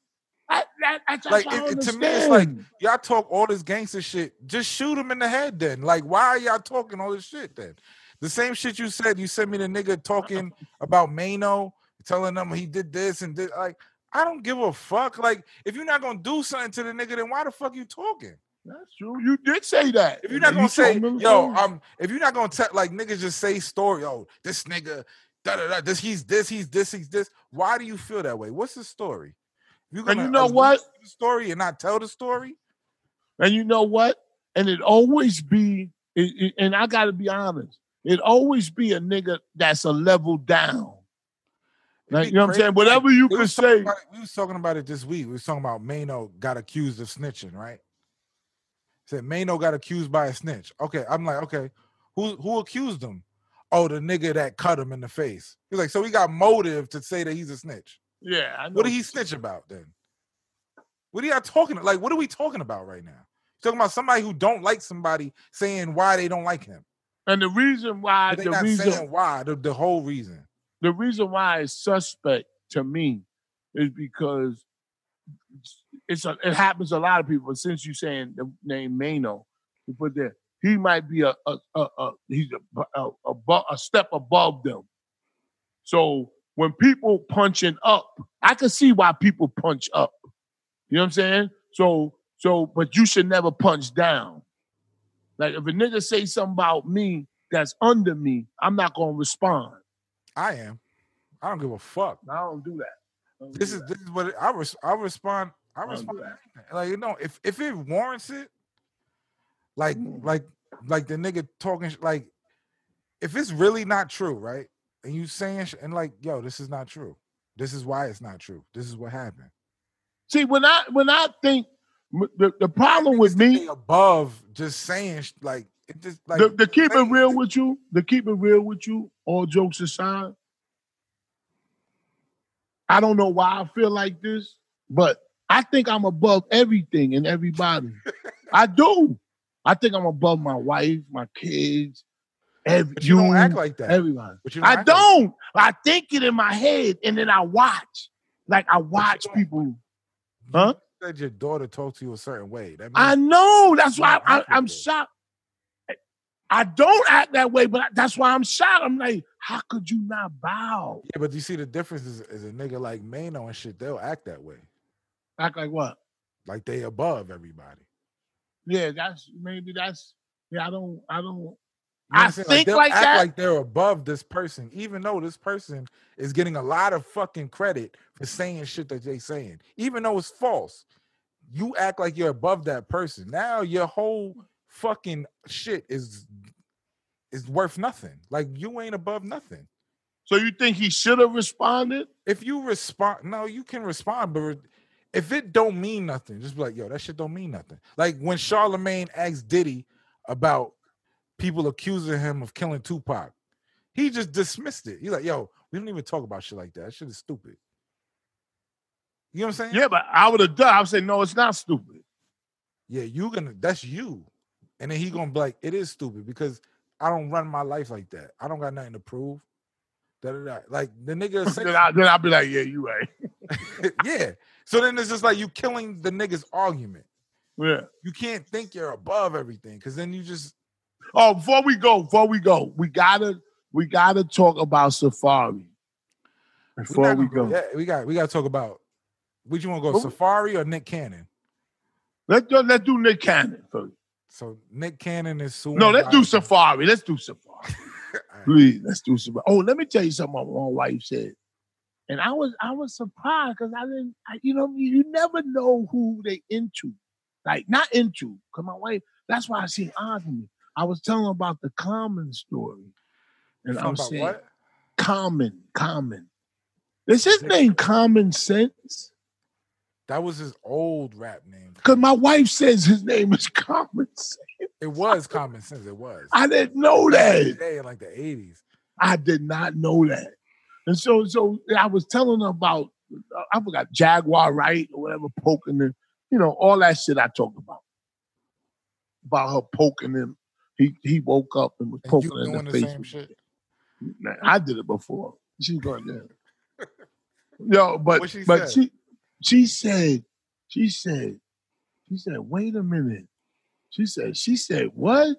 S2: I, that, that's
S3: Like,
S2: what I
S3: it- it-
S2: don't
S3: to me, it's like-
S2: understand.
S3: Y'all talk all this gangster shit. Just shoot him in the head then. Like why are y'all talking all this shit then? The same shit you said. You sent me the nigga talking about Mano, telling them he did this and did like. I don't give a fuck. Like, if you're not gonna do something to the nigga, then why the fuck you talking?
S2: That's true. You did say that.
S3: If you're not gonna
S2: told
S3: say,
S2: me
S3: yo,
S2: that.
S3: um, if you're not gonna tell, like niggas just say story, oh, this nigga, da da da, this he's this, he's this, he's this. Why do you feel that way? What's the story? You
S2: and you
S3: gonna
S2: know
S3: allude
S2: what?
S3: to the story and not tell the story?
S2: And you know what? And it always be. It, it- and I got to be honest. It always be a nigga that's a level down.
S3: It'd
S2: Like,
S3: be
S2: you know what I'm
S3: crazy.
S2: saying? Whatever you
S3: They
S2: can
S3: was talking
S2: say.
S3: about it- we was talking about it this week. We was talking about Mano got accused of snitching, right? Said Mano got accused by a snitch. Okay, I'm like, okay, who who accused him? Oh, the nigga that cut him in the face. He's like, so he got motive to say that he's a snitch.
S2: Yeah, I know.
S3: What did he snitch about then? What are y'all talking like? What are we talking about right now? Talking about somebody who don't like somebody saying why they don't like him.
S2: And the reason why
S3: But they
S2: the
S3: not
S2: reason
S3: saying why the, the whole reason.
S2: the reason why it's suspect to me is because it's a, it happens to a lot of people. But since you saying the name Mano, you put there he might be a, a, a, a he's a, a, a, bu- a step above them. So when people punching up, I can see why people punch up. You know what I'm saying? So so, but you should never punch down. Like if a nigga say something about me that's under me, I'm not gonna respond.
S3: I am. I don't give a fuck.
S2: I don't do that. I don't
S3: This
S2: do
S3: is
S2: that.
S3: this is what it- I res- I respond. I
S2: don't
S3: respond.
S2: do
S3: to everything. Like you know, if if it warrants it, like
S2: Mm.
S3: like like the nigga talking sh- like if it's really not true, right? And you saying sh- and like, yo, this is not true. This is why it's not true. This is what happened.
S2: See, when I when I think m- the, the problem with
S3: stay
S2: me,
S3: above just saying sh- like it just like
S2: the, the keep it
S3: things
S2: real
S3: that-
S2: with you, the keep it real with you, all jokes aside, I don't know why I feel like this, but I think I'm above everything and everybody. I do. I think I'm above my wife, my kids, every,
S3: but you, don't act like that.
S2: everybody.
S3: but you don't
S2: I
S3: act like that.
S2: don't. I think it in my head, and then I watch. Like I watch
S3: don't-
S2: people.
S3: You
S2: Huh?
S3: said your daughter talked to you a certain way. That means
S2: I know. That's
S3: You
S2: why
S3: don't
S2: I,
S3: act like
S2: I'm
S3: that.
S2: shocked. I don't act that way, but that's why I'm shocked. I'm like, how could you not bow?
S3: yeah, but you see the difference is, is a nigga like Mano and shit, they'll act that way.
S2: Act like what?
S3: Like they above everybody.
S2: Yeah, that's maybe that's Yeah, I don't. I don't.
S3: You know what
S2: I
S3: I'm saying?
S2: think
S3: they'll
S2: like
S3: act
S2: that.
S3: Like they're above this person, even though this person is getting a lot of fucking credit for saying shit that they saying, even though it's false. You act like you're above that person. Now your whole fucking shit is is worth nothing. Like you ain't above nothing.
S2: So you think he should have responded?
S3: If you respond, no, you can respond, but re- if it don't mean nothing, just be like, yo, that shit don't mean nothing. Like when Charlemagne asked Diddy about people accusing him of killing Tupac, he just dismissed it. He's like, yo, we don't even talk about shit like that. That shit is stupid. You know what I'm saying?
S2: Yeah, but I would have done. I would say no, it's not stupid.
S3: Yeah, you gonna that's you. And then he gonna be like, it is stupid because I don't run my life like that. I don't got nothing to prove. Da, da, da. Like the nigga said
S2: Then, I, then I'd be like, yeah, you right.
S3: yeah. So then it's just like you killing the nigga's argument.
S2: Yeah.
S3: You can't think you're above everything because then you just
S2: Oh, before we go, before we go, we gotta we gotta talk about Safari.
S3: we're
S2: Before
S3: not
S2: we
S3: gonna
S2: go,
S3: Yeah, we got we got to talk about. Would you want to go
S2: Who-
S3: Safari or Nick Cannon?
S2: let's do, let's do Nick Cannon first.
S3: So Nick Cannon is suing. uh,
S2: No, let's do
S3: Rodman.
S2: Safari. Let's do Safari.
S3: All right.
S2: Please, let's do Safari. Oh, let me tell you something. My own wife said, and I was I was surprised because I didn't. I, you know, you you never know who they into. Like not into, cause my wife. That's why I seen Osmond. I was telling her about the Common story, and
S3: Talking
S2: I'm
S3: about
S2: saying
S3: what?
S2: Common, Common. Is his name Common Sense?
S3: That was his old rap name.
S2: Because my wife says his name is Common Sense.
S3: It was Common Sense. It was.
S2: I didn't know that.
S3: Day in like the eighties.
S2: I did not know that. And so, so I was telling her about, uh, I forgot, Jaguar, right? Or whatever, poking him, you know, all that shit I talked about. About her poking him. He he woke up and was
S3: And you
S2: poking her in
S3: doing
S2: the,
S3: the,
S2: face.
S3: same shit.
S2: Man, I did it before. She's going to. Yo, but
S3: What she
S2: but
S3: said?
S2: she she said she said she said wait a minute. She said she said what?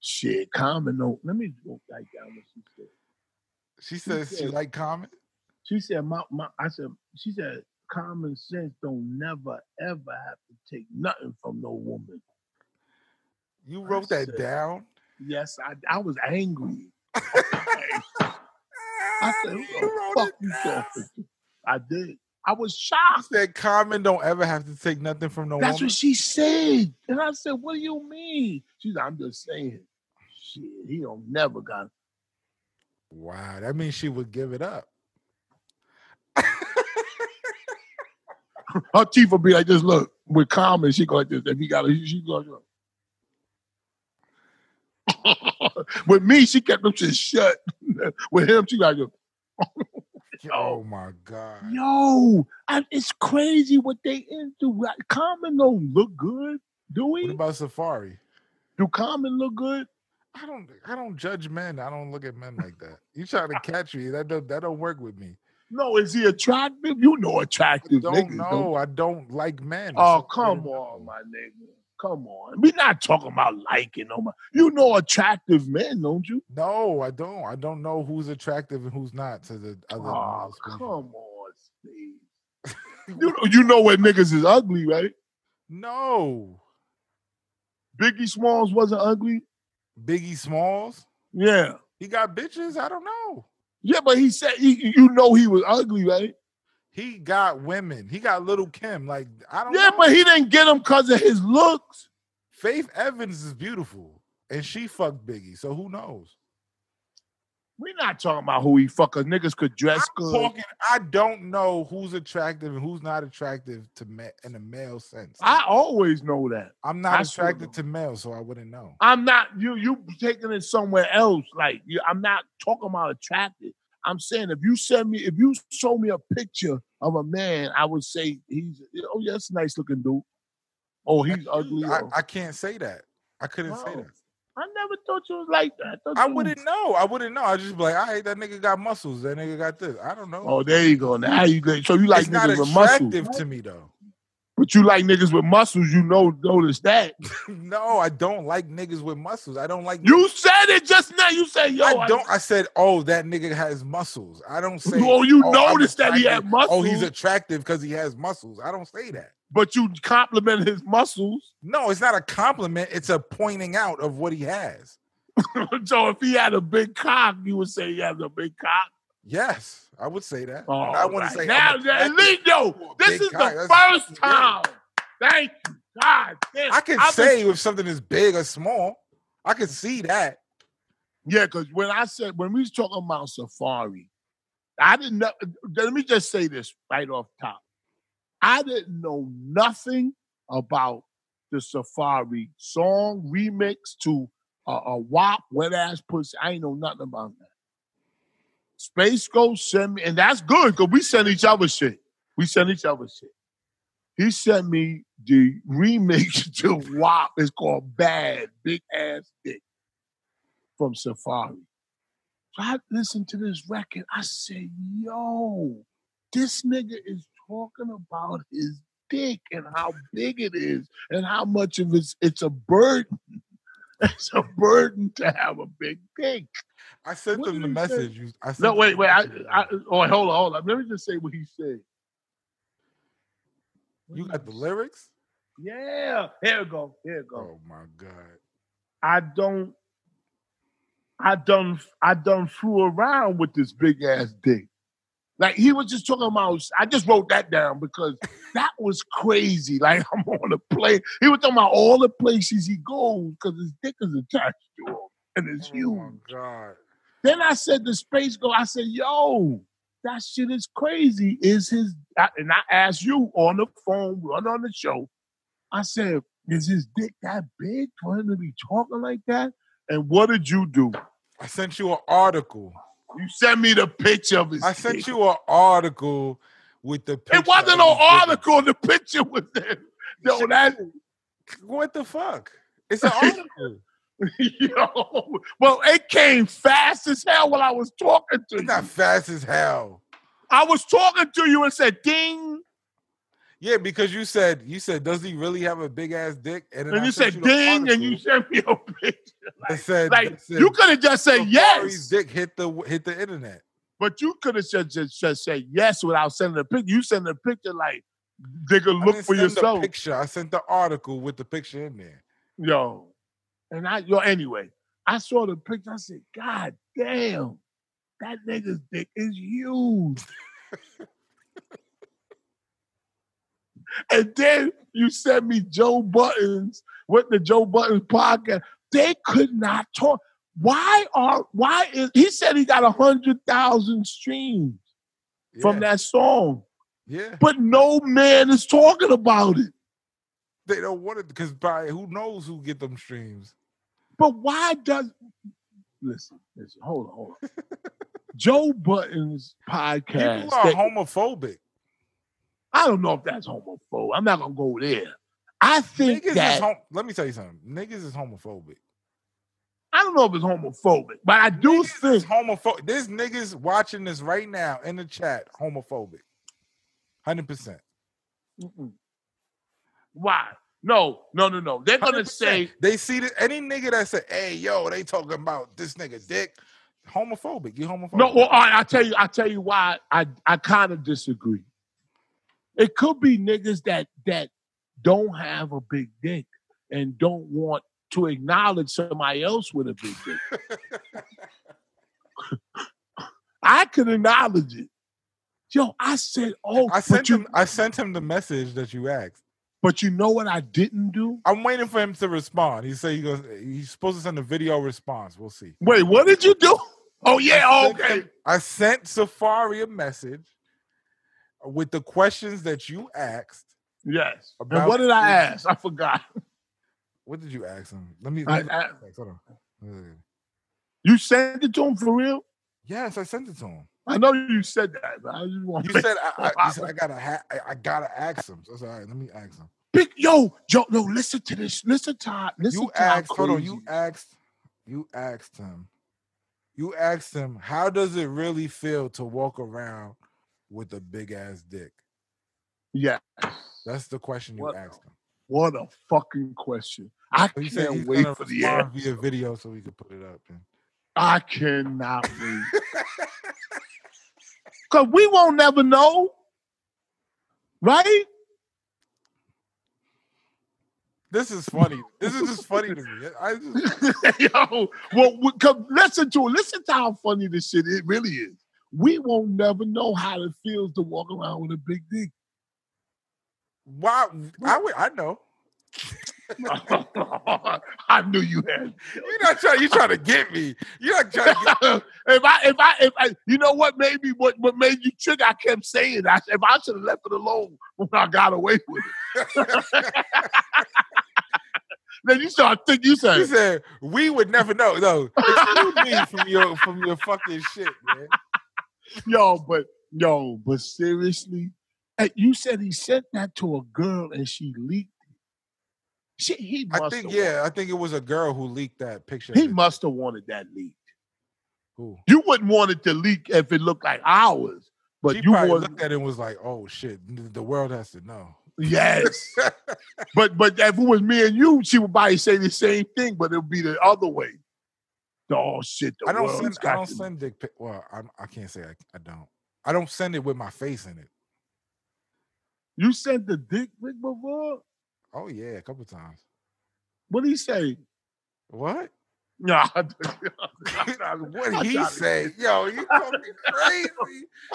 S2: Shit, common note. Let me go write down what she said.
S3: She says she
S2: said-
S3: like Common.
S2: She said my, my I said she said common sense don't never ever have to take nothing from no woman.
S3: You
S2: I
S3: wrote that
S2: said-
S3: down.
S2: Yes, I I was angry. I said,
S3: You
S2: who the
S3: wrote
S2: fuck
S3: it
S2: you
S3: down.
S2: talking to? I did. I was
S3: She
S2: shocked.
S3: said Common don't ever have to take nothing from no
S2: That's
S3: woman.
S2: what she said. And I said, What do you mean? She said, I'm just saying, shit, he don't never got
S3: Wow, that means she would give it up.
S2: her teeth will be like this. Look, with common, she go like this. If he got it, she go like this. With me, she kept them shit shut. With him, she like,
S3: Oh my god.
S2: yo, I, it's crazy what they into. Like, common don't look good, do
S3: What
S2: we?
S3: about Safari?
S2: Do common look good?
S3: I don't I don't judge men. I don't look at men like that. You trying to catch me. That don't that don't work with me.
S2: No, is he attractive? You know
S3: I
S2: attractive
S3: don't
S2: niggas don't
S3: know. I don't like men.
S2: Oh,
S3: so I
S2: come
S3: don't
S2: on,
S3: know.
S2: my nigga. Come on. we not talking about liking no more. You know attractive men, don't you?
S3: No, I don't. I don't know who's attractive and who's not to the other.
S2: Oh,
S3: males.
S2: come on, Steve. You know, you know what niggas is ugly, right?
S3: No.
S2: Biggie Smalls wasn't ugly.
S3: Biggie Smalls.
S2: Yeah.
S3: He got bitches. I don't know.
S2: Yeah, but he said he, you know he was ugly, right?
S3: He got women. He got little Kim. Like I don't
S2: Yeah,
S3: know.
S2: but he didn't get him because of his looks.
S3: Faith Evans is beautiful. And she fucked Biggie. So who knows?
S2: We're not talking about who he fuck. 'cause niggas could dress
S3: I'm
S2: good.
S3: talking. I don't know who's attractive and who's not attractive to ma- in a male sense.
S2: I always know that.
S3: am not
S2: I sure
S3: attracted
S2: don't.
S3: to males, so I wouldn't know.
S2: I'm not you. You taking it somewhere else. Like you, I'm not talking about attractive. I'm saying if you send me, if you show me a picture of a man, I would say he's oh yeah, that's a nice looking dude. Oh, he's ugly.
S3: I,
S2: or-
S3: I can't say that. I couldn't say
S2: No.
S3: that.
S2: I never thought you was like that. thought
S3: I
S2: you-
S3: wouldn't know. I wouldn't know. I just be like, all right, that nigga got muscles. That nigga got this. I don't know.
S2: Oh, there you go. Now you good. so you like
S3: it's not
S2: niggas with muscles,
S3: attractive to me though.
S2: but you like niggas with muscles. You know, notice that.
S3: no, I don't like niggas with muscles. I don't like.
S2: You said it just now. You said yo.
S3: I don't. I said, oh, that nigga has muscles. I don't say.
S2: oh, you
S3: "Oh, I'm Oh,
S2: noticed that he had
S3: attracted-
S2: muscles.
S3: Oh, he's attractive because he has muscles. I don't say that.
S2: but you compliment his muscles.
S3: No, it's not a compliment. It's a pointing out of what he has.
S2: so if he had a big cock, you would say he has a big cock.
S3: Yes, I would say that.
S2: Oh,
S3: I wouldn't say
S2: now,
S3: I'm
S2: now,
S3: attracted to
S2: Lino,
S3: a
S2: this
S3: big
S2: is
S3: cock.
S2: the
S3: That's-
S2: first time. Thank you, God. damn.
S3: I can
S2: I've been-
S3: say if something is big or small. I can see that.
S2: yeah, because when I said when we was talking about safari, I didn't know. uh, Let me just say this right off top. I didn't know nothing about the safari song remix to a, a WAP wet ass pussy. I ain't know nothing about that. Space Ghost sent me, and that's good because we send each other shit. We send each other shit. He sent me the remix to WAP. It's called Bad Big Ass Dick from Safari. So I listened to this record. I said, yo, this nigga is talking about his dick and how big it is and how much of it's it's a burden. It's a burden to have a big dick.
S3: I sent
S2: What
S3: them
S2: did
S3: the
S2: he say?
S3: message. You- I sent
S2: No,
S3: them
S2: wait,
S3: the
S2: wait. I,
S3: message.
S2: I, oh, wait, hold on, hold on. Let me just say what he said. What
S3: you
S2: did
S3: got
S2: he
S3: the
S2: say?
S3: lyrics?
S2: Yeah. Here it go. Here it go.
S3: Oh my god!
S2: I don't, I done, I done flew around with this big ass dick. Like he was just talking about. I just wrote that down because that was crazy. Like I'm on a plane. He was talking about all the places he goes because his dick is attached to him and it's
S3: Oh
S2: huge.
S3: my god!
S2: Then I said the space go. I said, yo, that shit is crazy. Is his I- and I asked you on the phone, run on the show. I said, is his dick that big for him to be talking like that? And what did you do?
S3: I sent you an article.
S2: You sent me the picture of his.
S3: I sent
S2: dick.
S3: you an article with the. picture
S2: It wasn't
S3: of
S2: no
S3: his dick.
S2: article. The picture was there. Yo, that
S3: What the fuck? It's an article.
S2: yo. Well, it came fast as hell while I was talking to
S3: it's
S2: you.
S3: not fast as hell.
S2: I was talking to you and said, "Ding,"
S3: Yeah, because you said you said, does he really have a big ass dick? then
S2: and
S3: I
S2: you
S3: sent
S2: said,
S3: the
S2: "Ding," and you
S3: article
S2: sent me a picture.
S3: that said,
S2: Like
S3: that said,
S2: you could have just said
S3: Safari's
S2: yes,
S3: dick hit the hit the internet.
S2: but you could have just, just just said yes without sending a picture. You send a picture like, "Nigga,
S3: I
S2: look
S3: didn't
S2: for
S3: send the
S2: yourself."
S3: picture. I sent the article with the picture in there.
S2: Yo. And I yo, anyway, I saw the picture. I said, God damn, that nigga's dick is huge. and then you sent me Joe Buttons with the Joe Buttons podcast. They could not talk. Why are why is he said he got a hundred thousand streams
S3: Yeah.
S2: from that song,
S3: yeah,
S2: but no man is talking about it.
S3: they don't want it because by who knows who get them streams.
S2: But why does listen, listen, hold on, hold on. Joe Button's podcast.
S3: People are
S2: that-
S3: homophobic.
S2: I don't know if that's homophobe. I'm not gonna go there. I think
S3: Niggas
S2: that
S3: is hom- Let me tell you something. Niggas is homophobic.
S2: I don't know if it's homophobic, but I do
S3: Niggas is
S2: think
S3: homophobic. There's niggas watching this right now in the chat. Homophobic. Hundred percent.
S2: Mm-mm. why? No, no, no, no. They're gonna
S3: 100%.
S2: say
S3: they see that any nigga that said, "Hey, yo, they talking about this nigga dick," homophobic. You homophobic?
S2: no. Well, all right, I tell you, I tell you why I I kind of disagree. It could be niggas that that don't have a big dick and don't want to acknowledge somebody else with a big dick. I can acknowledge it. Yo, I said, oh,
S3: I sent
S2: but you,
S3: him. I sent him the message that you asked.
S2: but you know what I didn't do?
S3: I'm waiting for him to respond. He said he goes. He's supposed to send a video response. We'll see.
S2: Wait, what did you do? Oh yeah,
S3: I sent
S2: okay.
S3: him- I sent Safari a message with the questions that you asked.
S2: Yes. And
S3: About-
S2: what did I ask? I forgot.
S3: What did you ask him? Let me.
S2: I-
S3: Let me
S2: I-
S3: hold on. Uh,
S2: you sent it to him for real?
S3: Yes, I sent it to him.
S2: I know you said that, but I just want
S3: You
S2: to
S3: said I, I, you said I gotta. Ha- I, I gotta ask him. So I said, all right, let me ask him.
S2: Big, yo, Joe, no, listen to this. Listen to how- listen
S3: You
S2: to how
S3: asked. Hold on. You
S2: crazy-
S3: asked. You asked him. You asked him. How does it really feel to walk around with a big ass dick?
S2: Yeah.
S3: That's the question you
S2: What
S3: asked him.
S2: What a fucking question. I
S3: So he Oh, said he's
S2: can't wait
S3: gonna
S2: for the end.
S3: respond via video so we could put it up. And
S2: I cannot wait. Cause we won't never know. Right?
S3: This is funny. This is just funny to me. I just,
S2: Yo, well, we, come, listen to it. Listen to how funny this shit it really is. We won't never know how it feels to walk around with a big dick.
S3: why? I would. I know.
S2: I knew you had.
S3: You're not trying. You trying to get me. You're not trying. To get,
S2: if I, if I, if I, you know what? Maybe what, what made you trigger? I kept saying, I, if I should have left it alone when I got away with it. then you start thinking. You
S3: he
S2: said,
S3: said we would never know. No, exclude me from your from your fucking shit, man.
S2: yo, but yo, but seriously, Hey, you said he sent that to a girl and she leaked it. She, he must
S3: I think
S2: have
S3: yeah. I think it was a girl who leaked that picture.
S2: wanted- he must have wanted that leak.
S3: Who?
S2: You wouldn't want it to leak if it looked like ours, but
S3: she
S2: you
S3: probably
S2: want
S3: looked at it and was like, "Oh shit, th- the world has to know."
S2: yes. but but if it was me and you, she would probably say the same thing, but it would be the other way. Oh shit! The
S3: I don't
S2: world's
S3: send. I
S2: got
S3: don't
S2: to-
S3: send dick. Pic- well, I'm, I can't say I, I don't. I don't send it with my face in it.
S2: You sent the dick pic before?
S3: Oh yeah, a couple times.
S2: What would he say?
S3: What?
S2: Nah,
S3: what he say? Yo, you fucking crazy.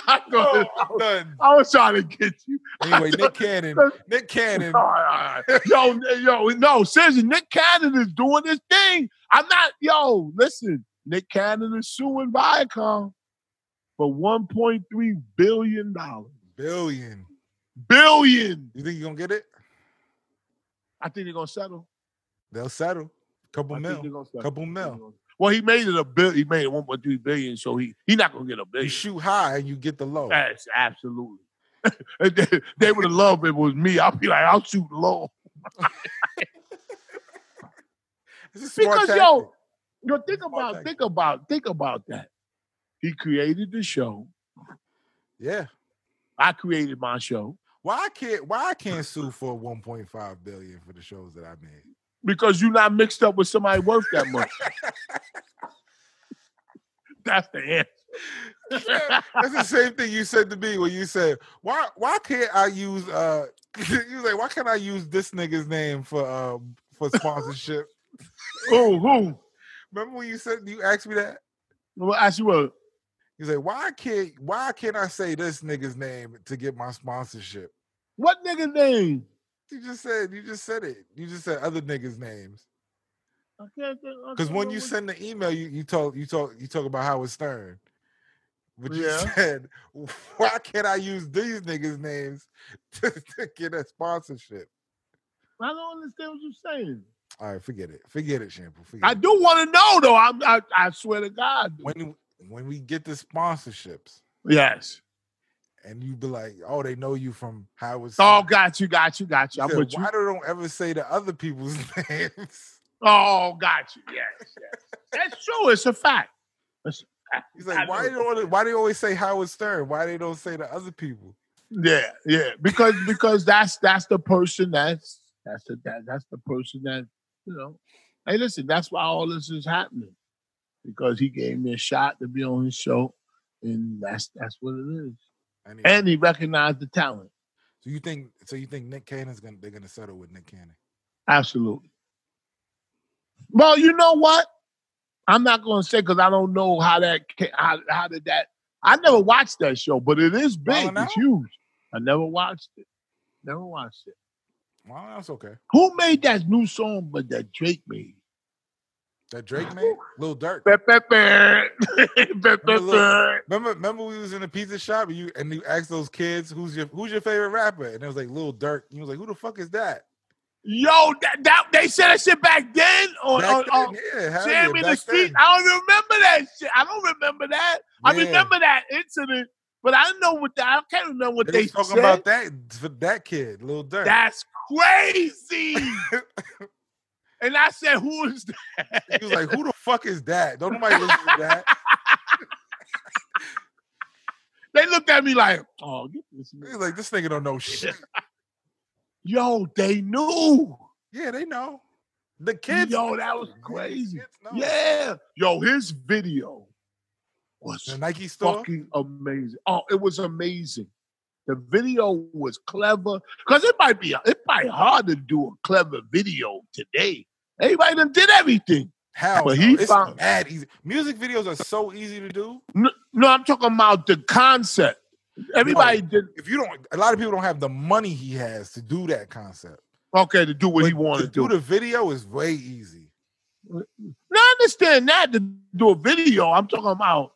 S2: I,
S3: Oh,
S2: thought-
S3: I'm done.
S2: I was trying to get you.
S3: Anyway, Nick Cannon. Nick Cannon.
S2: All right, all right. Yo, n- yo, no, seriously, Nick Cannon is doing his thing. I'm not, yo, listen, Nick Cannon is suing Viacom for $1.3 billion.
S3: Billion.
S2: Billion!
S3: You think you're gonna get it?
S2: I think they're going to settle.
S3: They'll settle.
S2: I
S3: Couple
S2: think they're
S3: mil.
S2: going to settle.
S3: Couple
S2: I think they're
S3: mil.
S2: gonna- Well, he made it a bill. He made it 1.3 billion, so he he not going to get a
S3: You
S2: billion.
S3: shoot high and you get the low.
S2: That's absolutely. they they would have loved if it was me. I'll be like, I'll shoot low.
S3: It's a smart
S2: Because
S3: tactic.
S2: yo, yo, think
S3: Smart
S2: about,
S3: tactic.
S2: think about, think about that. He created the show.
S3: yeah.
S2: I created my show
S3: Why I can't why I can't sue for 1.5 billion for the shows that I made?
S2: because you're not mixed up with somebody worth that much. That's the answer.
S3: That's the same thing you said to me when you said, "Why why can't I use uh you was like why can't I use this nigga's name for uh for sponsorship?"
S2: who? Who?
S3: Remember when you said you asked me that?
S2: Well, I ask you what.
S3: You said, "Why can't why can't I say this nigga's name to get my sponsorship?"
S2: What nigga name?
S3: You just said you just said it. You just said other niggas' names.
S2: I can't think- I
S3: Because
S2: can't
S3: when you
S2: remember.
S3: send the email, you you talk you talk you talk about Howard Stern, but you
S2: Yeah.
S3: said, "Why can't I use these niggas' names to, to get a sponsorship?"
S2: I don't understand what you're saying.
S3: All right, forget it, forget it, shampoo. Forget
S2: I
S3: it.
S2: do want to know though. I'm, I I swear to God.
S3: When when we get the sponsorships,
S2: Yes.
S3: and you be like, "Oh, they know you from Howard."
S2: Oh,
S3: Stern."
S2: got you, got you, got you.
S3: You
S2: I'm
S3: said,
S2: with you.
S3: Why do don't ever say the other people's names?
S2: Oh, got you. Yes, yes. That's true. It's a fact. It's a fact.
S3: He's
S2: I
S3: like, why
S2: know.
S3: they don't, why they always say Howard Stern? Why they don't say the other people?
S2: Yeah, yeah, because because that's that's the person that's that's the that, that's the person that you know. Hey, listen, that's why all this is happening because he gave me a shot to be on his show, and that's that's what it is.
S3: Anyway,
S2: And he recognized the talent,
S3: so you think so you think Nick Cannon's gonna they're gonna settle with Nick Cannon?
S2: absolutely. Well, you know what? I'm not going to say because I don't know how that ca- how how did that. I never watched that show, but it is big.
S3: Wildin' Out?
S2: It's huge. I never watched it. Never watched it.
S3: Well, that's okay.
S2: Who made that new song? But that Drake made.
S3: That Drake made Lil Durk.
S2: Beep, beep, beep. Beep, beep, beep.
S3: Remember, remember we was in a pizza shop and you and you asked those kids who's your who's your favorite rapper? And it was like Lil Durk. And you was like, who the fuck is that?
S2: Yo, that, that they said that shit back then on,
S3: Back
S2: on,
S3: then,
S2: on
S3: yeah, hell yeah,
S2: Jam in oh, the
S3: back
S2: Street.
S3: then.
S2: I don't remember that shit. I don't remember that. I
S3: Yeah.
S2: remember that incident, but I don't know what the, I can't remember what
S3: They,
S2: they,
S3: was talking
S2: said.
S3: about that for that kid, Lil Durk.
S2: That's crazy. and I said, "Who is that?"
S3: He was like, who the fuck is that? Don't nobody listen to that.
S2: They looked at me like, "Oh, get this
S3: He
S2: man."
S3: was like, this nigga don't know shit.
S2: yo, they knew."
S3: Yeah, they know. The kids.
S2: Yo,
S3: know.
S2: that was
S3: Yeah, the
S2: crazy.
S3: kids know.
S2: Yeah. Yo, his video was
S3: The Nike store.
S2: fucking amazing. Oh, it was amazing. The video was clever because it might be it might hard to do a clever video today. Everybody done did everything.
S3: Hell,
S2: But
S3: no,
S2: he
S3: it's
S2: found-
S3: mad easy. Music videos are so easy to do.
S2: No, no, I'm talking about the concept. Everybody did
S3: If you don't, a lot of people don't have the money he has to do that concept.
S2: okay to do what he
S3: But
S2: wanted to do.
S3: the video is way easy.
S2: Now I understand that to do a video. I'm talking about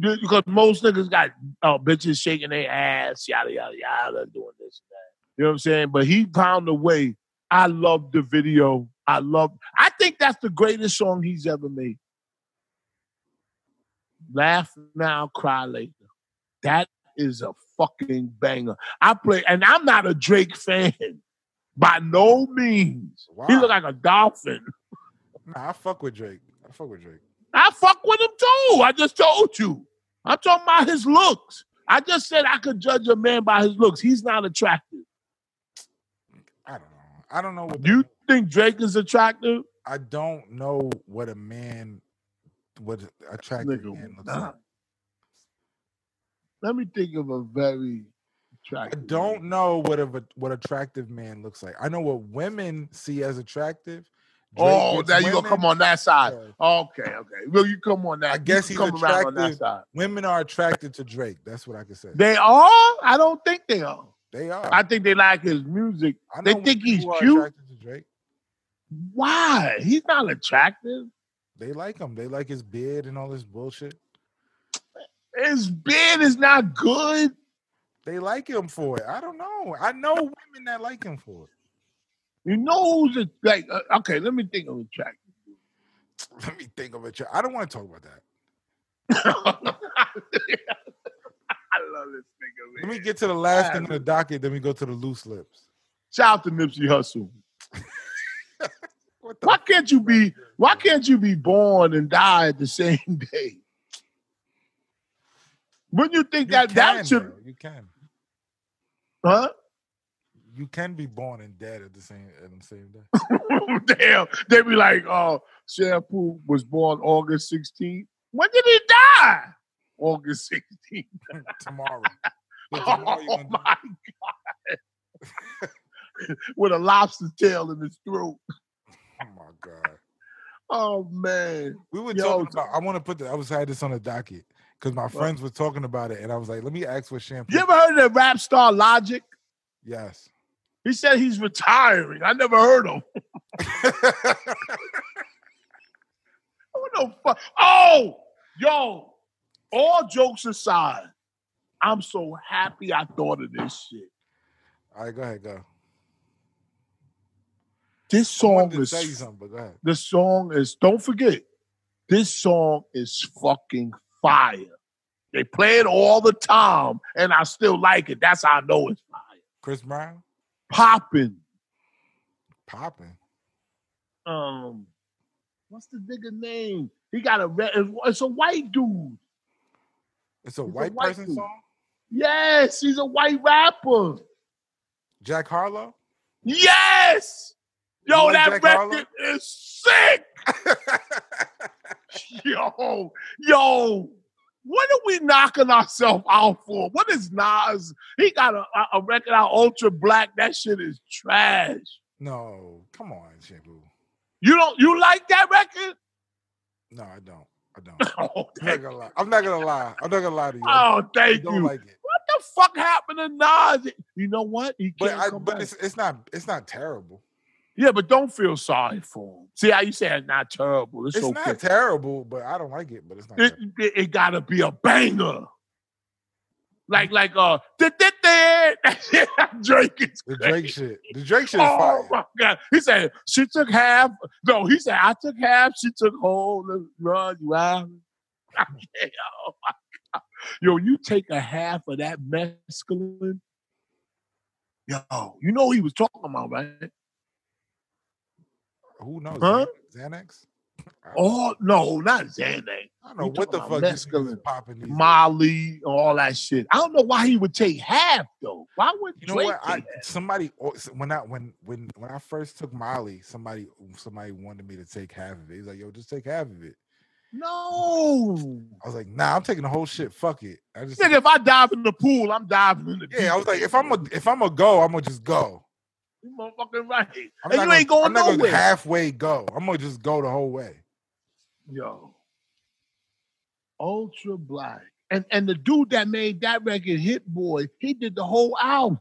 S2: because most niggas got uh, bitches shaking their ass, yada yada yada, doing this and that. You know what I'm saying? But he found a way. I love the video. I love. I think that's the greatest song he's ever made. Laugh now, cry later. That is a fucking banger. I play, and I'm not a Drake fan by no means. He
S3: Wow.
S2: looked like a dolphin.
S3: Nah, I fuck with Drake. I fuck with Drake.
S2: I fuck with him too. I just told you. I'm talking about his looks. I just said I could judge a man by his looks. He's not attractive.
S3: I don't know. I don't know what the-
S2: You think Drake is attractive?
S3: I don't know what a man what a attractive
S2: Nigga,
S3: man looks
S2: nah.
S3: like.
S2: Let me think of a very
S3: I
S2: attractive.
S3: don't
S2: man.
S3: know what a what attractive man looks like. I know what women see as attractive.
S2: Oh,
S3: Drake
S2: now
S3: gets
S2: you gonna come
S3: women-
S2: on that side?
S3: Yeah.
S2: Okay, okay. Will you come on that?
S3: I guess
S2: you come
S3: he's
S2: around on that
S3: attractive.
S2: side.
S3: Women are attracted to Drake. That's what I can say. They,
S2: They are? I don't think they are.
S3: are.
S2: I think they like his music.
S3: I
S2: they
S3: know
S2: think
S3: women
S2: he's
S3: who are
S2: cute.
S3: attracted to Drake.
S2: Why? He's not attractive.
S3: They like him. They like his beard and all this bullshit.
S2: His beard is not good.
S3: They like him for it. I don't know. I know women that like him for it.
S2: You know who's a, like uh, okay? Let me think of a track.
S3: Let me think of it. I don't want to talk about that.
S2: I love this nigga.
S3: Let
S2: Man.
S3: me get to the last thing on the docket, then we go to the loose lips.
S2: Shout out to Nipsey Hussle.
S3: What the
S2: Why can't you be? Why can't you be born and die at the same day? Wouldn't you think
S3: You
S2: that
S3: can,
S2: that should?
S3: though. you can
S2: Huh?
S3: you can be born and dead at the same at the same day.
S2: Damn. They be like, "Oh, Shampoo was born August 16th. When did he die? August 16th.
S3: tomorrow. Yeah, tomorrow you
S2: Oh
S3: gonna do-
S2: my god! With a lobster's tail in his throat.
S3: oh my god.
S2: Oh man!
S3: We were
S2: Yo,
S3: talking
S2: so-
S3: about. I want to put the. I was had this on the docket because my friends were talking about it, and I was like, "Let me ask what shampoo."
S2: You ever heard of the rap star Logic?
S3: Yes.
S2: He said he's retiring. I never heard him. What the fuck? Oh, yo! All jokes aside, I'm so happy I thought of this shit.
S3: All right, go ahead, go.
S2: This
S3: I
S2: song
S3: wanted to tell you
S2: is.
S3: something, but go ahead.
S2: The song is. Don't forget, this song is fucking fire. They play it all the time, and I still like it. That's how I know it's fire.
S3: Chris Brown
S2: Popping.
S3: popping.
S2: um, what's the nigga name? He got a red. It's a white dude.
S3: It's a
S2: He's a
S3: white
S2: white
S3: person
S2: dude.
S3: song.
S2: Yes, he's a white rapper.
S3: Jack Harlow.
S2: Yes, yo,
S3: You like
S2: that
S3: Jack
S2: record is sick. Yo, yo, what are we knocking ourselves out for? What is Nas? He got a, a- a record out, Ultra Black. That shit is trash.
S3: no, come on, shampoo.
S2: You don't. You like that record?
S3: No, I don't. I don't.
S2: Oh,
S3: I'm not
S2: thank,
S3: gonna lie. I'm not gonna lie. I'm not gonna lie to you. I
S2: oh, thank
S3: don't
S2: you.
S3: like it.
S2: what the fuck happened to Nas? You know what? He
S3: But
S2: can't
S3: I,
S2: come
S3: but
S2: back.
S3: it's, it's not it's not terrible.
S2: Yeah, but don't feel sorry for him. See how you say it's not terrible. It's,
S3: It's
S2: okay.
S3: not terrible, but I don't like it. But it's not.
S2: it,
S3: terrible.
S2: it, it gotta be a banger. Like like uh da- da- da- that shit, Drake is
S3: The
S2: great.
S3: Drake shit. The Drake shit is
S2: Oh
S3: fire.
S2: my god. He said she took half. No, he said I took half, she took whole. Let's run you out. I can't- oh my God. Yo, you take a half of that mescaline. Yo, you know what he was talking about, right?
S3: Who knows?
S2: Huh?
S3: Xanax. I don't-
S2: Oh no, not Xanax.
S3: I don't know
S2: you
S3: what the
S2: talking
S3: fuck
S2: about
S3: this nigga is
S2: mescaline.
S3: popping these.
S2: Molly, all that shit. I don't know why he would take half though. Why would
S3: you know
S2: Drake
S3: what? I
S2: take half?
S3: somebody or- s- when I when when when I first took Molly, somebody somebody wanted me to take half of it. He's like, "Yo, just take half of it."
S2: No.
S3: I was like, nah, I'm taking the whole shit. Fuck it. I just
S2: Nigga, if I dive in the pool, I'm diving in the
S3: yeah. I was like, if I'm a, if I'm a go, I'm gonna just go.
S2: You motherfucking right.
S3: I'm
S2: and you
S3: not
S2: ain't
S3: gonna-
S2: going
S3: I'm not gonna
S2: nowhere.
S3: halfway go. I'm gonna just go the whole way.
S2: Yo. Ultra Black. And and the dude that made that record Hit Boy, he did the whole album.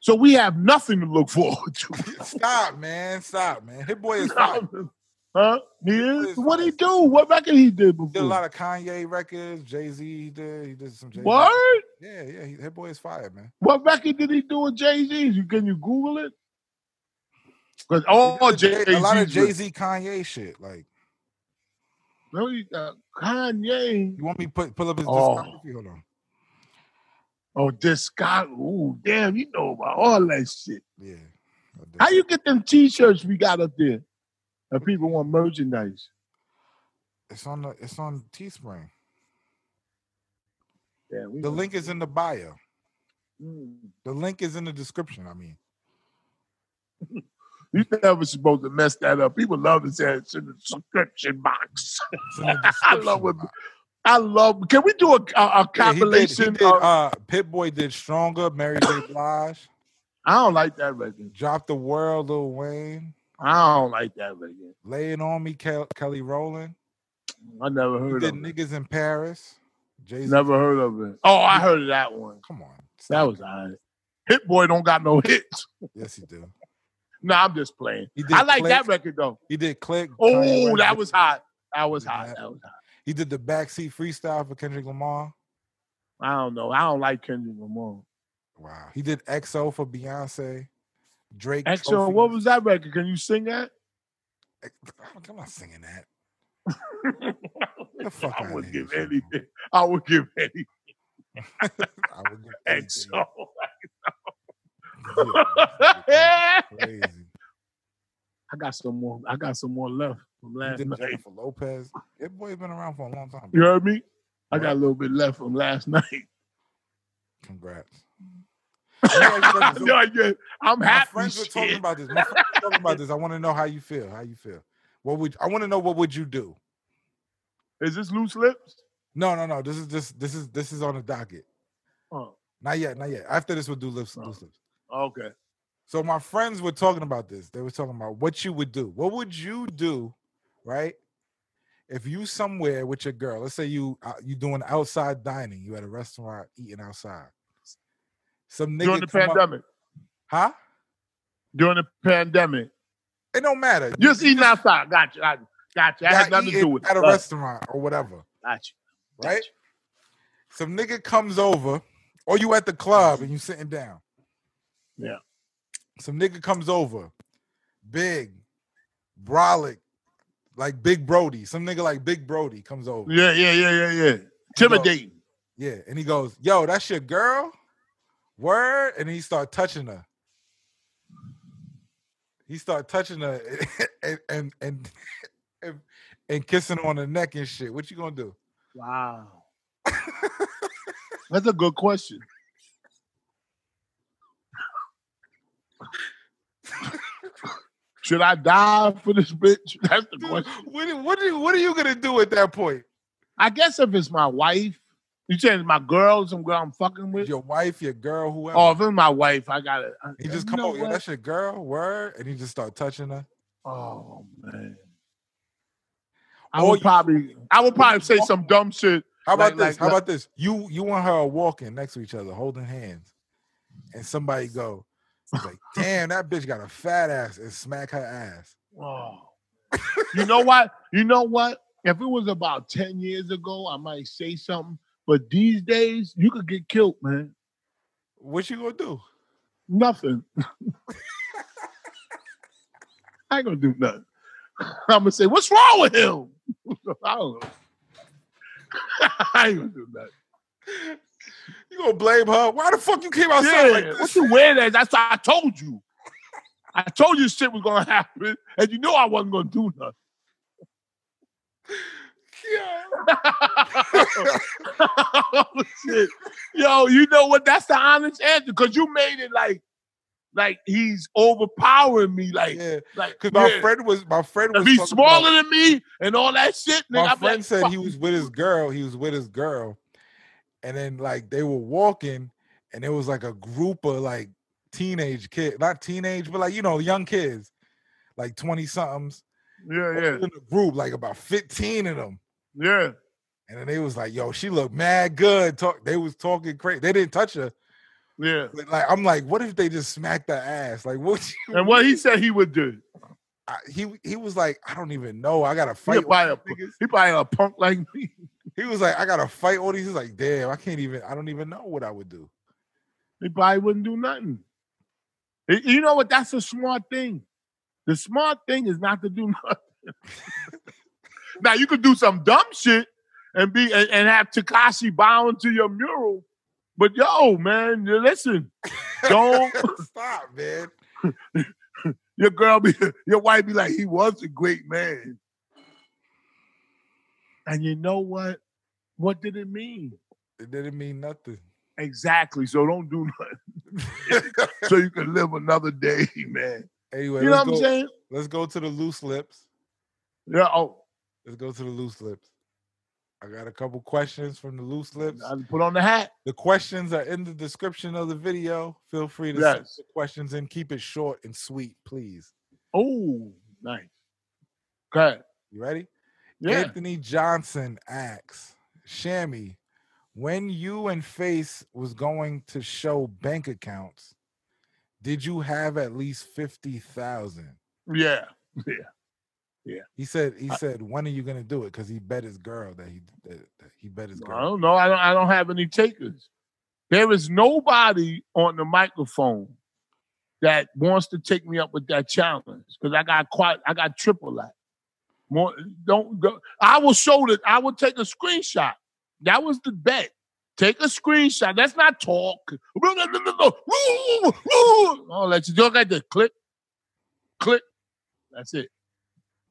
S2: So we have nothing to look forward to.
S3: Stop, man. Stop, man. Hit boy is fine.
S2: huh? He is?
S3: is
S2: What he
S3: fine.
S2: do? What record he did
S3: He did a
S2: before?
S3: lot of Kanye records. Jay Z. He did. He did some. Jay-Z.
S2: Word?
S3: Yeah, yeah. He, Hit boy is fire, man.
S2: What record did he do with Jay Z? You can you Google it? Because
S3: He
S2: all
S3: did
S2: Jay Z,
S3: a lot of Jay Z, Kanye shit. Like,
S2: Uh, Kanye.
S3: you want me to put pull up his
S2: Oh.
S3: discography? Hold on.
S2: Oh, this guy. Ooh, damn, you know about all that shit.
S3: Yeah. I'll do
S2: How
S3: it.
S2: you get them T-shirts we got up there? And people want merchandise.
S3: It's on the. It's on Teespring.
S2: Yeah, we
S3: The link is in the bio.
S2: Mm.
S3: The link is in the description. I mean,
S2: You never supposed to mess that up. People love to say it's in the subscription box.
S3: it's in the
S2: I
S3: description.
S2: love it.
S3: box.
S2: I love. Can we do a, a, a
S3: Yeah, he did-
S2: compilation?
S3: He did.
S2: of-
S3: uh, Pitboy did stronger. Mary J. Blige
S2: I don't like that record.
S3: dropped the world. Lil Wayne
S2: I don't like that record.
S3: lay it on me. Kel- Kelly Rowland.
S2: I never
S3: He
S2: heard
S3: did
S2: of it.
S3: niggas in Paris. Jay Z.
S2: Never heard of it. Oh, I heard of that one.
S3: Come on.
S2: That
S3: stop
S2: was
S3: it.
S2: alright. Hit Boy don't got no hits.
S3: Yes, he did.
S2: No, I'm just playing.
S3: He did.
S2: I like
S3: click.
S2: that record though.
S3: He did click. Kanye
S2: Oh,
S3: West
S2: that
S3: did-
S2: was hot. That was
S3: Did
S2: hot.
S3: that.
S2: That was hot.
S3: He did the backseat freestyle for Kendrick Lamar.
S2: I don't know. I don't like Kendrick Lamar.
S3: Wow. He did XO for Beyonce. Drake.
S2: Actually, uh, what was that record? Can Oh, you sing that?
S3: I'm not singing that. The fuck
S2: I
S3: outta
S2: would
S3: here,
S2: give
S3: son.
S2: anything. I would give anything.
S3: I would give anything.
S2: XO.
S3: Yeah,
S2: I
S3: crazy.
S2: got some more. I got some more left from
S3: He
S2: last
S3: did
S2: night.
S3: Jennifer Lopez. That boy's been around for a long time.
S2: You heard me? I got a little bit left from last night.
S3: Congrats.
S2: no, yeah, I'm
S3: My
S2: happy.
S3: friends were talking
S2: Shit.
S3: about this. My friends were talking about this. I want to know how you feel. How you feel? What would I want to know? What would you do?
S2: Is this loose lips?
S3: No, no, no. This is this this is this is on the docket.
S2: Oh,
S3: Not yet, not yet. After this, we'll do lips,
S2: Oh.
S3: loose lips.
S2: okay.
S3: So my friends were talking about this. They were talking about what you would do. What would you do, right? If you somewhere with your girl, let's say you uh, you doing outside dining, you at a restaurant eating outside. Some nigga
S2: During the
S3: come up-
S2: pandemic.
S3: huh?
S2: During the pandemic.
S3: It don't matter.
S2: You just eating outside. Got you. I got you. That had
S3: Y'all
S2: nothing to do
S3: eating
S2: with it.
S3: at a
S2: Got you.
S3: restaurant or whatever,
S2: Got you. Got
S3: right?
S2: you.
S3: Some nigga comes over, or you at the club and you sitting down.
S2: Yeah.
S3: Some nigga comes over, big, brolic, like Big Brody. Some nigga like Big Brody comes over.
S2: Yeah, yeah, yeah, yeah, yeah. Intimidating.
S3: Yeah, and he goes, "Yo, that's your girl." Word, and he start touching her. He start touching her and and and and, and kissing her on the neck and shit. What you gonna do?
S2: Wow. That's a good question. Should I die for this bitch? That's the
S3: Dude,
S2: question.
S3: what do- what do- what are you gonna do at that point?
S2: I guess if it's my wife, you saying it's my girl, some girl I'm fucking with.
S3: Your wife, your girl, whoever.
S2: Oh, if it's my wife, I gotta. I,
S3: he just
S2: you
S3: come
S2: know
S3: over, yo,
S2: what?
S3: that's your girl. Word, and he just start touching her.
S2: Oh man. I
S3: Or
S2: would
S3: you-
S2: probably, I would probably say some dumb shit.
S3: How about
S2: Like-
S3: this?
S2: like-
S3: How about this? You you and her are walking next to each other, holding hands, and somebody go, it's like, damn, that bitch got a fat ass, and smack her ass.
S2: Oh. you know what? You know what? If it was about 10 years ago, I might say something. But these days, you could get killed, man.
S3: What you gonna do?
S2: Nothing. I ain't gonna do nothing. I'm gonna say, what's wrong with him? I don't know. I ain't gonna do nothing.
S3: You gonna blame her? Why the fuck you came outside
S2: Yeah,
S3: like this?
S2: what you weird ass? That's why I told you. I told you shit was gonna happen, and you know I wasn't gonna do nothing. Shit. Yo, you know what? That's the honest answer because you made it like like he's overpowering me. Like,
S3: yeah,
S2: like
S3: because my
S2: yeah.
S3: friend was my friend was
S2: if he's
S3: talking
S2: smaller than
S3: about-
S2: me and all that shit, nigga,
S3: my
S2: I'm
S3: friend
S2: like,
S3: said
S2: fuck.
S3: he was with his girl. He was with his girl, and then like they were walking, and there was like a group of like teenage kid, not teenage, but like you know, young kids, like twenty somethings
S2: yeah, yeah,
S3: in a group, like about fifteen of them.
S2: yeah.
S3: And then they was like, "Yo, she looked mad good." Talk, they was talking crazy. They didn't touch her.
S2: Yeah,
S3: But like, I'm like, what if they just smacked her ass? Like, what? You,
S2: and what he said he would do,
S3: I, he he was like, I don't even know. I gotta
S2: he
S3: fight. all
S2: buy a
S3: these niggas."
S2: he buy a punk like me.
S3: He was like, I gotta fight all these. He's like, damn, I can't even. I don't even know what I would do.
S2: He probably wouldn't do nothing. Y- You know what? That's a smart thing. The smart thing is not to do nothing. now you could do some dumb shit and be and, and have Takashi bowing to your mural, but yo, man, you listen, don't
S3: Stop, man.
S2: your girl be your wife be like, he was a great man. And you know what? What did it mean?
S3: It didn't mean nothing.
S2: Exactly. So don't do nothing. so you can live another day, man.
S3: Anyway,
S2: You know
S3: let's,
S2: what I'm
S3: go,
S2: saying?
S3: let's go to the loose lips.
S2: Yeah. Oh,
S3: Let's go to the loose lips. I got a couple questions from the loose lips.
S2: I put on the hat.
S3: The questions are in the description of the video. Feel free to send
S2: Yes.
S3: the questions in. Keep it short and sweet, please.
S2: Oh, nice. Okay.
S3: You ready?
S2: Yeah.
S3: Anthony Johnson asks, Shammy, when you and Face was going to show bank accounts, did you have at least fifty thousand?
S2: Yeah.
S3: He said, he
S2: I-
S3: said, when are you gonna do it? Because he bet his girl that he that, that he bet his
S2: I
S3: girl.
S2: don't know. I don't. I don't have any takers. There is nobody on the microphone that wants to take me up with that challenge because I got quite. I got triple that. More. Don't go. I will show that. I will take a screenshot. That was the bet. Take a screenshot. That's not talk. I'll let you do it like that. Click, click. That's it.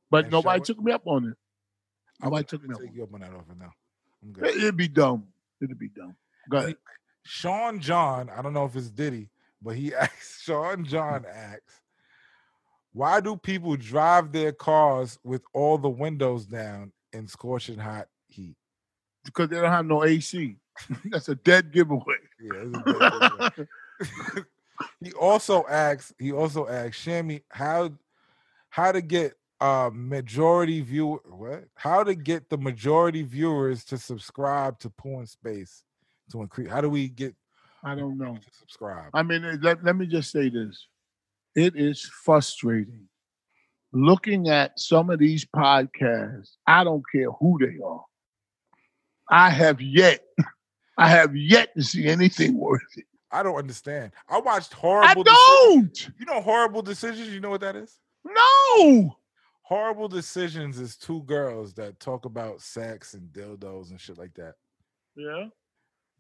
S2: But
S3: And show
S2: nobody
S3: it.
S2: took me up on it.
S3: I
S2: Nobody
S3: would
S2: took me up on
S3: take
S2: it.
S3: you up on that offer now. I'm good.
S2: It- It'd be dumb. It'd be dumb. Go ahead.
S3: Sean John, I don't know if it's Diddy, but he asks, Sean John asks, why do people drive their cars with all the windows down in scorching hot heat?
S2: Because they don't have no AC. That's a dead giveaway.
S3: Yeah, it's a bad question. he also asks, he also asks Shammy how how to get uh majority viewer what? How to get the majority viewers to subscribe to porn space to increase how do we get
S2: I don't know.
S3: to subscribe?
S2: I mean, it- let, let me just say this. It is frustrating looking at some of these podcasts. I don't care who they are. I have yet, I have yet to see anything worth it.
S3: I don't understand. I watched
S2: I
S3: horrible Decisions.
S2: don't.
S3: You know horrible decisions, you know what that is?
S2: No.
S3: Horrible decisions is two girls that talk about sex and dildos and shit like that.
S2: Yeah.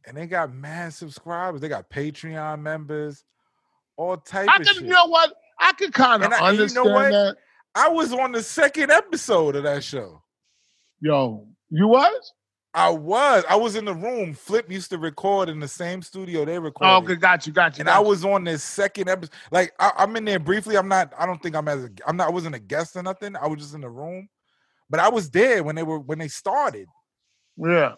S3: And they got mad subscribers. They got Patreon members, all type
S2: I
S3: of
S2: can,
S3: shit.
S2: you know what? I can kind of
S3: And I- and you know
S2: understand
S3: what?
S2: that.
S3: I was on the second episode of that show.
S2: Yo, you was?
S3: I was. I was in the room. Flip used to record in the same studio they recorded.
S2: Oh, okay, got you, got you.
S3: And I
S2: got you.
S3: was on this second episode. Like I, I'm in there briefly. I'm not. I don't think I'm as. A, I'm not. I wasn't a guest or nothing. I was just in the room. But I was there when they were when they started.
S2: yeah.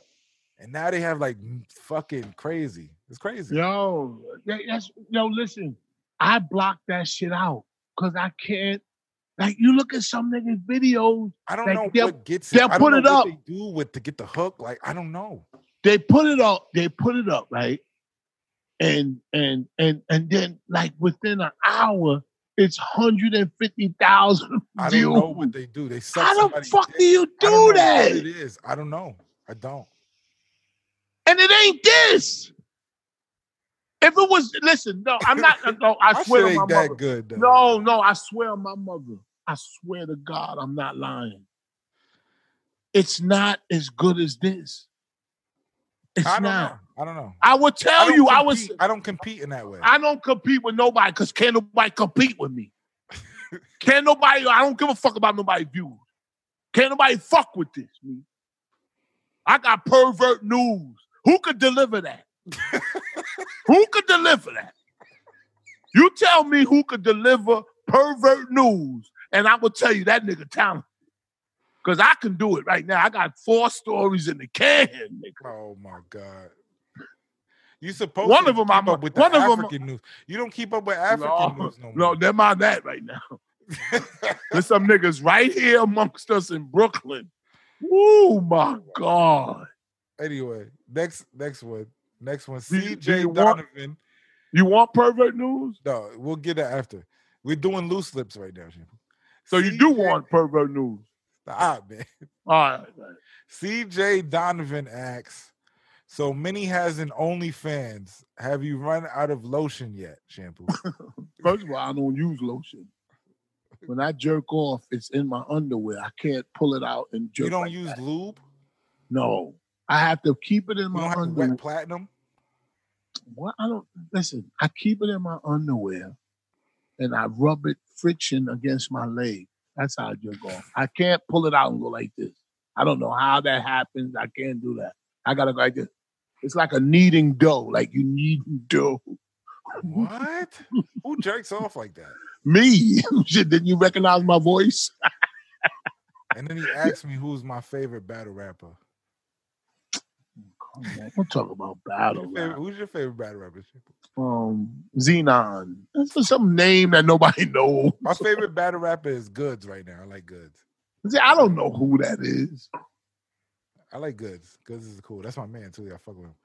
S3: And now they have like m- fucking crazy. It's crazy.
S2: Yo, that, that's yo. Listen, I block that shit out because I can't. Like you look at some niggas' videos,
S3: I don't
S2: Like,
S3: know
S2: they'll-
S3: what gets it.
S2: they'll
S3: I don't
S2: put
S3: know
S2: it
S3: what
S2: up.
S3: They do with to get the hook. Like I don't know.
S2: they put it up, they put it up, right? And and and and then like within an hour, it's hundred and fifty thousand
S3: I don't
S2: views.
S3: know what they do. They suck.
S2: How the
S3: somebody's
S2: fuck
S3: dick.
S2: do you
S3: I don't know
S2: do
S3: what
S2: that?
S3: It is. I don't know. I don't.
S2: And it ain't this. If it was, listen, no, I'm not. No, I
S3: My
S2: swear
S3: shit
S2: to my
S3: ain't that
S2: mother.
S3: good though.
S2: No, no, I swear on my mother. I swear to God, I'm not lying. It's not as good as this. It's
S3: I don't
S2: not.
S3: know. I don't know.
S2: I would tell
S3: don't
S2: you, I was.
S3: compete- I don't compete in that way.
S2: I don't compete with nobody because can't nobody compete with me. can't nobody. I don't give a fuck about nobody views. Can't nobody fuck with this. Me. I got pervert news. Who could deliver that? Who could deliver that? You tell me who could deliver pervert news, and I will tell you that nigga talented. Cause I can do it right now. I got four stories in the can, nigga.
S3: Oh my God. You supposed
S2: One
S3: to
S2: of 'em
S3: keep
S2: I'm-
S3: up with the
S2: one of 'em-
S3: African news. You don't keep up with African
S2: No,
S3: news no
S2: no,
S3: more.
S2: never mind that right now. There's some niggas right here amongst us in Brooklyn. Oh my God.
S3: anyway, next next one. Next one.
S2: Do you- do you
S3: CJ
S2: want-
S3: Donovan.
S2: You want pervert news?
S3: No, we'll get that after. We're doing loose lips right now, Jim.
S2: So you do want pervert news.
S3: Ah, man.
S2: All right.
S3: CJ Donovan asks, so Minnie has an OnlyFans. Have you run out of lotion yet, shampoo?
S2: First of all, I don't use lotion. When I jerk off, it's in my underwear. I can't pull it out and jerk.
S3: you don't
S2: like
S3: use
S2: that.
S3: lube?
S2: No, I have to keep it in
S3: You don't
S2: my
S3: have to
S2: underwear.
S3: wet platinum?
S2: What I don't listen. I keep it in my underwear, and I rub it friction against my leg. That's how I jerk off. I can't pull it out and go like this. I don't know how that happens. I can't do that. I gotta go like this. It's like a kneading dough. Like you need dough.
S3: What? Who jerks off like that?
S2: Me? Shit, didn't you recognize my voice?
S3: And then he asked me who's my favorite battle rapper.
S2: Come on, don't talk about
S3: Who's
S2: battle.
S3: Oh, your
S2: rap.
S3: favorite, who's your favorite battle rapper? Shampoo?
S2: um Xenon. That's for some name that nobody knows.
S3: My favorite battle rapper is Goods right now. I like Goods.
S2: See, I don't know who that is.
S3: I like Goods. Goods is cool. That's my man too. I fuck with him.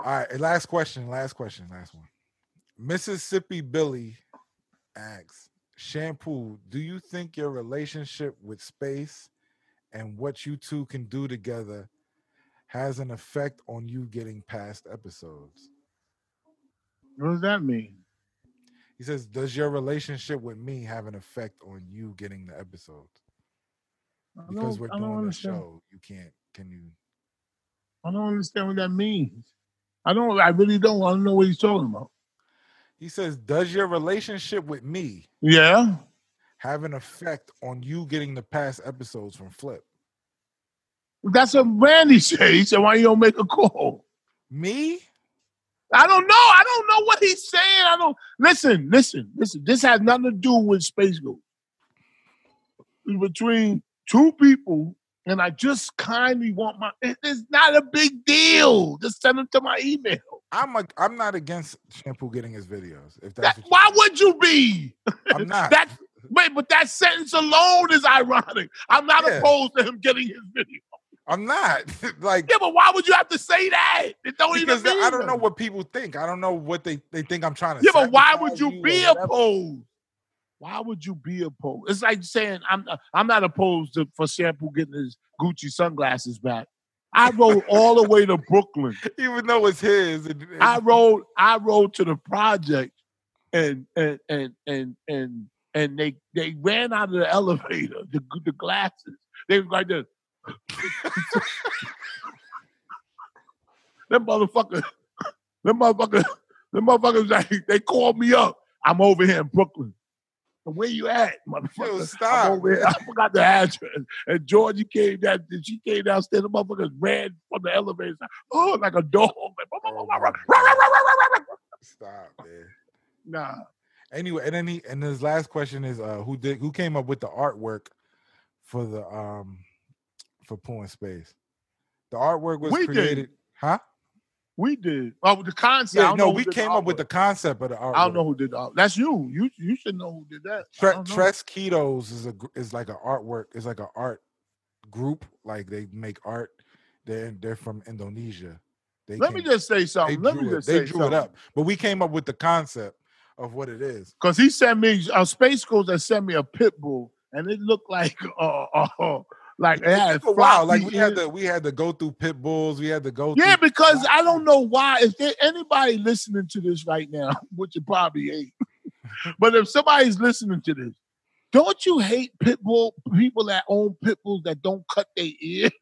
S3: All right, and last question. Last question. Last one. Mississippi Billy asks Shampoo, do you think your relationship with space and what you two can do together has an effect on you getting past episodes?
S2: What does that mean?
S3: He says, Does your relationship with me have an effect on you getting the episodes?
S2: I don't-
S3: Because we're
S2: I don't
S3: doing the
S2: understand.
S3: show. You can't can you
S2: I don't understand what that means. I don't. I really don't. I don't know what he's talking about.
S3: he says, Does your relationship with me
S2: Yeah.
S3: have an effect on you getting the past episodes from Flip.
S2: That's what Randy said. He said, "Why you don't make a call?"
S3: Me?
S2: I don't know. I don't know what he's saying. I don't listen. Listen. Listen. This has nothing to do with Space Ghost. It's between two people, and I just kindly want my. it- It's not a big deal. Just send them to my email.
S3: I'm a, I'm not against Shampoo getting his videos. If that's
S2: That,
S3: what you-
S2: why would you be?
S3: I'm not.
S2: That wait, but that sentence alone is ironic. I'm not
S3: Yeah.
S2: opposed to him getting his video.
S3: I'm not. like
S2: Yeah, but why would you have to say that? It don't even.
S3: because
S2: Mean
S3: I don't know
S2: nothing.
S3: what people think. I don't know what they, they think I'm trying to
S2: Yeah, but why would
S3: sabotage
S2: you
S3: or
S2: be
S3: whatever.
S2: opposed? Why would you be opposed? It's like saying I'm not, I'm not opposed to for Shampoo getting his Gucci sunglasses back. I rode all the way to Brooklyn.
S3: even though it's his and, and-
S2: I rode I rode to the project and and and and and and they they ran out of the elevator, the the glasses. They was like this. them motherfucker, them motherfucker, them motherfuckers like they called me up. I'm over here in Brooklyn. Where you at, motherfucker?
S3: Yo,
S2: I'm
S3: stop.
S2: over here. I forgot the address. And Georgie came down. She came downstairs. The motherfuckers ran from the elevator. Oh, like a dog. Like, "Wah, wah, wah, wah, wah, wah, wah, wah, wah, wah, wah."
S3: Stop, man.
S2: Nah.
S3: Anyway, and then he and his last question is uh who did who came up with the artwork for the um for Pooh in Space? The artwork was
S2: We did.
S3: created, huh?
S2: We did. Oh, with the concept. I
S3: Yeah,
S2: don't
S3: no,
S2: know who
S3: we
S2: did
S3: came up with the
S2: artwork.
S3: concept of the artwork.
S2: I don't know who did that. That's you. You you should know who did that. I
S3: Tre-
S2: don't know.
S3: Tres Ketos is a gr- is like an artwork. It's like an art group. Like they make art. They're they're from Indonesia. They
S2: Let me
S3: came-
S2: just say
S3: they
S2: something. Let me
S3: drew it.
S2: just
S3: They
S2: say
S3: drew
S2: something.
S3: it up, but we came up with the concept of what it is.
S2: Cause he sent me a space ghost that sent me a pit bull, and it looked like uh, uh like it had
S3: Took a while. Like
S2: floppy
S3: we had
S2: ears.
S3: to we had to go through pit bulls. We had to go.
S2: Yeah,
S3: through,
S2: because I don't know why. If there anybody listening to this right now, which it probably ain't, but if somebody's listening to this, don't you hate pit bull people that own pit bulls that don't cut their ears?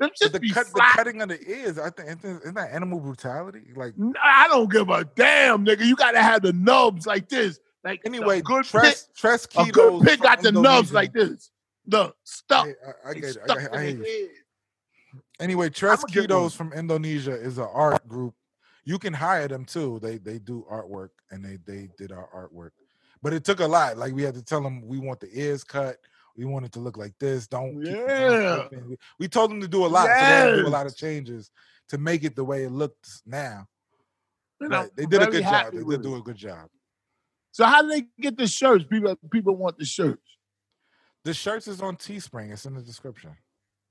S2: Them
S3: but
S2: just
S3: the,
S2: be
S3: cut, the
S2: flat.
S3: cutting of the ears. I think isn't isn't that animal brutality? Like
S2: N- I don't give a damn, nigga. You gotta have the nubs like this. Like the
S3: anyway,
S2: good
S3: Tres Tres
S2: pit,
S3: Ketos
S2: a good pit
S3: from
S2: got the nubs
S3: Indonesia-
S2: like this. The stuff.
S3: Yeah, I, I
S2: They
S3: get it. I,
S2: stuck
S3: got-
S2: in
S3: I hear
S2: their
S3: you.
S2: head.
S3: Anyway, Tres
S2: I'ma get one.
S3: Ketos from Indonesia is an art group. You can hire them too. They they do artwork and they they did our artwork, but it took a lot. Like we had to tell them we want the ears cut. We want it to look like this. Don't keep the mouth
S2: Yeah.
S3: open. We- We told them to do a lot. So they had to do a
S2: Yes.
S3: lot of changes to make it the way it looks now.
S2: And
S3: But
S2: I'm
S3: they did a
S2: very
S3: good job.
S2: happy
S3: They
S2: with
S3: did
S2: it.
S3: do a good job.
S2: So how do they get the shirts? People people want the shirts.
S3: The shirts is on Teespring. It's in the description.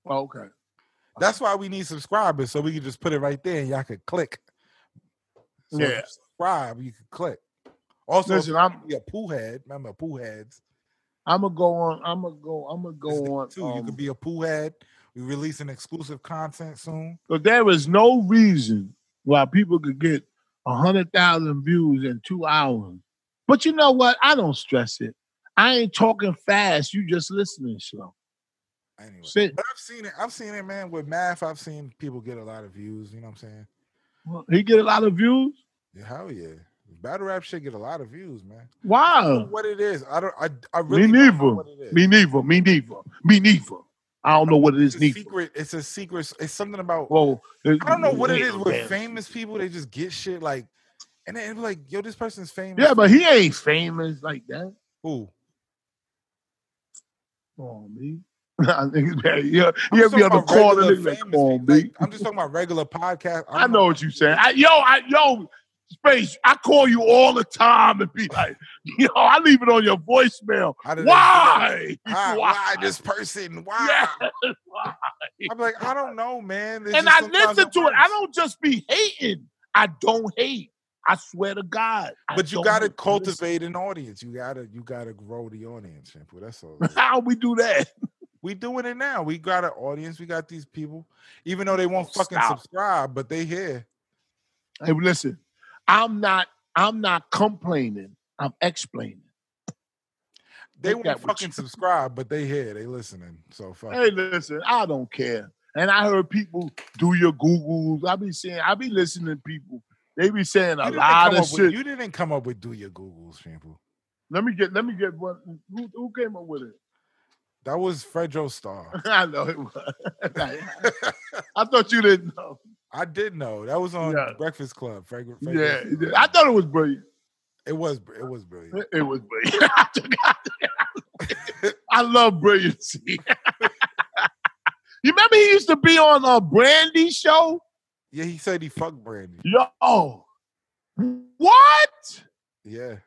S2: Oh, okay.
S3: That's why we need subscribers, so we can just put it right there and y'all could click. So if you
S2: Yeah.
S3: subscribe, you could click. Also, if
S2: Listen, I'm
S3: you be a poo head. Remember, poo heads.
S2: I'm gonna go on. I'm gonna go. I'm gonna
S3: is the
S2: go on.
S3: key, too. you
S2: um,
S3: could be a poo head. We releasing exclusive content soon.
S2: So there is no reason why people could get a hundred thousand views in two hours. But you know what? I don't stress it. I ain't talking fast. You just listening slow.
S3: Anyway,
S2: Sit.
S3: but I've seen it. I've seen it, man. With math, I've seen people get a lot of views. You know what I'm saying?
S2: He get a lot of views.
S3: Yeah, hell yeah. Battle rap shit get a lot of views, man. I don't know
S2: Wow.
S3: what it is? I don't. I, I really don't know
S2: neither.
S3: what it is.
S2: Me neither. Me neither. Me neither. I don't know what it is.
S3: It's a
S2: Neither.
S3: secret. It's a secret. It's something about
S2: Well,
S3: I don't know what it is with
S2: Yeah.
S3: famous people. They just get shit like, and then it's like, yo, this person's famous.
S2: Yeah, but he ain't famous like that.
S3: who?
S2: Come on, me. I think it's bad. Yeah,
S3: I'm
S2: yeah,
S3: just
S2: we have
S3: talking
S2: to
S3: about
S2: call
S3: regular
S2: it like, come
S3: famous
S2: on,
S3: people. Like,
S2: B.
S3: I'm just talking about regular podcast.
S2: I know what you saying. I, yo, I, yo, Space, I call you all the time and be like, yo, I leave it on your voicemail.
S3: How did they do
S2: Why?
S3: Why, why this person? Why?
S2: Yeah. Why?
S3: I'm like, I don't know, man. It's
S2: And
S3: just
S2: I
S3: sometimes
S2: listen to it.
S3: works.
S2: I don't just be hating. I don't hate. I swear to God. I
S3: But you
S2: don't
S3: gotta
S2: hate.
S3: cultivate an audience. You gotta, you gotta grow the audience, Shampoo. That's all. it is.
S2: How we do that?
S3: we doing it now. We got an audience. We got these people, even though they won't fucking
S2: Stop.
S3: subscribe, but they here.
S2: Hey, listen, I'm not. I'm not complaining. I'm explaining.
S3: They
S2: Take that
S3: won't
S2: with
S3: fucking
S2: you.
S3: subscribe, but they here. They listening. So fuck. it.
S2: Hey, listen, I don't care. And I heard people do your Googles. I be saying, I be listening to people. They be saying a
S3: didn't
S2: lot
S3: come
S2: of
S3: up with-
S2: shit.
S3: you didn't come up with do your Googles, shampoo.
S2: Let me get, let me get one. Who, who came up with it?
S3: That was Fredro Star.
S2: I know it was. I thought you didn't know.
S3: I did know that was on
S2: Yeah.
S3: Breakfast Club. Fred, Fred
S2: Yeah, I thought it was brilliant.
S3: it was. br- It was brilliant.
S2: It was brilliant. I took- I took- I love brilliancy. you remember he used to be on a Brandy show?
S3: Yeah, he said he fucked Brandy.
S2: Yo, what?
S3: Yeah,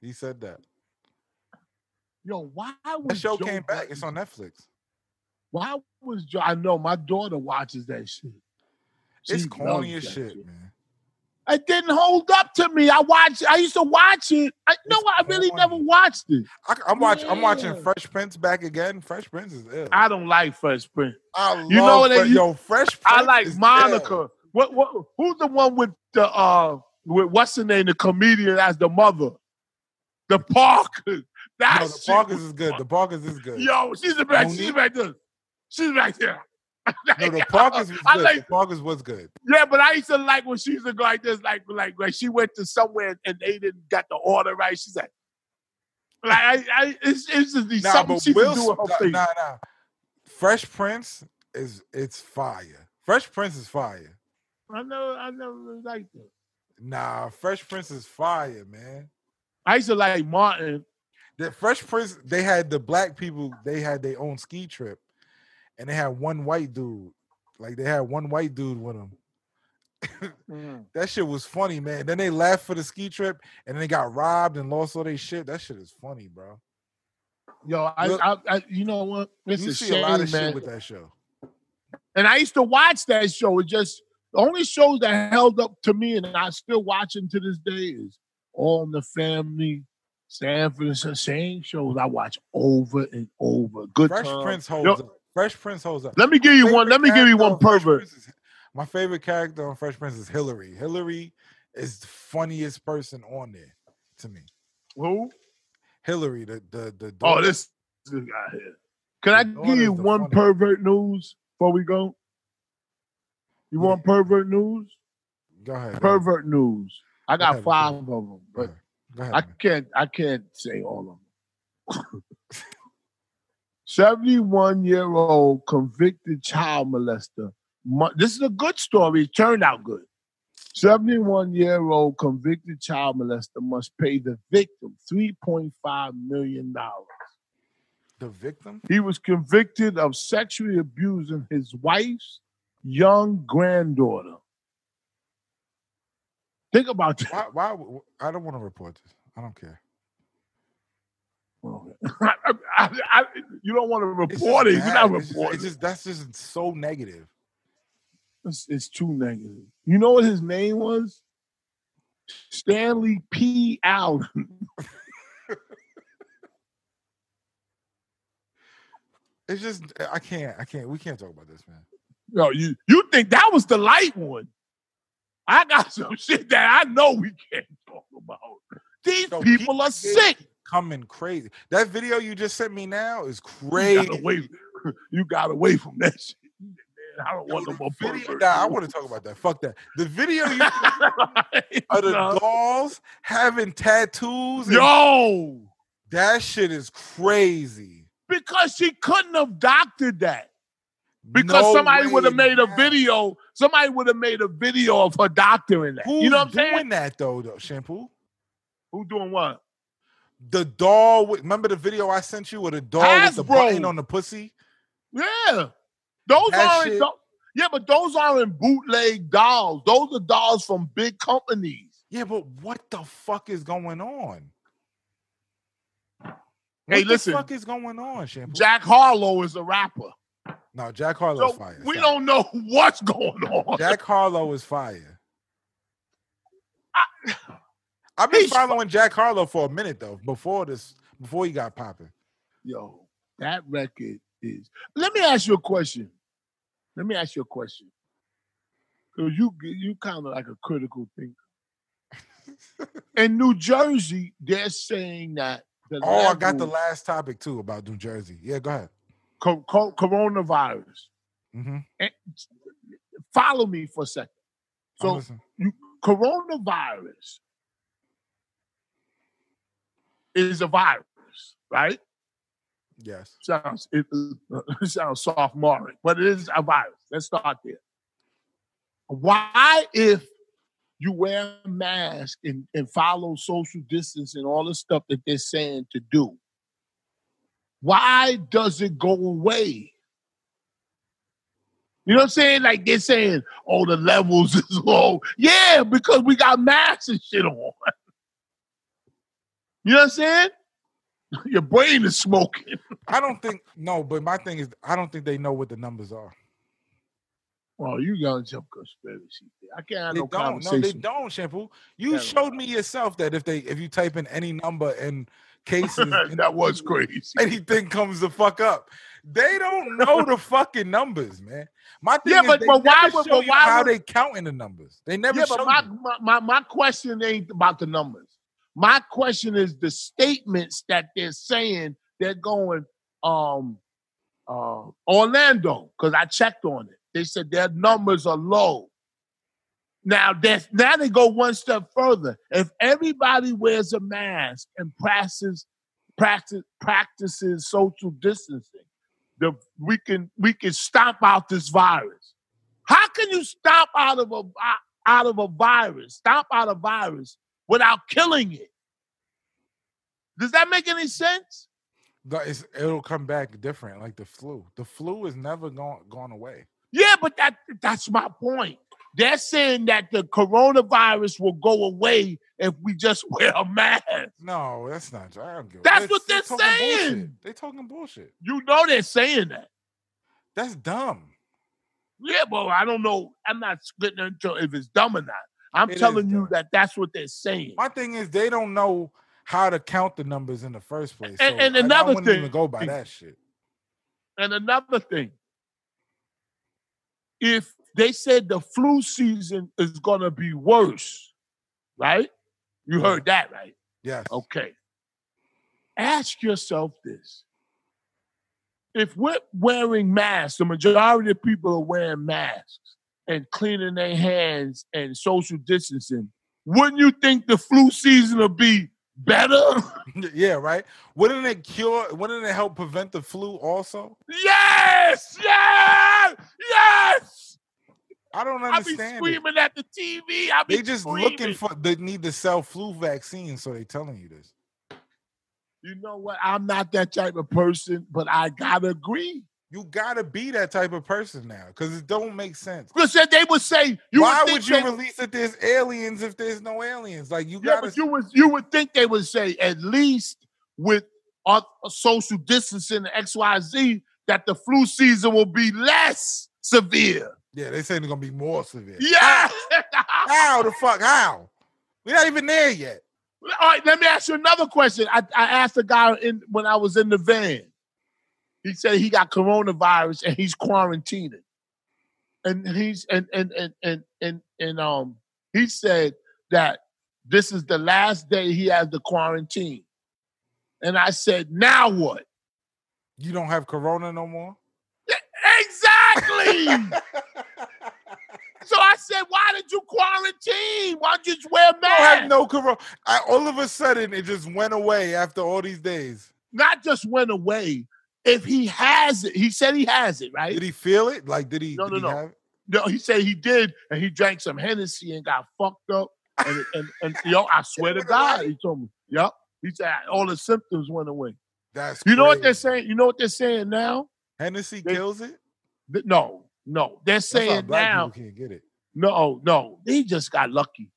S3: he said that.
S2: Yo, why
S3: That
S2: was
S3: show
S2: Joe
S3: came back.
S2: Budden-
S3: It's on Netflix.
S2: Why was Joe? I know my daughter watches that shit.
S3: It's
S2: She
S3: corny as
S2: loves that
S3: shit, man.
S2: It didn't hold up to me. I watched. I used to watch it. I
S3: It's
S2: know. I really
S3: corny.
S2: never watched it.
S3: I, am watching. I'm watching
S2: Yeah.
S3: Fresh Prince back again. Fresh Prince is ill.
S2: I don't like Fresh Prince.
S3: I
S2: you know
S3: love
S2: that
S3: Fre-
S2: you-
S3: yo Fresh. Prince
S2: I like
S3: is ill.
S2: Monica. What? What? Who's the one with the uh with what's her name? The comedian as the mother. The Parkers. That
S3: No, the
S2: shit
S3: Parkers
S2: was
S3: is good. The Parkers is good.
S2: Yo, she's the back. She's
S3: Monique?
S2: back there. She's back there.
S3: No, the Parkers was
S2: I
S3: good.
S2: like
S3: the Parkers was good.
S2: Yeah, but I used to like when she used to go like this, like like like she went to somewhere and they didn't got the order right. She's like, like I, I it's, it's just these
S3: Nah,
S2: something
S3: but
S2: she
S3: Will
S2: can do with her
S3: Smith,
S2: face.
S3: nah, nah. Fresh Prince is it's fire. Fresh Prince is fire.
S2: I know, I never really liked it.
S3: Nah, Fresh Prince is fire, man.
S2: I used to like Martin.
S3: The Fresh Prince, they had the black people, they had their own ski trip, and they had one white dude. Like they had one white dude with them. That shit was funny, man. Then they left for the ski trip, and then they got robbed and lost all their shit. That shit is funny, bro.
S2: Yo, I,
S3: Look,
S2: I, I, you know what? It's
S3: you
S2: a
S3: see
S2: shame,
S3: a lot of
S2: man.
S3: shit with that show.
S2: and I used to watch that show. It just the only shows that held up to me, and I still watching to this day is All in the Family, Sanford, and Son- same shows I watch over and over. Good
S3: Fresh
S2: Time.
S3: Prince holds
S2: Yo,
S3: up. Fresh Prince holds up.
S2: Let me give you one. Let me
S3: favorite
S2: give you
S3: character
S2: one
S3: on Fresh
S2: pervert.
S3: Prince is- my favorite character on Fresh Prince is Hillary. Hillary is the funniest person on there to me.
S2: Who?
S3: Hillary, the the the
S2: Oh,
S3: daughter-
S2: this, this guy here. Can I
S3: The
S2: give you
S3: daughter's the
S2: one
S3: funny-
S2: pervert news before we go? You
S3: Yeah.
S2: want pervert news?
S3: Go ahead. Go ahead.
S2: Pervert news. I
S3: Go
S2: got
S3: ahead, let's
S2: five
S3: go.
S2: of them,
S3: Go
S2: but
S3: ahead. Go ahead,
S2: I
S3: man.
S2: can't I can't say all of them. 71 year old convicted child molester. Mo- This is a good story. It turned out good. 71 year old convicted child molester must pay the victim $3.5 million.
S3: The victim?
S2: He was convicted of sexually abusing his wife's young granddaughter. Think about that.
S3: Why? Why? w- I don't want to report this. I don't care.
S2: I- I- I- you don't want to
S3: It's
S2: report it.
S3: just
S2: You're
S3: bad.
S2: not
S3: It's just,
S2: reporting.
S3: it's just that's just so negative.
S2: It's, it's too negative. You know what his name was? Stanley P. Allen.
S3: It's just I can't. I can't. We can't talk about this, man.
S2: No, you you think that was the light one? I got some shit that I know we can't talk about. These
S3: Yo,
S2: people are sick.
S3: Coming crazy. That video you just sent me now is
S2: You
S3: crazy.
S2: got away. You got away from that shit. Man, I don't want no
S3: Yo, the
S2: more
S3: video-
S2: pervert.
S3: nah, I want to talk about that. Fuck that. The video you of the
S2: No.
S3: dolls having tattoos. and-
S2: Yo,
S3: that shit is crazy.
S2: because she couldn't have doctored that. Because
S3: No
S2: somebody
S3: way
S2: would have made a
S3: now.
S2: video. Somebody would have made a video of her doctoring that.
S3: Who's
S2: you know what I'm
S3: doing
S2: saying?
S3: that though, though, shampoo?
S2: Who doing what?
S3: The doll. With, remember the video I sent you with a doll with the
S2: Hasbro.
S3: button on the pussy?
S2: Yeah. Those
S3: That
S2: aren't
S3: shit-
S2: tho- yeah, but those aren't bootleg dolls. Those are dolls from big companies.
S3: Yeah, but what the fuck is going on?
S2: Hey,
S3: what
S2: listen,
S3: the fuck is going on, shampoo?
S2: Jack Harlow is a rapper.
S3: no, Jack Harlow's
S2: So
S3: fire.
S2: we
S3: Stop.
S2: don't know what's going on.
S3: Jack Harlow is fire.
S2: I-
S3: I've been
S2: He's fu-
S3: following Jack Harlow for a minute though. Before this, before he got popping.
S2: Yo, that record is. Let me ask you a question. Let me ask you a question. Cause you you kind of like a critical thinker. In New Jersey, they're saying that the
S3: Oh, I got the
S2: level
S3: last topic too about New Jersey. Yeah, go ahead.
S2: co- co- coronavirus.
S3: Mm-hmm.
S2: And follow me for a second. So coronavirus is a virus, right?
S3: yes,
S2: Sounds it, it sounds sophomoric, but it is a virus. Let's start there. Why, if you wear a mask and, and follow social distance and all the stuff that they're saying to do, why does it go away? You know what I'm saying? Like they're saying, oh, the levels is low. Yeah, because we got masks and shit on. you know what I'm saying? Your brain is smoking.
S3: I don't think no, but my thing is I don't think they know what the numbers are.
S2: Oh, you gotta jump conspiracy. theory. I can't have
S3: They
S2: no
S3: don't. No, they
S2: conversation.
S3: don't. Shampoo. You
S2: Yeah.
S3: showed me yourself that if they if you type in any number and cases, and
S2: that was crazy.
S3: anything comes the fuck up. They don't know the fucking numbers, man. My thing
S2: Yeah,
S3: is
S2: but-
S3: they
S2: but why
S3: never
S2: would-
S3: show
S2: but
S3: you
S2: why
S3: how
S2: would-
S3: they counting the numbers. They never
S2: Yeah,
S3: show
S2: but
S3: you.
S2: my, my, my, my question ain't about the numbers. My question is the statements that they're saying they're going um uh Orlando, because I checked on it. They said their numbers are low. Now that's now they go one step further. If everybody wears a mask and practices practice practices social distancing, the, we can we can stomp out this virus. How can you stomp out of a vi- out of a virus, stomp out a virus without killing it? Does that make any sense?
S3: No, it's, it'll come back different, like the flu. The flu is never gone gone away.
S2: Yeah, but that that's my point. They're saying that the coronavirus will go away if we just wear a mask.
S3: No, that's not. I don't give. a-
S2: That's what they're
S3: talking bullshit.
S2: saying.
S3: They talking bullshit.
S2: You know they're saying that.
S3: That's dumb.
S2: Yeah, but I don't know. I'm not splitting until if it's dumb or not. I'm
S3: It is
S2: telling you
S3: dumb.
S2: that that's what they're saying.
S3: My thing is they don't know how to count the numbers in the first place.
S2: And-
S3: so
S2: and
S3: I- I
S2: another
S3: wouldn't even
S2: thing-
S3: go by that shit.
S2: And another thing, if they said the flu season is going to be worse, right? You heard that, right?
S3: Yes.
S2: Okay. Ask yourself this. If we're wearing masks, the majority of people are wearing masks and cleaning their hands and social distancing, wouldn't you think the flu season will be better?
S3: yeah. Right. Wouldn't it cure? Wouldn't it help prevent the flu also?
S2: yes! Yes! Yes!
S3: I don't
S2: I be
S3: understand. it.
S2: screaming at the TV. I be
S3: They just
S2: screaming.
S3: looking for they need to sell flu vaccines, so they telling you this.
S2: You know what? I'm not that type of person, but I gotta agree.
S3: You gotta be that type of person now, because it don't make sense.
S2: Because then they would say, "You
S3: Why
S2: would,
S3: would
S2: think
S3: you
S2: they-
S3: release that there's aliens if there's no aliens? Like you
S2: yeah,
S3: gotta
S2: but you would you would think they would say at least with uh, social distancing and X Y Z that the flu season will be less severe."
S3: Yeah, they saying it's gonna be more severe.
S2: Yeah. ah,
S3: How the fuck? How? We're not even there yet.
S2: All right, let me ask you another question. I, I asked a guy in when I was in the van. He said he got coronavirus and he's quarantining. And he's and and and and and, and um he said that this is the last day he has the quarantine. And I said, now what?
S3: You don't have corona no more.
S2: Exactly. so I said, why did you quarantine? Why'd you just wear a
S3: I
S2: mask?
S3: have no corona. I, all of a sudden, it just went away after all these days.
S2: Not just went away. If he has it, he said he has it, right?
S3: Did he feel it? Like, did he?
S2: No,
S3: did
S2: no,
S3: he
S2: no.
S3: have it?
S2: No, he said he did, and he drank some Hennessy and got fucked up. And and, and yo, I swear to
S3: went
S2: God,
S3: away?
S2: he told me. Yep. He said all the symptoms went away.
S3: That's
S2: You know what they're
S3: crazy.
S2: saying? You know what they're saying now?
S3: Hennessy
S2: They-
S3: kills it.
S2: Th- No, no. They're
S3: That's why
S2: saying
S3: black
S2: now,
S3: people can't get it.
S2: no, no. He just got lucky.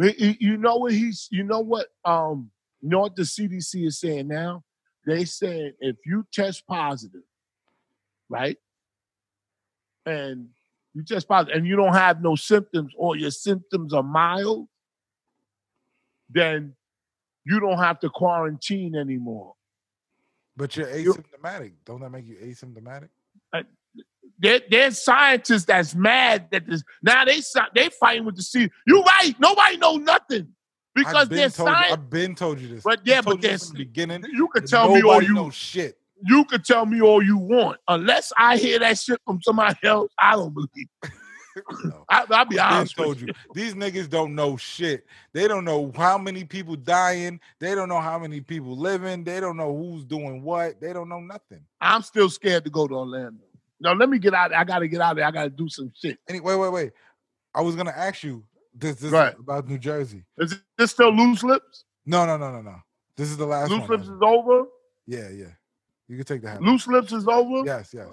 S2: He- he- You know what he's you know what um you know what the CDC is saying now? They saying if you test positive, right? And you test positive and you don't have no symptoms or your symptoms are mild, then you don't have to quarantine anymore.
S3: But you're
S2: You-
S3: asymptomatic. Don't that make you asymptomatic?
S2: There, there's scientists that's mad that this now they si- they fighting with the C. You right? Nobody know nothing because
S3: I've been
S2: there's
S3: told. You,
S2: science.
S3: I've been told you this.
S2: But yeah,
S3: I told
S2: but
S3: you
S2: there's-
S3: this from the beginning.
S2: You could
S3: and
S2: tell me all
S3: nobody
S2: you
S3: knows shit.
S2: you could tell me all you want. Unless I hear that shit from somebody else, I don't believe. it.
S3: No.
S2: I, I'll be
S3: Ben
S2: honest with
S3: told you these niggas don't know shit. They don't know how many people dying. They don't know how many people living. They don't know who's doing what. They don't know nothing.
S2: I'm still scared to go to Orlando. Now let me get out. I gotta get out of there. I gotta do some shit.
S3: Any wait, wait, wait. I was gonna ask you this, this
S2: Go ahead.
S3: about New Jersey.
S2: Is this still loose lips?
S3: No, no, no, no, no. This is the last
S2: loose
S3: one.
S2: lips
S3: Evan.
S2: is over.
S3: Yeah, yeah. You can take the hat.
S2: Loose lips is over.
S3: Yes, yes.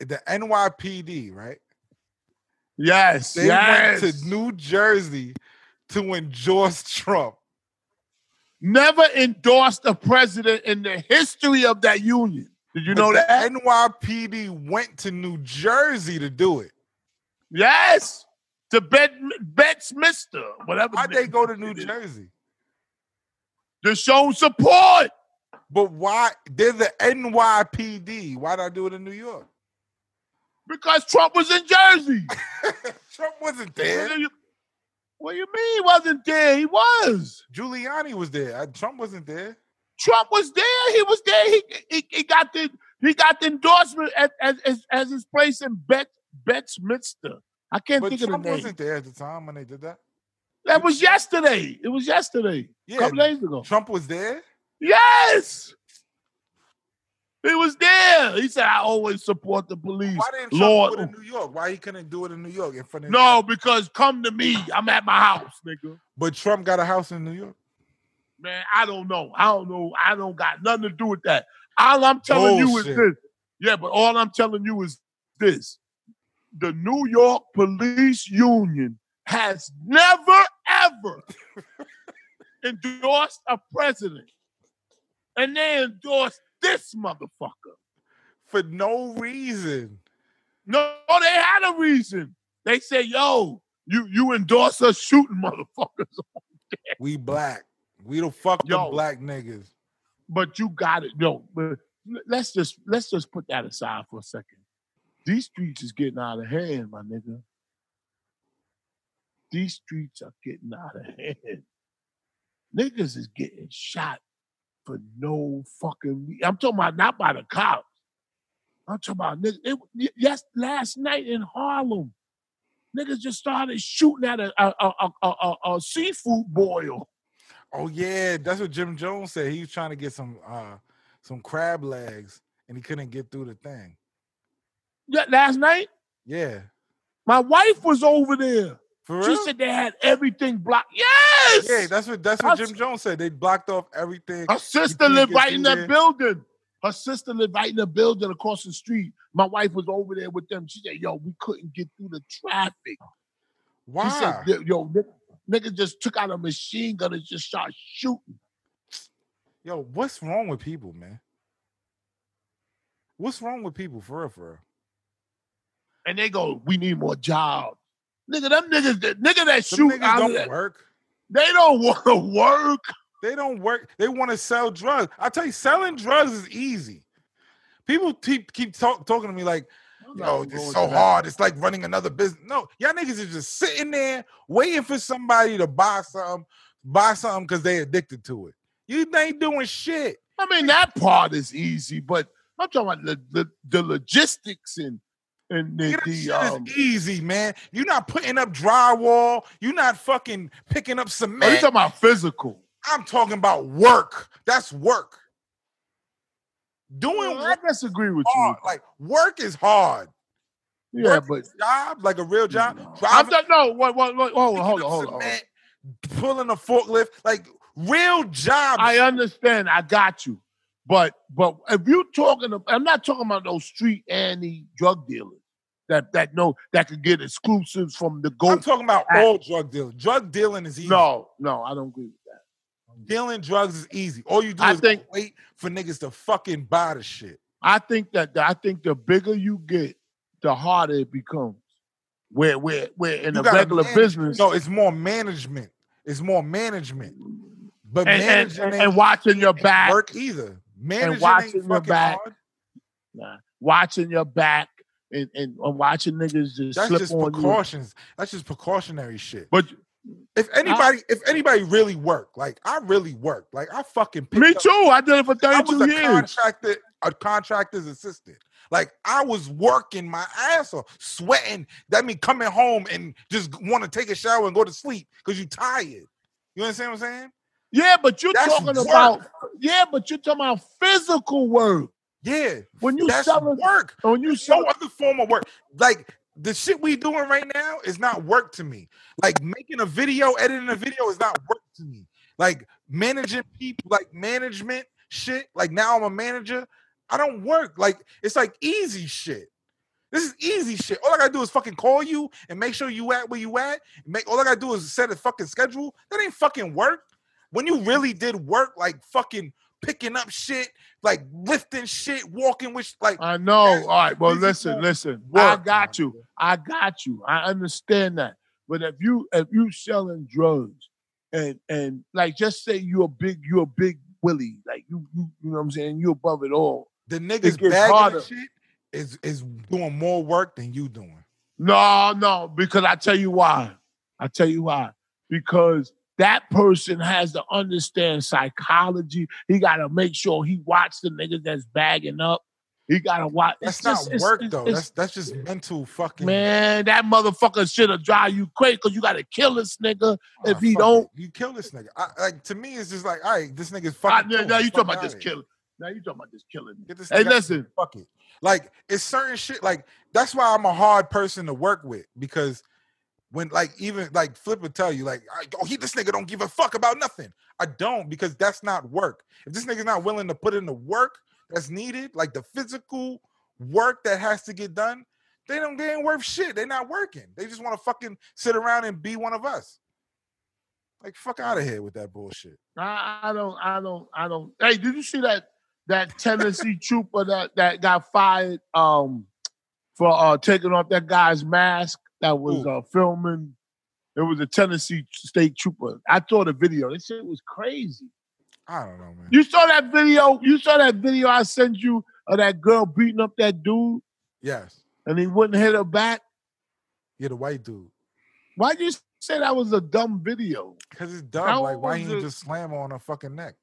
S3: The NYPD, right?
S2: Yes.
S3: They
S2: yes.
S3: went to New Jersey to endorse Trump.
S2: Never endorsed a president in the history of that union. Did you
S3: But
S2: know
S3: the
S2: that?
S3: NYPD went to New Jersey to do it.
S2: yes. To Bet Bet's Mister, whatever.
S3: Why'd they go to New
S2: it is.
S3: Jersey?
S2: To show support.
S3: But why they're the NYPD? Why'd I do it in New York?
S2: Because Trump was in Jersey.
S3: Trump wasn't
S2: What
S3: there.
S2: do you- What do you mean he wasn't there? He was.
S3: Giuliani was there. Uh, Trump wasn't there.
S2: Trump was there. He was there. He he, he got the he got the endorsement as as, as, as his place in Bet Bet's Mister. I can't
S3: But
S2: think of
S3: Trump
S2: the name.
S3: wasn't there at the time when they did that.
S2: That was yesterday. It was yesterday.
S3: Yeah.
S2: couple days ago.
S3: Trump was there.
S2: Yes. He was there. He said, I always support the police.
S3: Why didn't Trump
S2: Lord.
S3: do it in New York? Why he couldn't do it in New York in front of
S2: No, because come to me. I'm at my house, nigga.
S3: But Trump got a house in New York.
S2: Man, I don't know. I don't know. I don't got nothing to do with that. All I'm telling you
S3: Bullshit.
S2: is this. Yeah, but all I'm telling you is this. The New York Police Union has never, ever endorsed a president. And they endorsed this motherfucker.
S3: For no reason.
S2: No, they had a reason. They said, yo, you, you endorse us shooting motherfuckers.
S3: We black. We don't fuck
S2: Yo.
S3: with black niggas.
S2: but you got it. No, but let's just let's just put that aside for a second. These streets is getting out of hand, my nigga. These streets are getting out of hand. Niggas is getting shot for no fucking. re- I'm talking about not by the cops. I'm talking about niggas. It, y- yes, last night in Harlem, niggas just started shooting at a a a, a, a, a seafood boil.
S3: Oh yeah, that's what Jim Jones said. He was trying to get some uh some crab legs and he couldn't get through the thing.
S2: Yeah, Last night,
S3: Yeah.
S2: My wife was over there.
S3: For real?
S2: She said they had everything blocked. Yes.
S3: yeah, that's what that's what
S2: That's-
S3: Jim Jones said. They blocked off everything.
S2: Her sister
S3: You
S2: lived
S3: can't
S2: right
S3: get
S2: in
S3: through
S2: that
S3: there.
S2: building. Her sister lived right in the building across the street. My wife was over there with them. She said, "Yo, we couldn't get through the traffic." She
S3: Why?
S2: said, "Yo, nigga, nigga just took out a machine gun and just start shooting."
S3: Yo, what's wrong with people, man? What's wrong with people for real? For real.
S2: And they go, "We need more jobs." Nigga, them niggas, that nigga that
S3: Them
S2: shoot
S3: niggas
S2: out
S3: don't
S2: of that,
S3: work.
S2: they don't want to work.
S3: They don't work. They want to sell drugs. I tell you, selling drugs is easy. People keep keep talk, talking to me like, yo, it's so hard. It's like running another business. No, y'all niggas is just sitting there waiting for somebody to buy something, buy something because they addicted to it. You ain't doing shit.
S2: I mean, that part is easy, but I'm talking about the the, the logistics and and
S3: Yeah,
S2: the,
S3: that
S2: the
S3: shit
S2: um.
S3: is easy, man. You're not putting up drywall. You're not fucking picking up
S2: Oh, you
S3: cement.
S2: talking about physical?
S3: I'm talking about work. That's work. Doing
S2: Well, I
S3: work
S2: disagree with
S3: is
S2: you.
S3: hard. Like work is hard.
S2: yeah,
S3: work
S2: but
S3: Job, like a real job.
S2: I'm
S3: Driving,
S2: not. No, what, what, what, hold on, hold on,
S3: picking up
S2: hold on. hold on.
S3: cement, Pulling a forklift, like real job.
S2: I understand. I got you, but but if you talking, of- I'm not talking about those street anti drug dealers that that know that could get exclusives from the go.
S3: I'm talking about
S2: I-
S3: all drug dealing. Drug dealing is easy.
S2: No, no, I don't agree with that.
S3: Dealing drugs is easy. All you do
S2: I
S3: is
S2: think-
S3: wait for niggas to fucking buy the shit.
S2: I think that I think the bigger you get, the harder it becomes. Where where where in
S3: You
S2: a
S3: gotta
S2: regular
S3: manage-
S2: business
S3: No, it's more management. It's more management. But
S2: and, and,
S3: managing
S2: and,
S3: ain't
S2: and watching your back,
S3: work either. Managing
S2: watching
S3: ain't
S2: your
S3: fucking
S2: back.
S3: hard.
S2: nah, watching your back, and, and, and watching niggas just
S3: That's
S2: slip
S3: just
S2: on you.
S3: precautions. That's just precautionary shit.
S2: But
S3: If anybody, if anybody really worked, like I really worked, like I fucking picked
S2: me
S3: up-
S2: too. I did it for
S3: I was
S2: 32
S3: a
S2: years.
S3: contractor, a contractor's assistant. Like I was working my ass off, sweating. That mean coming home and just want to take a shower and go to sleep because you tired. You understand what I'm saying?
S2: Yeah, but you're
S3: That's
S2: talking
S3: work.
S2: about yeah, but you're talking about physical work.
S3: Yeah,
S2: When you
S3: that's
S2: selling,
S3: work.
S2: when you
S3: No
S2: sell,
S3: other form of work. Like the shit we doing right now is not work to me. Like making a video, editing a video is not work to me. Like managing people, like management shit. Like now I'm a manager. I don't work. Like it's like easy shit. This is easy shit. All I gotta do is fucking call you and make sure you at where you at. Make all I gotta do is set a fucking schedule. That ain't fucking work. When you really did work, like fucking picking up shit, like lifting shit, walking with sh- like
S2: I know. All right, well,
S3: physical
S2: listen, listen. I
S3: work,
S2: got
S3: my
S2: you. I got you. I understand that. But if you if you selling drugs and and like just say you're a big you're a big Willie, like you you you know what I'm saying, you above it all.
S3: the niggas
S2: gets
S3: bagging
S2: harder.
S3: and shit is is doing more work than you doing.
S2: No, no, because I tell you why. I tell you why. Because that person has to understand psychology. He got to make sure he watch the niggas that's bagging up. He got to watch.
S3: That's
S2: it's
S3: not
S2: just- it's-
S3: work
S2: it's-
S3: though.
S2: it's-
S3: That's that's just mental fucking.
S2: Man, that motherfucker should have drive you crazy because you got to kill this nigga
S3: Ah,
S2: if he
S3: fuck
S2: don't.
S3: it. you kill this nigga. I, like to me, it's just like, all right, this nigga's
S2: Ah,
S3: fucking.
S2: now,
S3: cool.
S2: now you
S3: Fuck
S2: talking about
S3: outta
S2: just
S3: here.
S2: killing. Now you talking about just killing.
S3: Get this
S2: Hey,
S3: nigga out of
S2: listen.
S3: here. fuck it. Like it's certain shit. Like that's why I'm a hard person to work with because when like even like Flip would tell you like, I- oh he this nigga don't give a fuck about nothing. I don't because that's not work. If this nigga's not willing to put in the work that's needed, like the physical work that has to get done, they don't they ain't worth shit. They're not working. They just want to fucking sit around and be one of us. Like fuck out of here with that bullshit.
S2: I, I don't. I don't. I don't. Hey, did you see that that Tennessee trooper that that got fired um for uh taking off that guy's mask that was
S3: Who?
S2: uh filming? It was a Tennessee state trooper. I saw the video. This shit was crazy.
S3: I don't know, man.
S2: You saw that video. You saw that video I sent you of that girl beating up that dude.
S3: yes.
S2: and he wouldn't hit her back.
S3: You're the white dude.
S2: Why'd you say that was a dumb video?
S3: Cause it's dumb.
S2: How
S3: like, why
S2: was
S3: he
S2: it-
S3: just slam her on her fucking neck?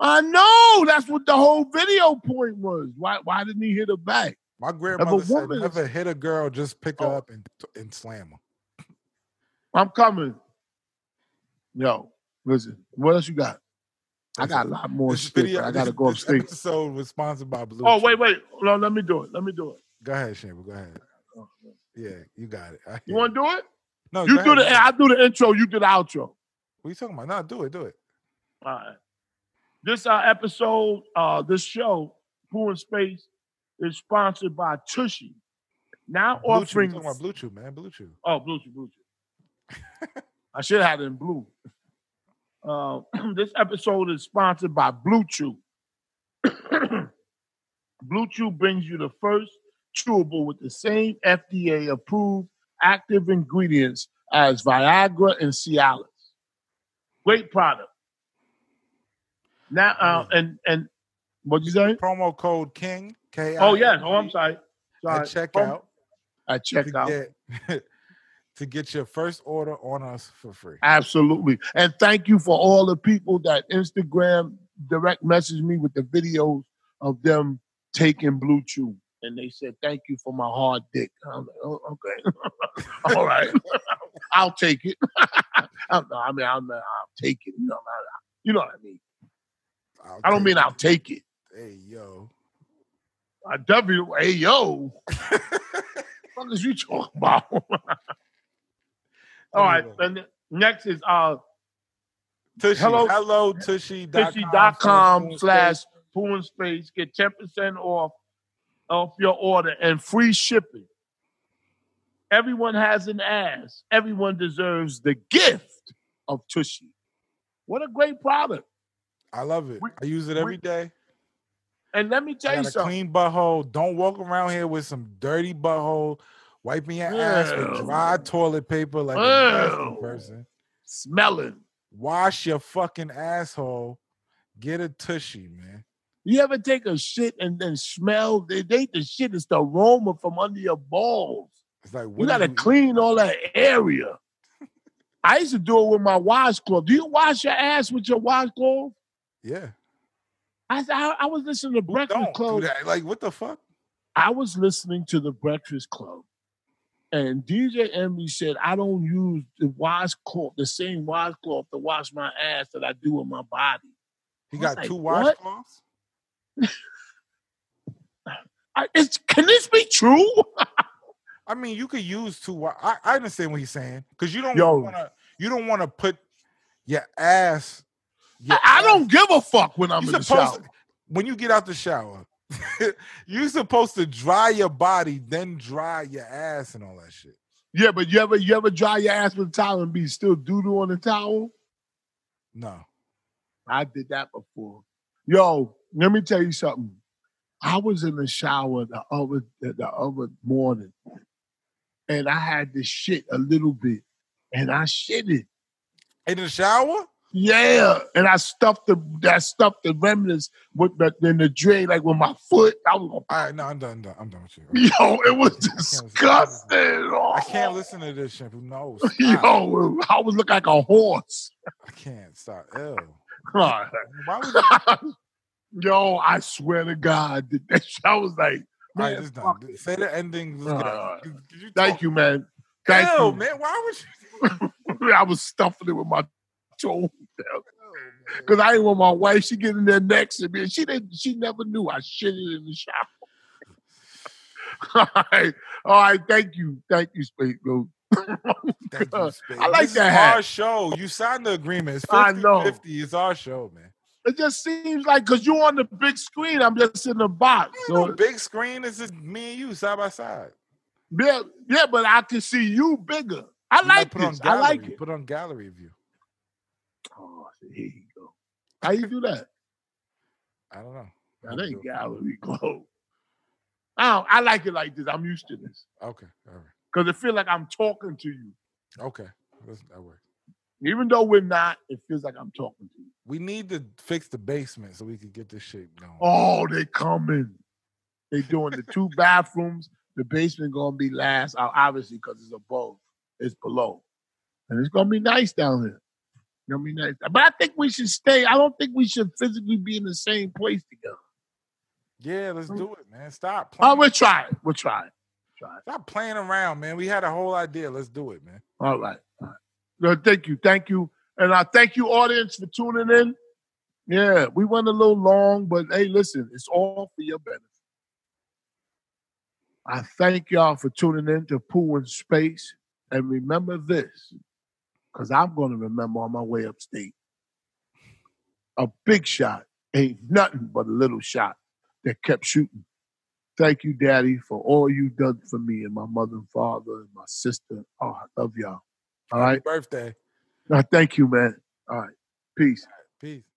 S2: I know that's what the whole video point was. Why why didn't he hit her back?
S3: My grandmother said,
S2: woman is-
S3: never hit a girl, just pick
S2: Oh.
S3: her up and and slam her.
S2: I'm coming. Yo, listen, what else you got? I got a lot more
S3: This
S2: shit,
S3: video,
S2: but I gotta
S3: this,
S2: go
S3: this
S2: upstate.
S3: episode was sponsored by Blue.
S2: Oh,
S3: Chew.
S2: wait, wait. No, let me do it. Let me do it. Oh,
S3: Go ahead, Shamble. Go ahead. Yeah, you got it. I
S2: You
S3: hear
S2: want to do it?
S3: No,
S2: You
S3: Oh, go
S2: do
S3: ahead,
S2: the.
S3: go ahead.
S2: I do the intro. You do the outro.
S3: What you talking about? No, do it, do it.
S2: All right. This uh, episode, uh, this show, Pool in Space, is sponsored by Tushy. Now
S3: Blue Chew, we
S2: offering.
S3: talking about Blue Chew, man. Blue Chew.
S2: Oh, blue chew, blue chew. I should have had it in blue. Uh, this episode is sponsored by Blue Chew. blue Chew brings you the first chewable with the same FDA approved active ingredients as Viagra and Cialis. Great product. Now uh, and and what'd you say?
S3: Promo code King K.
S2: Oh yes. Oh, I'm sorry.
S3: At
S2: Sorry.
S3: checkout
S2: At
S3: to
S2: checkout.
S3: get to get your first order on us for free.
S2: Absolutely. And thank you for all the people that Instagram direct messaged me with the videos of them taking Blue Chew. And they said, thank you for my hard dick. I'm like, oh, okay. all right. I'll take it. I'm, no, I mean, I'm, uh, I'll take it. You know, I, I- you know what I mean?
S3: I'll
S2: I don't
S3: take
S2: mean
S3: it.
S2: I'll take it.
S3: Hey yo,
S2: I W A yo. What is you talking about? all right. And next is uh,
S3: Tushy. Hello,
S2: Hello-
S3: hello Tushy.
S2: Tushy.com slash Poo and Space. Get 10% off off your order and free shipping. Everyone has an ass. Everyone deserves the gift of Tushy. What a great product.
S3: I love it.
S2: We-
S3: I use it every
S2: we-
S3: day.
S2: And let me
S3: I
S2: tell you
S3: got a
S2: something.
S3: clean butthole. Don't walk around here with some dirty butthole. Wiping your ass with
S2: Ew.
S3: dry toilet paper like a
S2: Ew.
S3: nasty person.
S2: Smelling.
S3: Wash your fucking asshole. Get a tushy, man.
S2: You ever take a shit and then smell? It ain't the shit, it's the aroma from under your balls.
S3: It's like
S2: You
S3: what
S2: gotta
S3: do
S2: clean all that area. I used to do it with my washcloth. Do you wash your ass with your washcloth?
S3: Yeah,
S2: I I, I was listening to Breakfast
S3: don't
S2: Club.
S3: do that. Like what the fuck?
S2: I was listening to the Breakfast Club, and DJ Envy said, "I don't use the washcloth, the same washcloth to wash my ass that I do with my body.
S3: You
S2: I was
S3: got two
S2: like, what?
S3: washcloths.
S2: I, it's, can this be true?
S3: I mean, you could use two. Wa- I, I understand what he's saying because you don't
S2: Yo.
S3: want to. You don't want to put your ass. your
S2: I, I
S3: ass-
S2: don't give a fuck when I'm
S3: You
S2: in the
S3: supposed
S2: shower.
S3: to- when you get out the shower, you're supposed to dry your body, then dry your ass and all that shit.
S2: Yeah, but you ever you ever dry your ass with a towel and be still doodle on the towel?
S3: No,
S2: I did that before. Yo, let me tell you something. I was in the shower the other the, the other morning, and I had to shit a little bit, and I shitted.
S3: in the shower.
S2: Yeah, and I stuffed the that stuffed the remnants with the in the drain like with my foot. I was
S3: All right, no, I'm done. done. I'm done with you.
S2: gonna, yo, it was
S3: I can't
S2: disgusting.
S3: listen to
S2: Oh,
S3: I can't listen to this shampoo. No, stop.
S2: Yo, I was look like a horse.
S3: I can't stop. Ew.
S2: God.
S3: Why would you?
S2: yo, I swear to God, did that I was like,
S3: All
S2: man,
S3: right, this
S2: fuck
S3: done. Say the ending.
S2: All
S3: Let's get
S2: right, all
S3: out.
S2: right.
S3: Could- could you
S2: Thank
S3: talk?
S2: you, man. Thank
S3: Ew,
S2: you.
S3: man. Why would you?
S2: I was stuffing it with my toe
S3: Ew, man.
S2: because I didn't want my wife. She get in there next to me, and she didn't. She never knew I shitted in the shower. all right, all right. Thank you, thank you, Space Bro.
S3: Thank you,
S2: God.
S3: Spade.
S2: I like
S3: this is
S2: that hat.
S3: our show. You signed the agreement. It's 50
S2: I know.
S3: 50. It's our show, man.
S2: It just seems like because you're on the big screen, I'm just in the box.
S3: Ain't no
S2: So
S3: big screen. It's just me and you side by side.
S2: yeah, yeah, but I can see you bigger. I
S3: You gotta
S2: like
S3: put on
S2: this. I
S3: gallery.
S2: like it.
S3: Put on gallery view.
S2: Oh, here you go. How you do that?
S3: I don't know.
S2: That ain't gallery glow. I don't, I like it like this. I'm used to this
S3: Okay. All right.
S2: because it feel like I'm talking to you.
S3: Okay. That's, that works.
S2: Even though we're not, it feels like I'm talking to you.
S3: We need to fix the basement so we can get this shit going.
S2: Oh, they coming. They doing the two bathrooms. The basement gonna be last, uh, obviously, because it's above. It's below, and it's gonna be nice down here. It's gonna be nice. But I think we should stay. I don't think we should physically be in the same place together.
S3: Yeah, let's do it, man. Stop
S2: Oh,
S3: playing.
S2: we'll try it. We'll try it. Try it.
S3: Stop playing around, man. We had a whole idea. Let's do it, man.
S2: All right. All right. No, thank you. Thank you. And I thank you, audience, for tuning in. Yeah, we went a little long, but hey, listen, it's all for your benefit. I thank y'all for tuning in to Pooh in Space. And remember this, because I'm going to remember on my way upstate. A big shot ain't nothing but a little shot that kept shooting. Thank you, Daddy, for all you done for me and my mother and father and my sister. Oh, I love y'all. All right.
S3: Birthday.
S2: Now, thank you, man. All right. Peace.
S3: Peace.